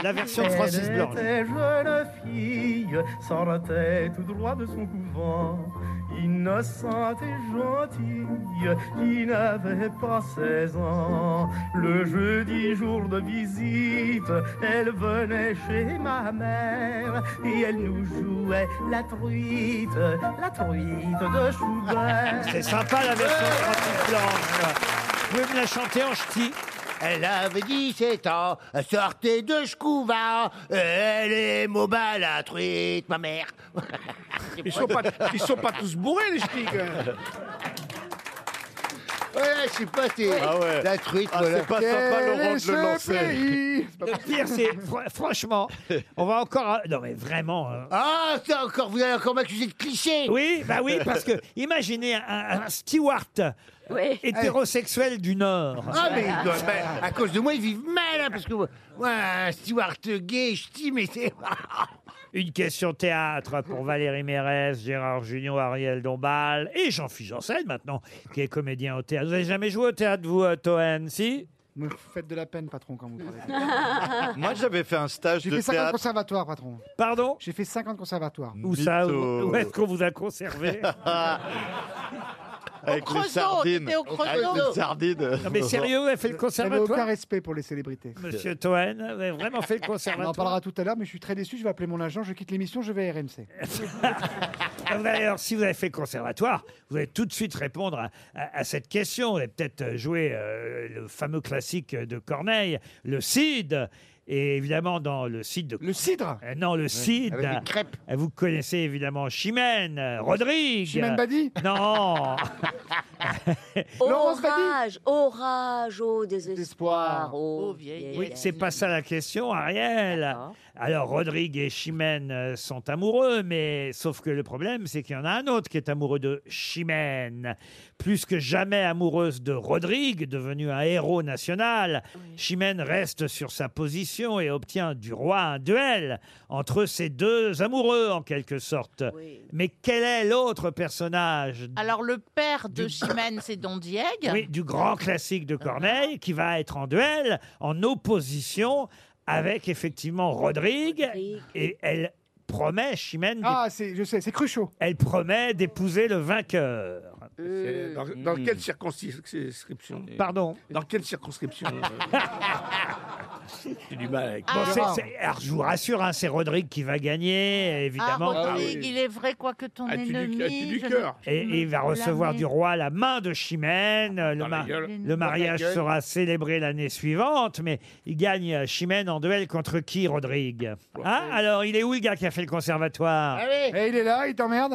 B: La version de Francis
Q: Elle
B: Blanche.
Q: était jeune fille, s'enratait tout droit de son couvent, innocente et gentille, qui n'avait pas 16 ans. Le jeudi jour de visite, elle venait chez ma mère et elle nous jouait la truite, la truite de Schubert.
B: C'est sympa la version de Francis Blanche. Vous pouvez me la chanter en ch'ti
E: Elle avait 17 ans, elle sortait de Chkouva, elle est mobile à truite, ma mère.
J: Ils sont pas, ils sont pas tous bourrés, les ch'tis. quand même.
E: Ouais, je sais pas, c'est
J: Ah ouais.
E: la truite.
J: Ah,
E: voilà.
J: c'est pas sympa,
E: Quel
J: Laurent,
E: est
J: de le
E: ce
J: lancer.
E: pays
B: Le pire, c'est fr-
J: [LAUGHS]
B: franchement, on va encore. Non, mais vraiment. hein.
E: Ah, ça encore, vous allez encore m'accuser de cliché.
B: Oui, bah oui, parce que imaginez un, un steward hétérosexuel du Nord.
E: Ah, mais il doit- ben, à cause de moi, ils vivent mal, hein, parce que moi, moi, un steward gay, je dis, mais c'est.
B: Une question théâtre pour Valérie Mérès, Gérard Junior, Ariel Dombal et Jean-Philippe Janssen maintenant, qui est comédien au théâtre. Vous avez jamais joué au théâtre, vous, euh, Toen, si
C: Me faites de la peine, patron, quand vous parlez.
B: [LAUGHS]
D: Moi, j'avais fait un stage
C: J'ai
D: de
C: fait 50
D: théâtre.
C: conservatoires, patron.
B: Pardon
C: J'ai fait 50 conservatoires.
B: Où ça Où, où est-ce qu'on vous a
C: [LAUGHS]
B: conservé
D: Avec
B: Au
D: les
B: Creusot,
D: sardines.
B: t'étais au Creusot.
D: Avec les sardines.
B: Non, Ah, mais sérieux, vous avez fait le
C: J'avais aucun
B: conservatoire
C: respect pour les célébrités.
B: Monsieur Toen, vous avez vraiment fait le
C: On en
B: conservatoire
C: parlera tout à l'heure, mais je suis très déçu. Je vais appeler mon agent, je quitte l'émission, je vais à RMC.
B: [LAUGHS] Ah, D'ailleurs, si vous avez fait conservatoire, vous allez tout de suite répondre à, à- à cette question. Vous avez peut-être joué euh, le fameux classique de Corneille, le Cid. Et évidemment, dans le Cid de... Le
C: Cidre
B: Non, le Cid.
C: avec des
B: euh, Vous connaissez évidemment Chimène, euh, Rodrigue.
C: Chimène
B: Badi Non
H: Orage, orage, oh, au désespoir,
B: Oh,
H: ô vieillesse.
B: Oui, c'est pas ça la question, Ariel. Alors, Rodrigue et Chimène euh, sont amoureux, mais sauf que le problème, c'est qu'il y en a un autre qui est amoureux de Chimène. Plus que jamais amoureuse de Rodrigue, devenu un héros national, Chimène reste sur sa position et obtient du roi un duel entre ces deux amoureux, en quelque sorte. Mais quel est l'autre personnage
F: Alors, le père de Chimène, c'est Don Diego. Ah.
B: oui, du grand classique de Corneille, qui va être en duel, en opposition avec effectivement Rodrigue. Et elle promet, Chimène. Ah, je sais, c'est Cruchot. Elle promet d'épouser le vainqueur.
J: C'est- Dans, Euh, dans quelle circonscription
B: Hmm. Pardon
J: Dans quelle circonscription
B: [LAUGHS]
J: euh J'ai du mal avec
B: Bon, c'est- c'est- alors, je vous rassure, hein, c'est Rodrigue qui va gagner, évidemment.
F: Ah, Rodrigue, il est vrai, quoi que ton
J: As-tu du-
F: ennemi.
J: as-tu du
F: je-
J: cœur
B: Et, et il va recevoir
F: L'armée.
B: du roi la main de Chimène. Euh, Le,
J: Dans la
B: ma-
J: gueule.
B: le mariage
J: Dans la gueule.
B: sera célébré l'année suivante, mais il gagne euh, Chimène en duel contre qui, Rodrigue Ah, alors il est où le gars qui a fait le conservatoire
E: Ah
J: Euh,
C: Et il est là, il t'emmerde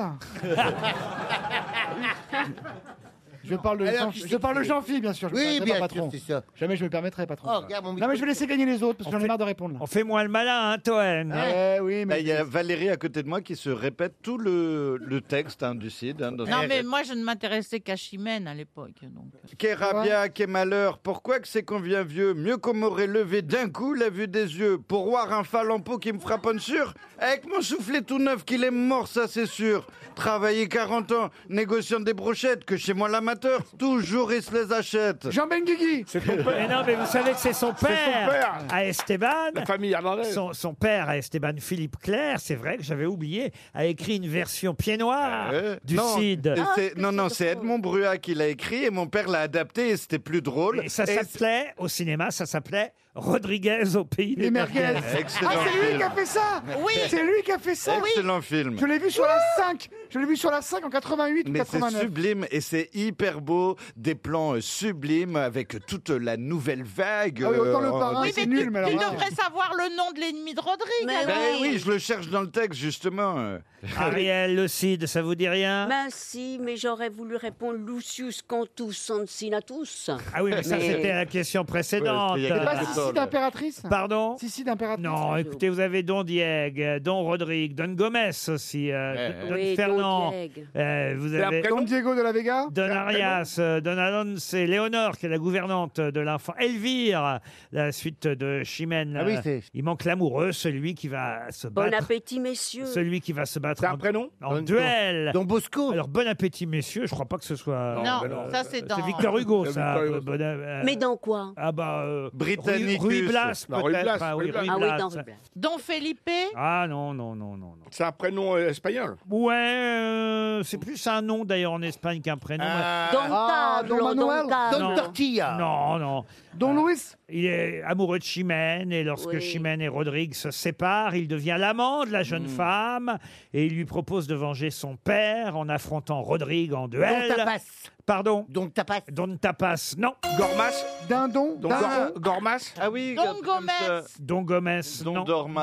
C: Je parle de
E: Alors,
C: Jean-
E: tu sais
C: je parle de
E: qui-
C: Jean-Philippe, bien sûr. Je me
E: Oui,
C: permettrai
E: bien
C: pas,
E: sûr,
C: patron.
E: c'est ça.
C: Jamais je me permettrai, patron.
E: Oh, regarde mon
C: non, mais je vais laisser gagner les autres, parce que j'en ai marre de répondre. Là.
B: On fait moins le malin, hein, Toen
C: Ah Ouais, oui, mais-
D: Bah, Il y a Valérie à côté de moi qui se répète tout le, le texte hein, du Cid. hein, dans-
F: Non, mais moi, je ne m'intéressais qu'à Chimène à l'époque. donc.
D: Qu'est rabia, qu'est malheur, pourquoi que c'est qu'on vient vieux Mieux qu'on m'aurait levé d'un coup la vue des yeux pour voir un falampeau qui me frappe en sur Avec mon soufflet tout neuf qu'il est mort, ça c'est sûr. Travailler 40 ans, négociant des brochettes, que chez moi l'amateur, toujours il se les achète.
C: Jean Benguigui
D: C'est
B: Mais non, mais vous savez que
J: [LAUGHS]
B: c'est son
D: C'est son
B: père,
D: père.
B: à Esteban.
J: La famille irlandaise.
B: Son, son père à Esteban, Philippe Clair, c'est vrai que j'avais oublié, a écrit une version pied
J: Ah
B: noir du
D: non,
B: Cid.
D: c'est- non, non, c'est Edmond Bruat qui l'a écrit et mon père l'a adapté et c'était plus drôle.
B: Et ça s'appelait, au cinéma, ça s'appelait Rodriguez au pays des
C: Les merguez.
D: Excellent
C: ah, c'est lui
D: film.
C: qui a fait ça
D: Oui.
C: C'est lui qui a fait ça
D: Excellent film.
C: Je l'ai vu sur la 5 Je l'ai vu sur la 5 en 88 ou
D: Mais c'est
C: 89.
D: sublime et c'est hyper beau, des plans euh, sublimes avec toute la nouvelle vague. euh,
C: Ah oui, autant le
D: en-
C: parrain,
D: en-
C: c'est nul, mais alors hein.
F: Tu
C: là-
F: devrais savoir le nom de l'ennemi de Rodrigue.
D: Ben
F: alors.
D: oui, je le cherche dans le texte justement. euh.
B: Ariel, le Cid, ça vous dit rien
C: Bah,
H: Ben si, mais j'aurais voulu répondre Lucius Cantus Sansinatus.
B: Ah oui, mais ça, c'était la question précédente.
C: C'est pas Sissi Bah, d'impératrice
B: Pardon
C: Sissi d'impératrice
B: Non, écoutez, vous avez Don Dieg, euh, Don Rodrigue, Don Gomez aussi, euh,
C: Ouais,
B: Don
C: ouais.
B: Fernand.
C: Oui, Don Dieg.
B: euh, vous
C: C'est un
B: avez
C: prénom Don Diego de la Vega
B: Don
C: C'est un prénom
B: Arias, euh, Don Alonso, c'est Léonore qui est la gouvernante de l'enfant. Elvire, la suite de Chimène.
E: Ah oui,
B: Euh,
E: c'est-
B: Il manque l'amoureux, celui qui va se
H: Bon
B: battre.
H: appétit, messieurs.
B: Celui qui va se battre en, en
E: Don-
B: duel.
E: Don
B: Bosco. Alors, bon appétit, messieurs. Je crois pas que ce soit. euh,
H: Non, bah Non, mais non. ça, c'est dans-
B: Victor Hugo,
H: C'est
B: ça.
H: Victor Hugo,
B: bon, euh,
H: Mais dans quoi
B: Ah bah. euh,
D: Britannicus.
B: Ruy, Ruy Blas,
J: Non, Ruy
B: peut-être.
J: Blas,
B: Ah oui,
J: Ruy Blas.
B: Ruy
J: Ah oui,
B: Blas.
J: dans Ruy Blas.
F: Don Felipe
B: Ah non, non, non, non. non.
J: C'est un prénom euh, espagnol.
B: Ouais, euh, c'est plus un nom d'ailleurs en Espagne qu'un prénom.
J: Ah.
B: Don
J: Don Ah, Pablo, Don Manuel. Don Carlos. Don
B: Tortilla. Non, non.
C: Don Luis
B: Il est amoureux de Chimène et lorsque
E: Oui.
B: Chimène et Rodrigue se séparent, il devient l'amant de la jeune femme et il lui propose de venger son père en affrontant Rodrigue en duel.
E: Don Tapas.
B: Pardon Don Tapas. Don Tapas, non. Gormas
C: Dindon
J: Donc, Gor- Gormas
D: Ah oui,
F: Don Gomez.
B: Don Gomez.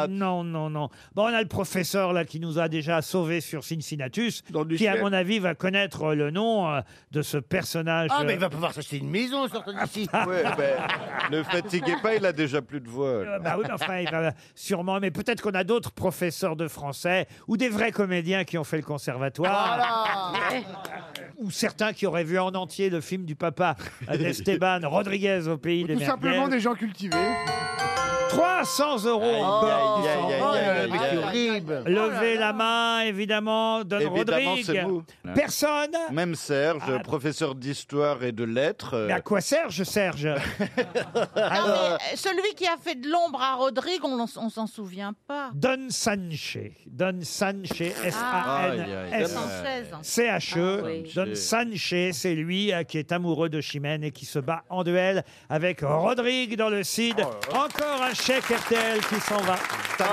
B: non. Non, non, non. Bon, on a le professeur là qui nous a déjà sauvés sur Cincinnatus, qui à
E: ciel.
B: mon avis va connaître euh, le nom euh, de ce personnage.
E: Ah, mais
B: euh,
E: il va pouvoir s'acheter une maison en sortant [LAUGHS] d'ici.
D: Ouais, ben,
F: Ah.
D: ne fatiguez pas, il a déjà plus de voix.
B: euh, bah oui, mais enfin,
D: [LAUGHS]
B: il
E: [LAUGHS]
B: va sûrement. Mais peut-être qu'on a d'autres professeurs de français ou des vrais comédiens qui ont fait le
E: Ah,
D: Ah,
B: conservatoire. Ou certains qui auraient vu en entier le film du
E: [LAUGHS]
B: papa d'Esteban Rodriguez au pays des
C: Tout simplement
B: merguez.
C: des gens cultivés.
B: 300 euros encore.
C: aïe, aïe, aïe,
B: Oh là là,
C: aïe, aïe,
B: mais
C: aïe,
B: c'est
C: aïe.
B: horrible.
C: Oh là
B: Levez la main, évidemment, Don
D: Évidemment, c'est
B: Rodrigue.
D: vous.
B: Personne. Ah.
D: Même Serge, professeur d'histoire et de lettres. euh,
B: Mais à quoi Serge, Serge
F: Euh, Celui qui a fait de l'ombre à Rodrigue, on, l'en- on s'en souvient pas.
B: Don Sanche. Don Sanche,
C: Ah.
B: S-A-N-S.
F: Sanchez.
B: C-H-E, E, Don Sanche, c'est lui euh, qui est amoureux de Chimène et qui se bat en duel avec Rodrigue dans le Cid.
C: Oh,
B: Encore un chèque RTL qui s'en va. Oh.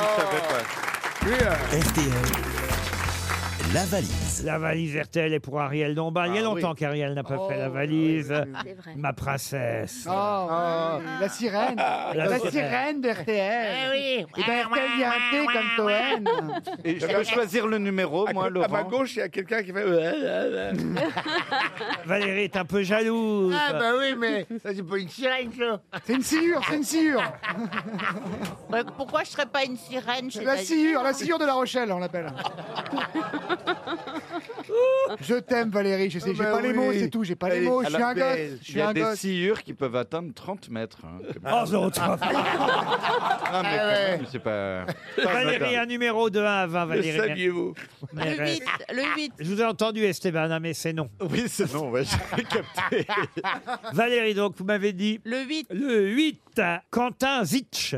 A: La valise.
B: La valise RTL est pour Ariel Dombal. Il y a longtemps qu'Ariel n'a pas fait la valise.
F: C'est vrai.
B: Ma princesse.
D: Ah.
C: Oh, la sirène. La,
B: sirène.
C: sirène de RTL.
E: Eh
C: oui. Et ben, RTL, il y a un T comme Toen.
D: Et je peux choisir le numéro,
J: À
D: moi,
J: co- à ma
D: Laurent.
J: gauche, il y a quelqu'un qui fait. euh, euh, euh.
B: Valérie est un peu jalouse.
E: Ah, bah oui, mais ça, c'est pas une sirène, ça.
C: C'est une sciure, c'est une sciure.
F: [LAUGHS] Ouais, pourquoi je serais pas une sirène chez
C: La
F: David
C: sciure, la sciure de La Rochelle, on l'appelle. Je t'aime, Valérie. Je sais, j'ai
D: Ah bah
C: pas les mots,
D: oui.
C: c'est tout. J'ai pas
D: Elle
C: les
D: est
C: mots.
D: Euh, à
C: Je suis
D: la
C: un
D: belle.
C: gosse. Je
D: Il y
C: suis
D: a
C: un
D: des
C: gosse.
D: sciures qui peuvent atteindre 30 mètres. hein, comme ça.
B: Oh, zéro trois.
D: Ah, mais
B: Ah
D: quand
B: ouais.
D: même, c'est pas.
B: Valérie, un numéro de 1 à 20,
D: Le
B: Valérie.
D: saviez-vous
B: Mais
F: Le
B: reste.
F: 8, le 8.
B: Je vous ai entendu, Esteban, hein, mais c'est non.
D: Oui, c'est non, j'ai
B: [LAUGHS]
D: capté.
B: Valérie, donc, vous m'avez dit.
F: Le 8.
B: Le 8, Quentin Zitch.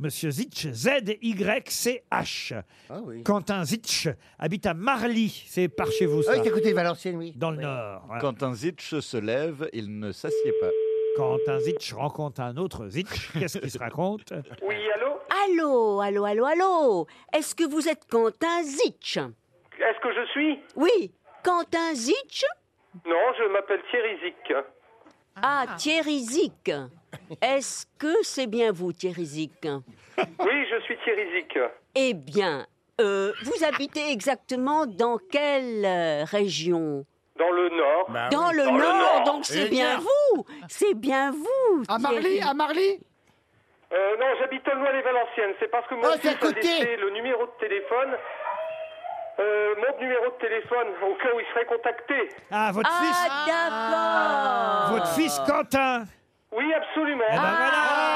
B: Monsieur Zitch, Z-Y-C-H.
D: Ah
B: Quentin Zitch habite à Marly, c'est par chez vous.
E: Ah oui,
B: ça.
E: c'est à côté de Valenciennes, oui.
B: Dans le Nord.
D: Quand un zitch se lève, il ne s'assied pas.
B: Quand un zitch rencontre un
D: [LAUGHS]
B: autre zitch, qu'est-ce qu'il se raconte
H: Oui, allô Allô, allô, allô, allô Est-ce que vous êtes Quentin Zitch
R: Est-ce que je suis
H: Oui, Quentin Zitch
R: Non, je m'appelle Thierry
H: [LAUGHS]
R: Zic.
H: Ah, Thierry Zic. Est-ce que c'est bien vous, Thierry Zic
R: Oui, je suis Thierry Zic.
H: Eh bien, euh, vous habitez exactement dans quelle euh, région
R: Dans le Nord.
B: Bah
H: Ah Dans le Nord, donc
B: Eh
H: c'est bien vous C'est bien vous
C: À Marly, à Marly
R: Euh, non, j'habite Aulnoy-les-Valenciennes. C'est parce que mon
H: Ah, c'est
R: fils
H: à
R: a
H: côté.
R: laissé le numéro de téléphone. Euh, mon numéro de téléphone, au cas où il serait contacté.
B: Ah, votre fils
H: Ah,
B: Votre fils Quentin
R: Oui, absolument.
C: Eh ben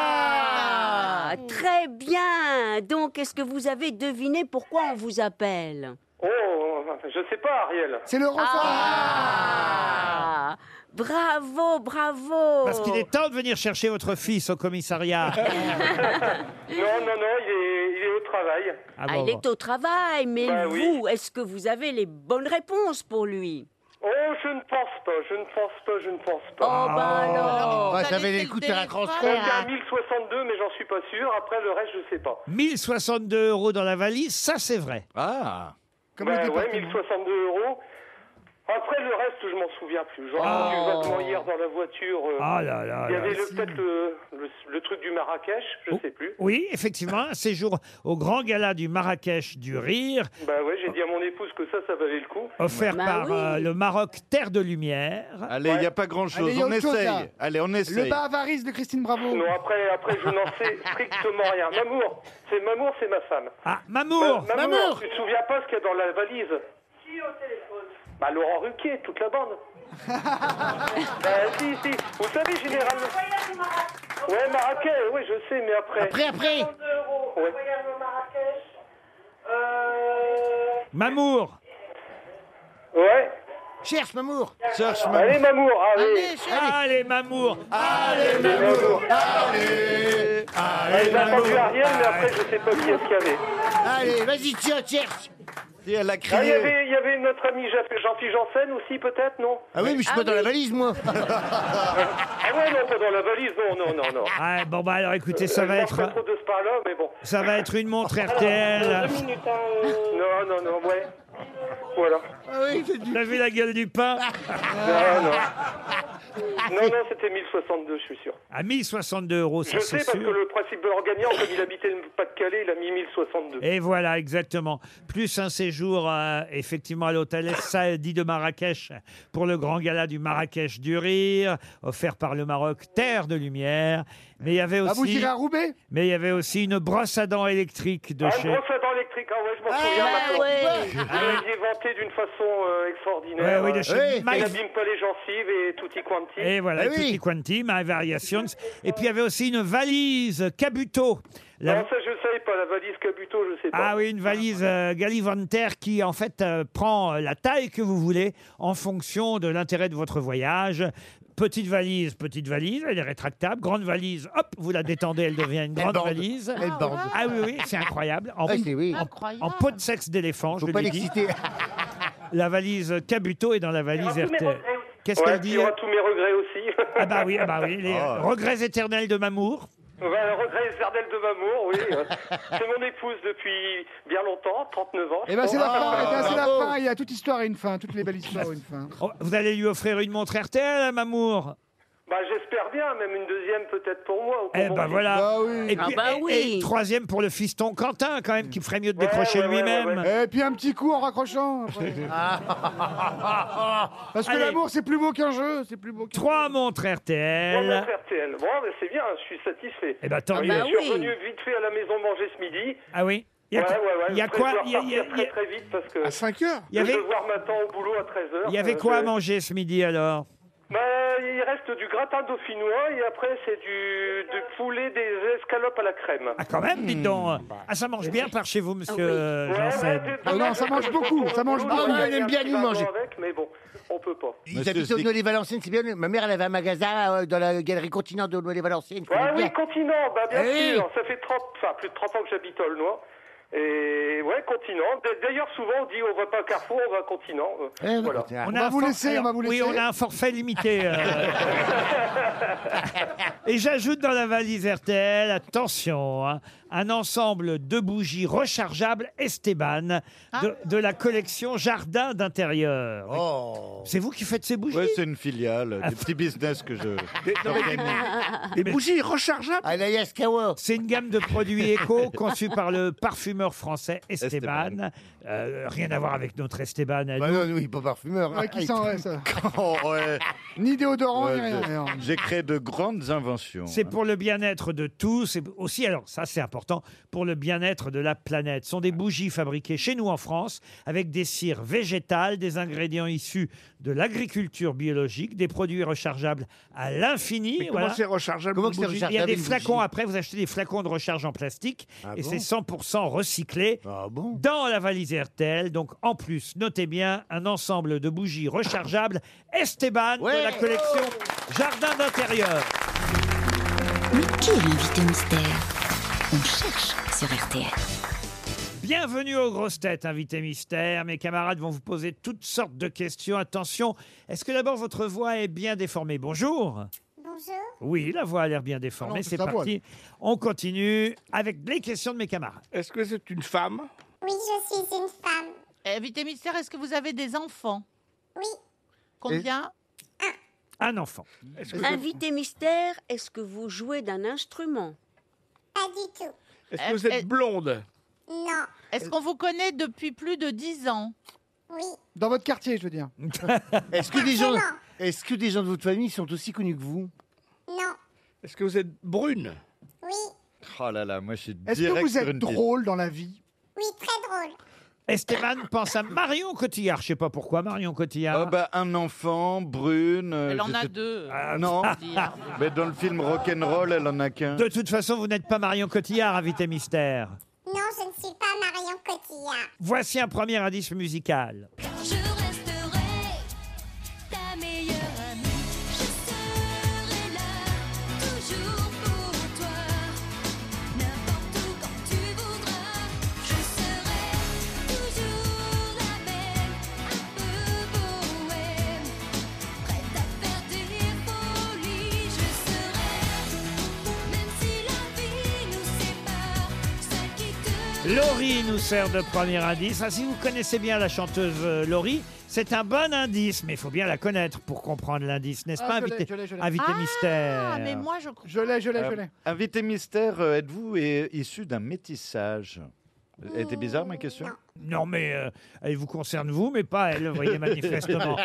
H: Ah, très bien Donc, est-ce que vous avez deviné pourquoi on vous appelle
R: Oh, je sais pas, Ariel.
C: C'est le
H: renfort ah, Bravo, bravo
B: Parce
H: [LAUGHS]
B: qu'il est temps de venir chercher votre fils au
F: Ah,
B: commissariat.
R: Non, non, non, il est, il est au travail.
H: Ah, il est au travail, mais
R: Bah oui.
H: vous, est-ce que vous avez les bonnes réponses pour lui
R: Oh, je ne pense pas, je ne pense pas, je ne pense pas.
H: Oh, bah
B: Ah.
H: alors.
E: Ouais, j'avais les coups de terrain
R: Il y
H: hein.
E: transfert.
R: a 1062, mais j'en suis pas sûr. Après, le reste, je sais pas.
B: 1062 euros dans la valise, ça c'est vrai.
D: Ah
R: Bah ouais, 1062 euros. Après le reste, je m'en souviens plus. J'en ai entendu
B: Oh.
R: vaguement hier dans la voiture. euh,
B: Ah là là
R: Il y
B: là. Oh.
R: avait le- peut-être le, le, le truc du Marrakech, je sais plus.
B: Oui, effectivement, un séjour au grand gala du Marrakech du Rire,
R: Bah ouais, j'ai dit à mon épouse que ça, ça valait le coup.
B: offert
H: Bah
E: Bah
B: par euh, le Maroc Terre de Lumière.
D: Allez, il n'y a pas grand-chose.
B: Allez, y a
D: on
B: autre chose,
D: essaye.
B: là.
D: Allez, on essaye.
C: Le bavaris de Christine Bravo.
R: Non, après, après je n'en sais strictement rien. Mamour, c'est Mamour, c'est ma femme. Euh,
B: Ah, Mamour
R: Mamour, Tu te souviens pas ce qu'il y a dans la valise Qui au
D: [LAUGHS]
R: téléphone Bah Laurent Ruquier, toute la bande. bah si, si. Vous savez, généralement... Ouais, Marrakech, oui, je sais, mais après...
E: Après, après.
R: Ouais.
B: Mamour
R: Ouais
E: Cherche, Mamour
D: Cherche,
E: Mamour. Allez,
R: Mamour,
E: allez
B: Allez, Mamour
E: Allez,
R: Mamour
E: Allez
R: Ouais, J'ai entendu Ariel, mais après, je sais pas qui est-ce qu'il y avait.
E: Allez, vas-y, tiens, cherche
D: Et elle a
R: Ah, il y avait, il y avait notre ami Jean- Jean-Philippe Janssen aussi, peut-être, non
E: Ah oui, mais je suis pas dans la valise, moi
R: [LAUGHS] Ah ouais, non, pas dans la valise, non, non, non, Euh, non.
B: Ah, Bon, bah alors écoutez, ça va
R: Pas
B: être,
R: trop de ce par-là, mais bon. hein,
B: ça va être une montre RTL.
R: euh. Non, non, non, ouais. Voilà.
B: T'as vu la gueule du pain
R: Non, non. Non, non, c'était 1062, je suis sûr.
B: À 1062 euros,
R: Je
B: ça
R: sais
B: c'est
R: parce que
B: sûr.
R: le principe de leur gagnant, comme il habitait le Pas-de-Calais, il a mis 1062.
B: Et voilà, exactement. Plus un séjour, euh, effectivement, à l'hôtel Saadi de Marrakech pour le grand gala du Marrakech du Rire, offert par le Maroc, terre de lumière. Mais il y avait
C: Ah, vous
B: aussi,
C: irez à Roubaix
B: mais il y avait aussi une brosse à dents électrique de
R: Ah,
B: chez.
R: une grosse dent électrique, ah ouais, je m'en souviens maintenant.
C: Ah.
R: Vous l'aviez vanté d'une façon euh, extraordinaire.
B: Ouais, oui, de chez
R: Elle
B: Mike.
R: n'abîme pas les gencives et tutti quanti.
B: Et
C: Eh Ah
B: voilà, Tutti Quanti, My Variations. Et puis il y avait aussi une valise Cabuto. La-
R: Non, ça, je savais pas. La valise Cabuto, je sais pas.
B: Ah oui, une valise euh, gallivantaire qui en fait euh, prend euh, la taille que vous voulez en fonction de l'intérêt de votre voyage. Petite valise, petite valise, elle est rétractable. Grande valise, hop, vous la détendez, elle devient une grande
E: bande.
B: valise.
E: Elle bande.
B: Ah oui, oui, c'est incroyable. En,
E: Ah, c'est- oui.
B: en- en peau de sexe d'éléphant, je
E: Faut pas
B: l'ai dit.
E: l'exciter
B: [LAUGHS] La valise Cabuto est dans
R: Ah,
B: la valise RTL. Qu'est-ce
R: Ouais,
B: qu'elle
R: puis
B: dit
R: Il y
B: hein euh
R: aura tous mes regrets aussi.
B: Ah bah oui, ah bah oui, les
R: Ah.
B: regrets éternels de Mamour.
R: Voilà, le regret éternel de Mamour,
B: [LAUGHS]
R: oui. C'est mon épouse depuis bien longtemps, 39 ans. je
C: Eh ben c'est la
R: pense.
C: fin, eh ben, c'est la fin, il y a toute histoire et une fin, toutes les belles histoires ont une fin.
B: Oh, Vous allez lui offrir une montre RTL, hein, Mamour
R: Bah, j'espère bien, même une deuxième peut-être pour moi.
B: Eh ben voilà. Et puis,
R: Ah bah
B: et-
R: oui.
B: et troisième pour le fiston Quentin, quand même, qui ferait mieux de décrocher
R: ouais, ouais,
B: lui-même.
C: Et puis un petit coup en raccrochant. après.
E: Ah.
R: [LAUGHS]
C: Parce que
B: Allez.
C: l'amour, c'est plus beau qu'un jeu, c'est plus beau qu'un
B: Trois montres
R: Bon,
B: RTL.
R: bah, RTL. Bon, bah, c'est bien, je suis satisfait.
B: Eh ben, tant
R: Oui,
B: mieux.
R: Je
B: Ah,
R: suis
B: bah
R: revenu vite fait à la maison manger ce midi.
B: Ah oui Il y a
R: ouais,
B: quoi-
R: ouais, ouais,
B: il y a
R: après,
B: quoi-
R: je dois
B: il y a- il y a-
R: repartir très, très vite parce que...
B: À 5 heures Il y
R: Je
B: avait-
R: vais devoir m'attendre au boulot à 13h.
B: Il y avait quoi à manger ce midi alors
R: Bah, il reste du gratin dauphinois et après c'est du, du poulet des escalopes à la crème.
B: Ah, quand
R: Hmm.
B: même, dites donc. Ah, ça mange bien par chez vous, monsieur euh, Janssen.
D: Ah
R: Ah non, ça mange beaucoup, ça mange beaucoup.
E: Ah ouais, elle aime bien nous manger.
R: Avec, mais bon. on peut pas.
E: Ils habitent au Nolé-Valenciennes, c'est bien. Ma mère, elle avait un magasin euh, dans la galerie continent de Nolé-Valenciennes. faut
R: Ah
E: le
R: oui,
E: dire.
R: continent, bah bien
E: Eh
R: sûr. Ça fait 30, enfin, plus de 30 ans que j'habite à Aulnois. Et ouais, continent. D- D'ailleurs, souvent, on dit on va pas à Carrefour, on va à continent. Euh,
D: Eh,
R: voilà.
B: On a un for- alors, Oui, on a un forfait limité. euh.
D: [LAUGHS]
B: Et j'ajoute dans la valise RTL, attention, hein, un ensemble de bougies rechargeables Esteban de, de la collection Jardin d'intérieur. C'est vous qui faites ces bougies
D: Oh. Ouais, c'est une filiale, des petits business
B: [LAUGHS]
D: que je.
B: Des bougies rechargeables C'est une gamme de produits éco conçue par le parfumeur français Esteban. Euh, rien à voir avec notre Esteban. à nous.
E: Oui, pas parfumeur.
C: Ouais, qui sent, [LAUGHS] ouais, ça.
D: Oh, ouais.
C: Ni déodorant,
D: Ouais,
C: ni rien.
D: je-
C: d'ailleurs.
D: J'ai créé euh, de grandes inventions.
B: C'est pour le bien-être de tous, c'est aussi, alors ça c'est important, pour le bien-être de la planète. Ce sont des bougies fabriquées chez nous en France avec des cires végétales, des ingrédients issus de l'agriculture biologique, des produits rechargeables à l'infini.
J: Mais comment c'est rechargeable,
E: Comment une c'est bougie
B: Il y a
E: rechargeable,
B: des
E: une
B: flacons
E: bougie
B: après, vous achetez des flacons de recharge en plastique
E: Ah
B: et
E: bon
B: c'est 100% recyclé dans la valise RTL. Donc en plus, notez bien un ensemble de bougies rechargeables Esteban de la collection Jardin d'intérieur.
L: Mais qui est l'invité mystère On cherche sur RTL.
B: Bienvenue aux grosses têtes, invité mystère. Mes camarades vont vous poser toutes sortes de questions. Attention, est-ce que d'abord votre voix est bien déformée Bonjour.
G: Bonjour.
B: Oui, la voix a l'air bien
J: Ah non,
B: déformée. C'est
J: ça va,
B: parti. On continue avec les questions de mes camarades.
J: Est-ce que c'est une femme
F: Oui, je suis une femme. Invité mystère, est-ce que vous avez des enfants Oui. Combien
B: Un enfant.
H: Invité mystère, est-ce que vous jouez d'un instrument Euh,
R: Pas du tout.
J: Est-ce que vous êtes blonde
F: Non. Est-ce qu'on vous connaît depuis plus de 10 ans Oui.
C: Dans votre quartier, je veux dire.
E: Est-ce que, des gens, est-ce que des gens de votre famille sont aussi connus que vous
G: Non.
J: Est-ce que vous êtes brune
G: Oui.
D: Oh là là, moi je suis direct
C: Est-ce que vous
D: sur
C: êtes
D: une piste.
C: drôle dans la vie
G: Oui, très drôle.
B: Esteban pense à Marion Cotillard. Je sais pas pourquoi Marion Cotillard.
D: Oh bah, un enfant, brune. euh,
B: Elle en
D: je
B: a
D: sais-
B: deux. euh,
D: Ah non
B: Dire.
D: [LAUGHS] Mais dans le film Rock'n'Roll, elle en a qu'un.
B: De toute façon, vous n'êtes pas Marion Cotillard, invité mystère.
G: Non, je ne suis pas Marion Cotillard.
B: Voici un premier indice musical.
G: Je resterai ta meilleure amie. Je serai là toujours pour toi. N'importe où quand tu voudras, je serai toujours la même, un peu bohème, prête à faire des folies. Je serai, même si la vie nous sépare, celle qui te.
B: Laurie nous sert de premier indice. Ah, si vous connaissez bien la chanteuse euh, Laurie, c'est un bon indice, mais il faut bien la connaître pour comprendre l'indice, n'est-ce
C: Ah,
B: pas,
C: je l'ai,
B: invité,
C: je l'ai, je l'ai.
B: invité
C: Ah,
B: mystère
F: je comprends.
C: Je l'ai, je l'ai, je
D: Euh,
C: l'ai.
D: invité mystère, euh, êtes-vous euh, issu d'un métissage Elle était bizarre ma question
B: Non, mais euh, elle vous concerne vous, mais pas elle, vous voyez
J: [LAUGHS]
B: manifestement.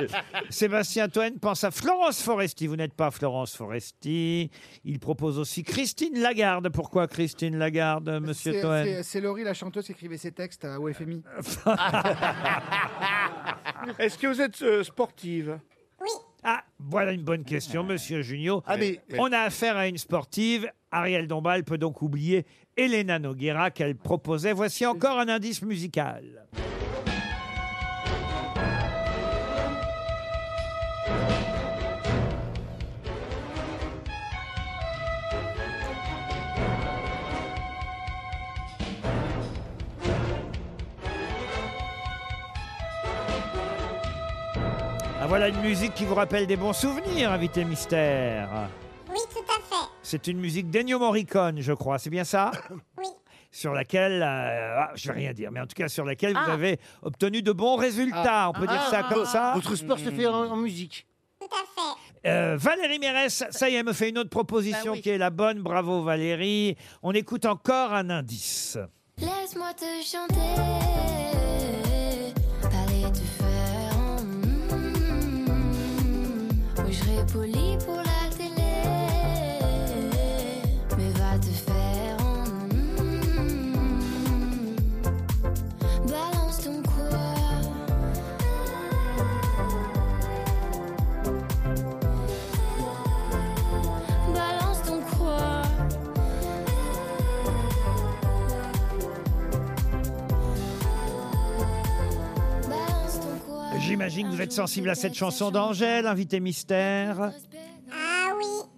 B: Sébastien Toen pense à Florence Foresti. Vous n'êtes pas Florence Foresti. Il propose aussi Christine Lagarde. Pourquoi Christine Lagarde, monsieur
C: C'est-
B: Toen [LAUGHS]
C: c'est- C'est Laurie, la chanteuse, qui écrivait ses textes à OFMI.
J: Est-ce que vous êtes euh, sportive
B: Ah, voilà une bonne question, monsieur Junio.
E: Ah, mais-
B: On a affaire à une sportive. Ariel Dombal peut donc oublier Elena Noguera qu'elle proposait. Voici encore un indice musical. Ah, voilà une musique qui vous rappelle des bons souvenirs, invité mystère.
G: Oui, tout à fait.
B: C'est une musique d'Ennio Morricone, je crois. C'est bien ça
G: Oui.
B: Sur laquelle, euh, ah, je vais rien dire, mais en tout cas sur laquelle vous
E: Ah.
B: avez obtenu de bons résultats.
G: Ah.
B: On peut dire ça comme ça.
E: Votre sport se fait en, en musique.
B: Euh, Valérie Mérès, ça y est, elle me fait une autre
G: Bah
B: proposition qui est la bonne. Bravo Valérie. On écoute encore un indice.
G: Laisse-moi te chanter, aller te faire. en mm, Oui, je serai poli pour la télé, mais va te faire. en mm, Balance ton quoi. Balance ton quoi.
B: J'y j'imagine que vous êtes sensible à cette chanson d'Angèle, invité mystère.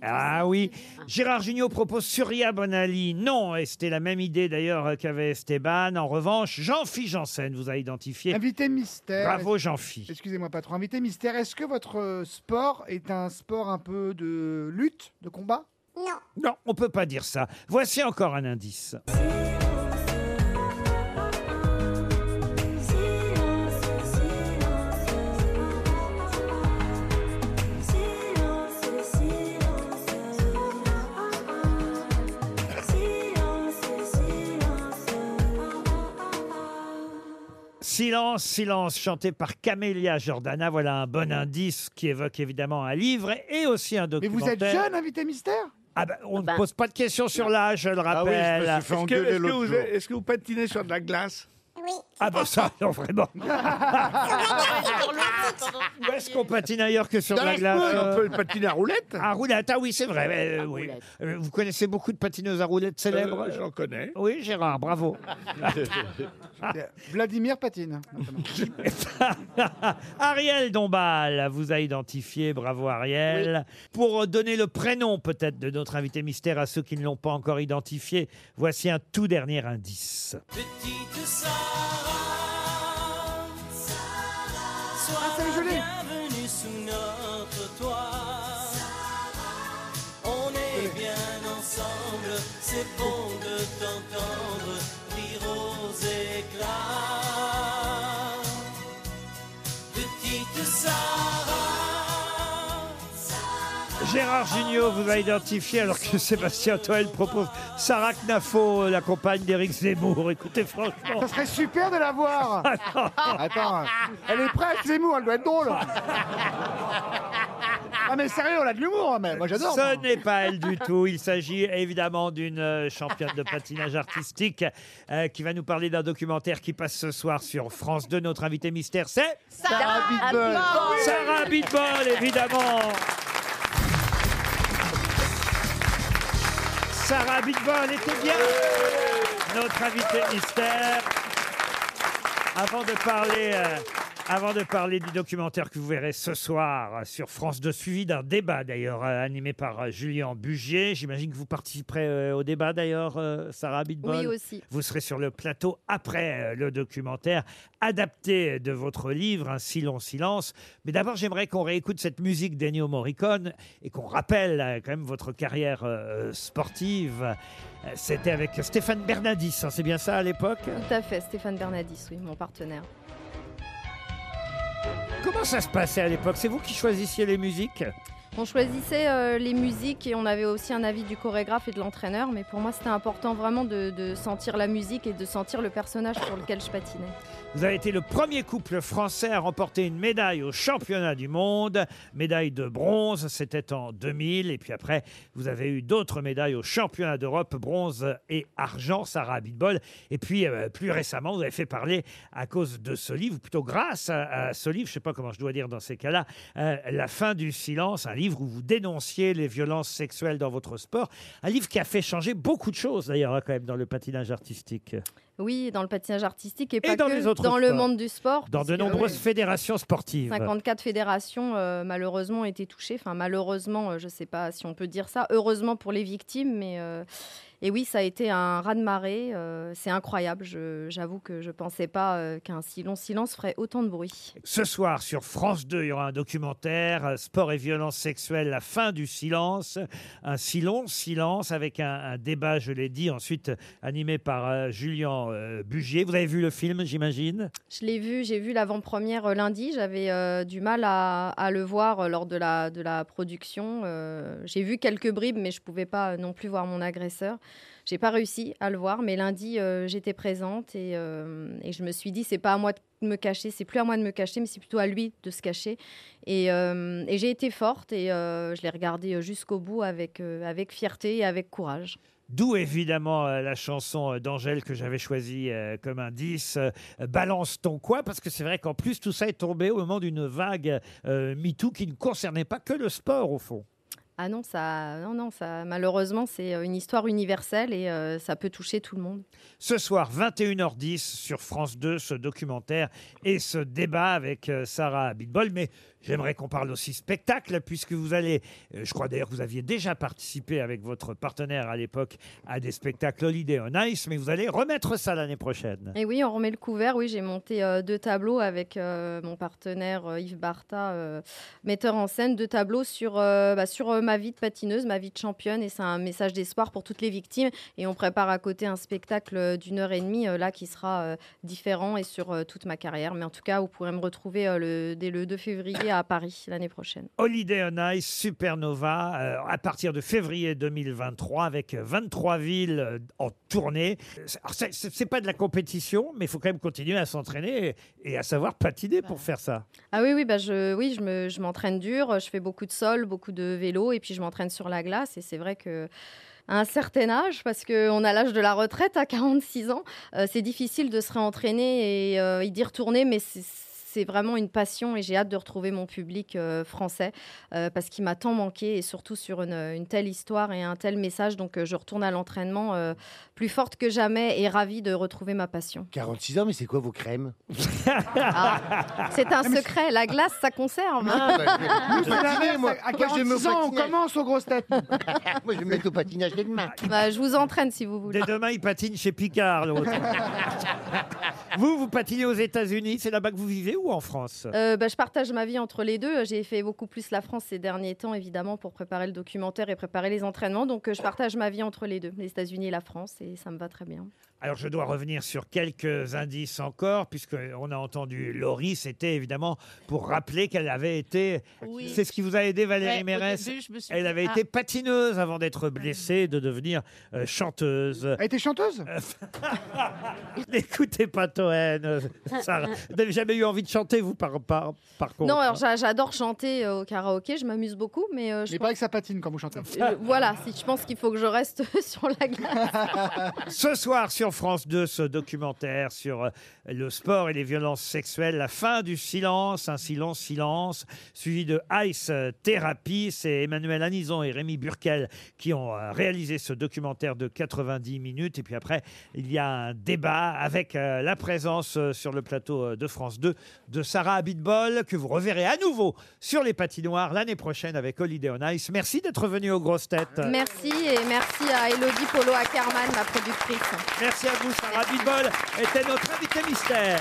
B: Ah oui. Gérard Jugnot propose Surya Bonali. Non, et c'était la même idée d'ailleurs qu'avait Esteban. En revanche, Jean-Phi Janssen vous a identifié.
C: Invité mystère.
B: Bravo, Jean-Phi.
C: Excusez-moi, patron. Invité mystère, est-ce que votre euh, sport est un sport un peu de lutte, de combat
B: Non. Non, on peut pas dire ça. Voici encore un indice. Silence, silence, chanté par Camélia Jordana. Voilà un bon indice qui évoque évidemment un livre et aussi un
C: Mais
B: documentaire.
C: vous êtes jeune, invité mystère
B: Ah ben, on
C: Bah.
B: ne pose pas de questions sur l'âge, je le
J: Ah oui, je me
B: rappelle.
J: suis fait engueuler Est-ce que- est-ce que l'autre vous- jour. est-ce que vous patinez sur de la glace
B: Oui. Ah ben ça, non, vraiment. Où est-ce qu'on patine ailleurs que sur
J: Dans
B: la
J: la
B: glace
J: semaine, on peut le
B: patiner à roulette À roulette, ah oui, c'est vrai. mais, euh, oui. Euh, Vous connaissez beaucoup de patineuses à roulette célèbres
J: Euh, j'en connais.
B: Oui, Gérard,
J: [LAUGHS]
B: bravo.
C: Euh, Vladimir patine.
B: [LAUGHS]
C: notamment.
B: Ariel Dombal vous a identifié, bravo Ariel. Pour euh, donner le prénom peut-être de notre invité mystère à ceux qui ne l'ont pas encore identifié, voici un tout dernier indice.
G: Petite Sarah, Sarah,
C: c'est joli.
G: bienvenue sous notre toit. on est bien ensemble, c'est bon de t'entendre rire aux éclats. Petite Sarah,
B: Gérard Jugnot vous a identifié alors que Sébastien Toel propose Sarah Knafo, euh, la compagne d'Éric Zemmour. Écoutez, franchement.
C: Ça serait super de la voir. [LAUGHS] Attends, hein. elle est prête, Zemmour, elle doit être drôle. Ah mais sérieux, on a de l'humour, hein, mais moi j'adore. moi.
B: Ce n'est pas elle du tout. Il s'agit évidemment d'une euh, championne de patinage artistique euh, qui va nous parler d'un documentaire qui passe ce soir sur France 2. Notre invité mystère, c'est
G: Sarah
S: Ah,
G: Abitbol.
B: Sarah Abitbol, évidemment. Sarah Abitbol était bien notre invité mystère. Avant de parler. euh, avant de parler du documentaire que vous verrez ce soir euh, sur France 2, suivi d'un débat d'ailleurs euh, animé par euh, Julien Bugier, j'imagine que vous participerez euh, au débat d'ailleurs, euh, Sarah Abitbol.
S: Oui, aussi.
B: Vous serez sur le plateau après euh, le documentaire, adapté euh, de votre livre, Un si long silence. Mais d'abord, j'aimerais qu'on réécoute cette musique d'Ennio Morricone et qu'on rappelle euh, quand même votre carrière euh, sportive. Euh, C'était avec Stéphane Bernadis, hein, c'est bien ça à l'époque
S: Tout à fait, Stéphane Bernadis, oui, mon partenaire.
B: Comment ça se passait à l'époque C'est vous qui choisissiez les musiques
S: On choisissait euh, les musiques et on avait aussi un avis du chorégraphe et de l'entraîneur, mais pour moi c'était important vraiment de, de sentir la musique et de sentir le personnage pour lequel je patinais.
B: Vous avez été le premier couple français à remporter une médaille au championnat du monde, médaille de bronze, c'était en 2000, et puis après, vous avez eu d'autres médailles au championnat d'Europe, bronze et argent, Sarah Abitbol. Et puis, euh, plus récemment, vous avez fait parler à cause de ce livre, ou plutôt grâce à, à ce livre, je ne sais pas comment je dois dire dans ces cas-là, euh, La fin du silence, un livre où vous dénonciez les violences sexuelles dans votre sport, un livre qui a fait changer beaucoup de choses d'ailleurs, hein, quand même, dans le patinage artistique.
S: Oui, dans le patinage artistique et,
B: Et
S: pas
B: dans
S: que
B: les autres
S: dans le
B: sports.
S: monde du sport.
B: Dans de
S: puisque,
B: nombreuses
S: oui,
B: fédérations sportives.
S: 54 fédérations euh, malheureusement ont été touchées. Enfin malheureusement, euh, je ne sais pas si on peut dire ça. Heureusement pour les victimes, mais euh, et oui, ça a été un raz de marée. euh, c'est incroyable. Je- J'avoue que je ne pensais pas euh, qu'un si long silence ferait autant de bruit.
B: Ce soir, sur France 2, il y aura un documentaire euh, Sport et violence sexuelle, la fin du silence. Un si long silence avec un, un débat, je l'ai dit, ensuite euh, animé par euh, Julien euh, Bugier. Vous avez vu le film, j'imagine
S: Je l'ai vu, j'ai vu l'avant-première euh, lundi. J'avais euh, du mal à, à le voir euh, lors de la, de la production. Euh, j'ai vu quelques bribes, mais je ne pouvais pas euh, non plus voir mon agresseur. J'ai pas réussi à le voir, mais lundi euh, j'étais présente et, euh, et je me suis dit c'est pas à moi de me cacher, c'est plus à moi de me cacher, mais c'est plutôt à lui de se cacher. Et, euh, et j'ai été forte et euh, je l'ai regardé euh, jusqu'au bout avec, euh, avec fierté et avec courage.
B: D'où évidemment euh, la chanson euh, d'Angèle que j'avais choisie euh, comme indice, euh, Balance ton quoi, parce que c'est vrai qu'en plus tout ça est tombé au moment d'une vague euh, MeToo qui ne concernait pas que le sport au fond.
S: Ah non, ça, non, non, ça, malheureusement, c'est euh, une histoire universelle et euh, ça peut toucher tout le monde.
B: Ce soir, 21h10 sur France 2, ce documentaire et ce débat avec euh, Sarah Abitbol. Mais j'aimerais qu'on parle aussi spectacle, puisque vous allez, euh, je crois d'ailleurs que vous aviez déjà participé avec votre partenaire à l'époque à des spectacles Holiday on Ice, mais vous allez remettre ça l'année prochaine.
S: Et oui, on remet le couvert. Oui, j'ai monté euh, deux tableaux avec euh, mon partenaire euh, Yves Bartha, euh, metteur en scène, deux tableaux sur, euh, bah, sur euh, ma vie de patineuse, ma vie de championne, et c'est un message d'espoir pour toutes les victimes. Et on prépare à côté un spectacle euh, d'une heure et demie, euh, là, qui sera euh, différent et sur euh, toute ma carrière. Mais en tout cas, vous pourrez me retrouver euh, le, dès le 2 février à Paris l'année prochaine.
B: Holiday on Ice Supernova euh, à partir de février 2023 avec 23 villes euh, en tournée. C'est- alors, C'est c'est- c'est pas de la compétition, mais il faut quand même continuer à s'entraîner et, et à savoir patiner pour faire ça.
S: Ah oui, oui, bah je, oui, je me- je m'entraîne dur, je fais beaucoup de sol, beaucoup de vélo, et puis je m'entraîne sur la glace. Et c'est vrai que à un certain âge, parce qu'on a l'âge de la retraite à 46 ans, euh, c'est difficile de se réentraîner et, euh, et d'y retourner, mais c'est- c'est vraiment une passion et j'ai hâte de retrouver mon public euh, français euh, parce qu'il m'a tant manqué et surtout sur une, une telle histoire et un tel message. Donc euh, je retourne à l'entraînement euh, plus forte que jamais et ravie de retrouver ma passion.
E: 46 ans, mais c'est quoi vos [LAUGHS] crèmes
S: Ah, C'est
E: Ah,
S: un secret, la glace ça conserve.
E: Moi, Ah, bah, je vais patiner, moi.
C: à
E: Moi, je vais me
C: 46 ans, on
E: patiner.
C: commence aux grosses têtes.
E: Moi, je vais me mettre au patinage dès demain.
S: Bah, je vous entraîne si vous voulez.
B: Dès demain, il patine chez
S: [LAUGHS]
B: Picard, l'autre. vous, vous patinez aux États-Unis, c'est là-bas que vous vivez ou en France
S: Euh, bah, je partage ma vie entre les deux. J'ai fait beaucoup plus la France ces derniers temps, évidemment, pour préparer le documentaire et préparer les entraînements. Donc, euh, je partage ma vie entre les deux, les États-Unis et la France, et ça me va très bien.
B: Alors je dois revenir sur quelques indices encore, puisqu'on a entendu Laurie, c'était évidemment pour rappeler qu'elle avait été...
F: Oui.
B: C'est ce qui vous a aidé Valérie
F: Ouais, au
B: Mérès
F: début, je me suis
B: Elle
F: dit,
B: avait
F: ah.
B: été patineuse avant d'être blessée, de devenir euh, chanteuse.
C: Elle
B: [LAUGHS]
C: était chanteuse
B: N'écoutez pas Toen. euh,
S: [LAUGHS]
B: Sarah. Vous n'avez jamais eu envie de chanter, vous, par, par, par contre hein
S: non, alors
C: hein.
S: j'a- j'adore chanter euh, au karaoké, je m'amuse beaucoup, mais euh, je.
C: Mais pas que ça patine quand vous chantez.
S: Euh, voilà, si je pense qu'il faut que je reste [LAUGHS] sur la
C: [LAUGHS]
S: glace.
B: Ce soir sur France 2, ce documentaire sur euh, le sport et les violences sexuelles, la fin du silence, un silence, silence, suivi de Ice Therapy. C'est Emmanuel Anison et Rémi Burkel qui ont euh, réalisé ce documentaire de 90 minutes. Et puis après, il y a un débat avec euh, la présence euh, sur le plateau euh, de France 2 de Sarah Abitbol, que vous reverrez à nouveau sur les patinoires l'année prochaine avec Holiday on Ice. Merci d'être venu aux grosses têtes.
S: merci, et merci à Elodie Polo Ackerman, ma productrice.
B: Merci à vous, Sarah Bibol était notre invité mystère.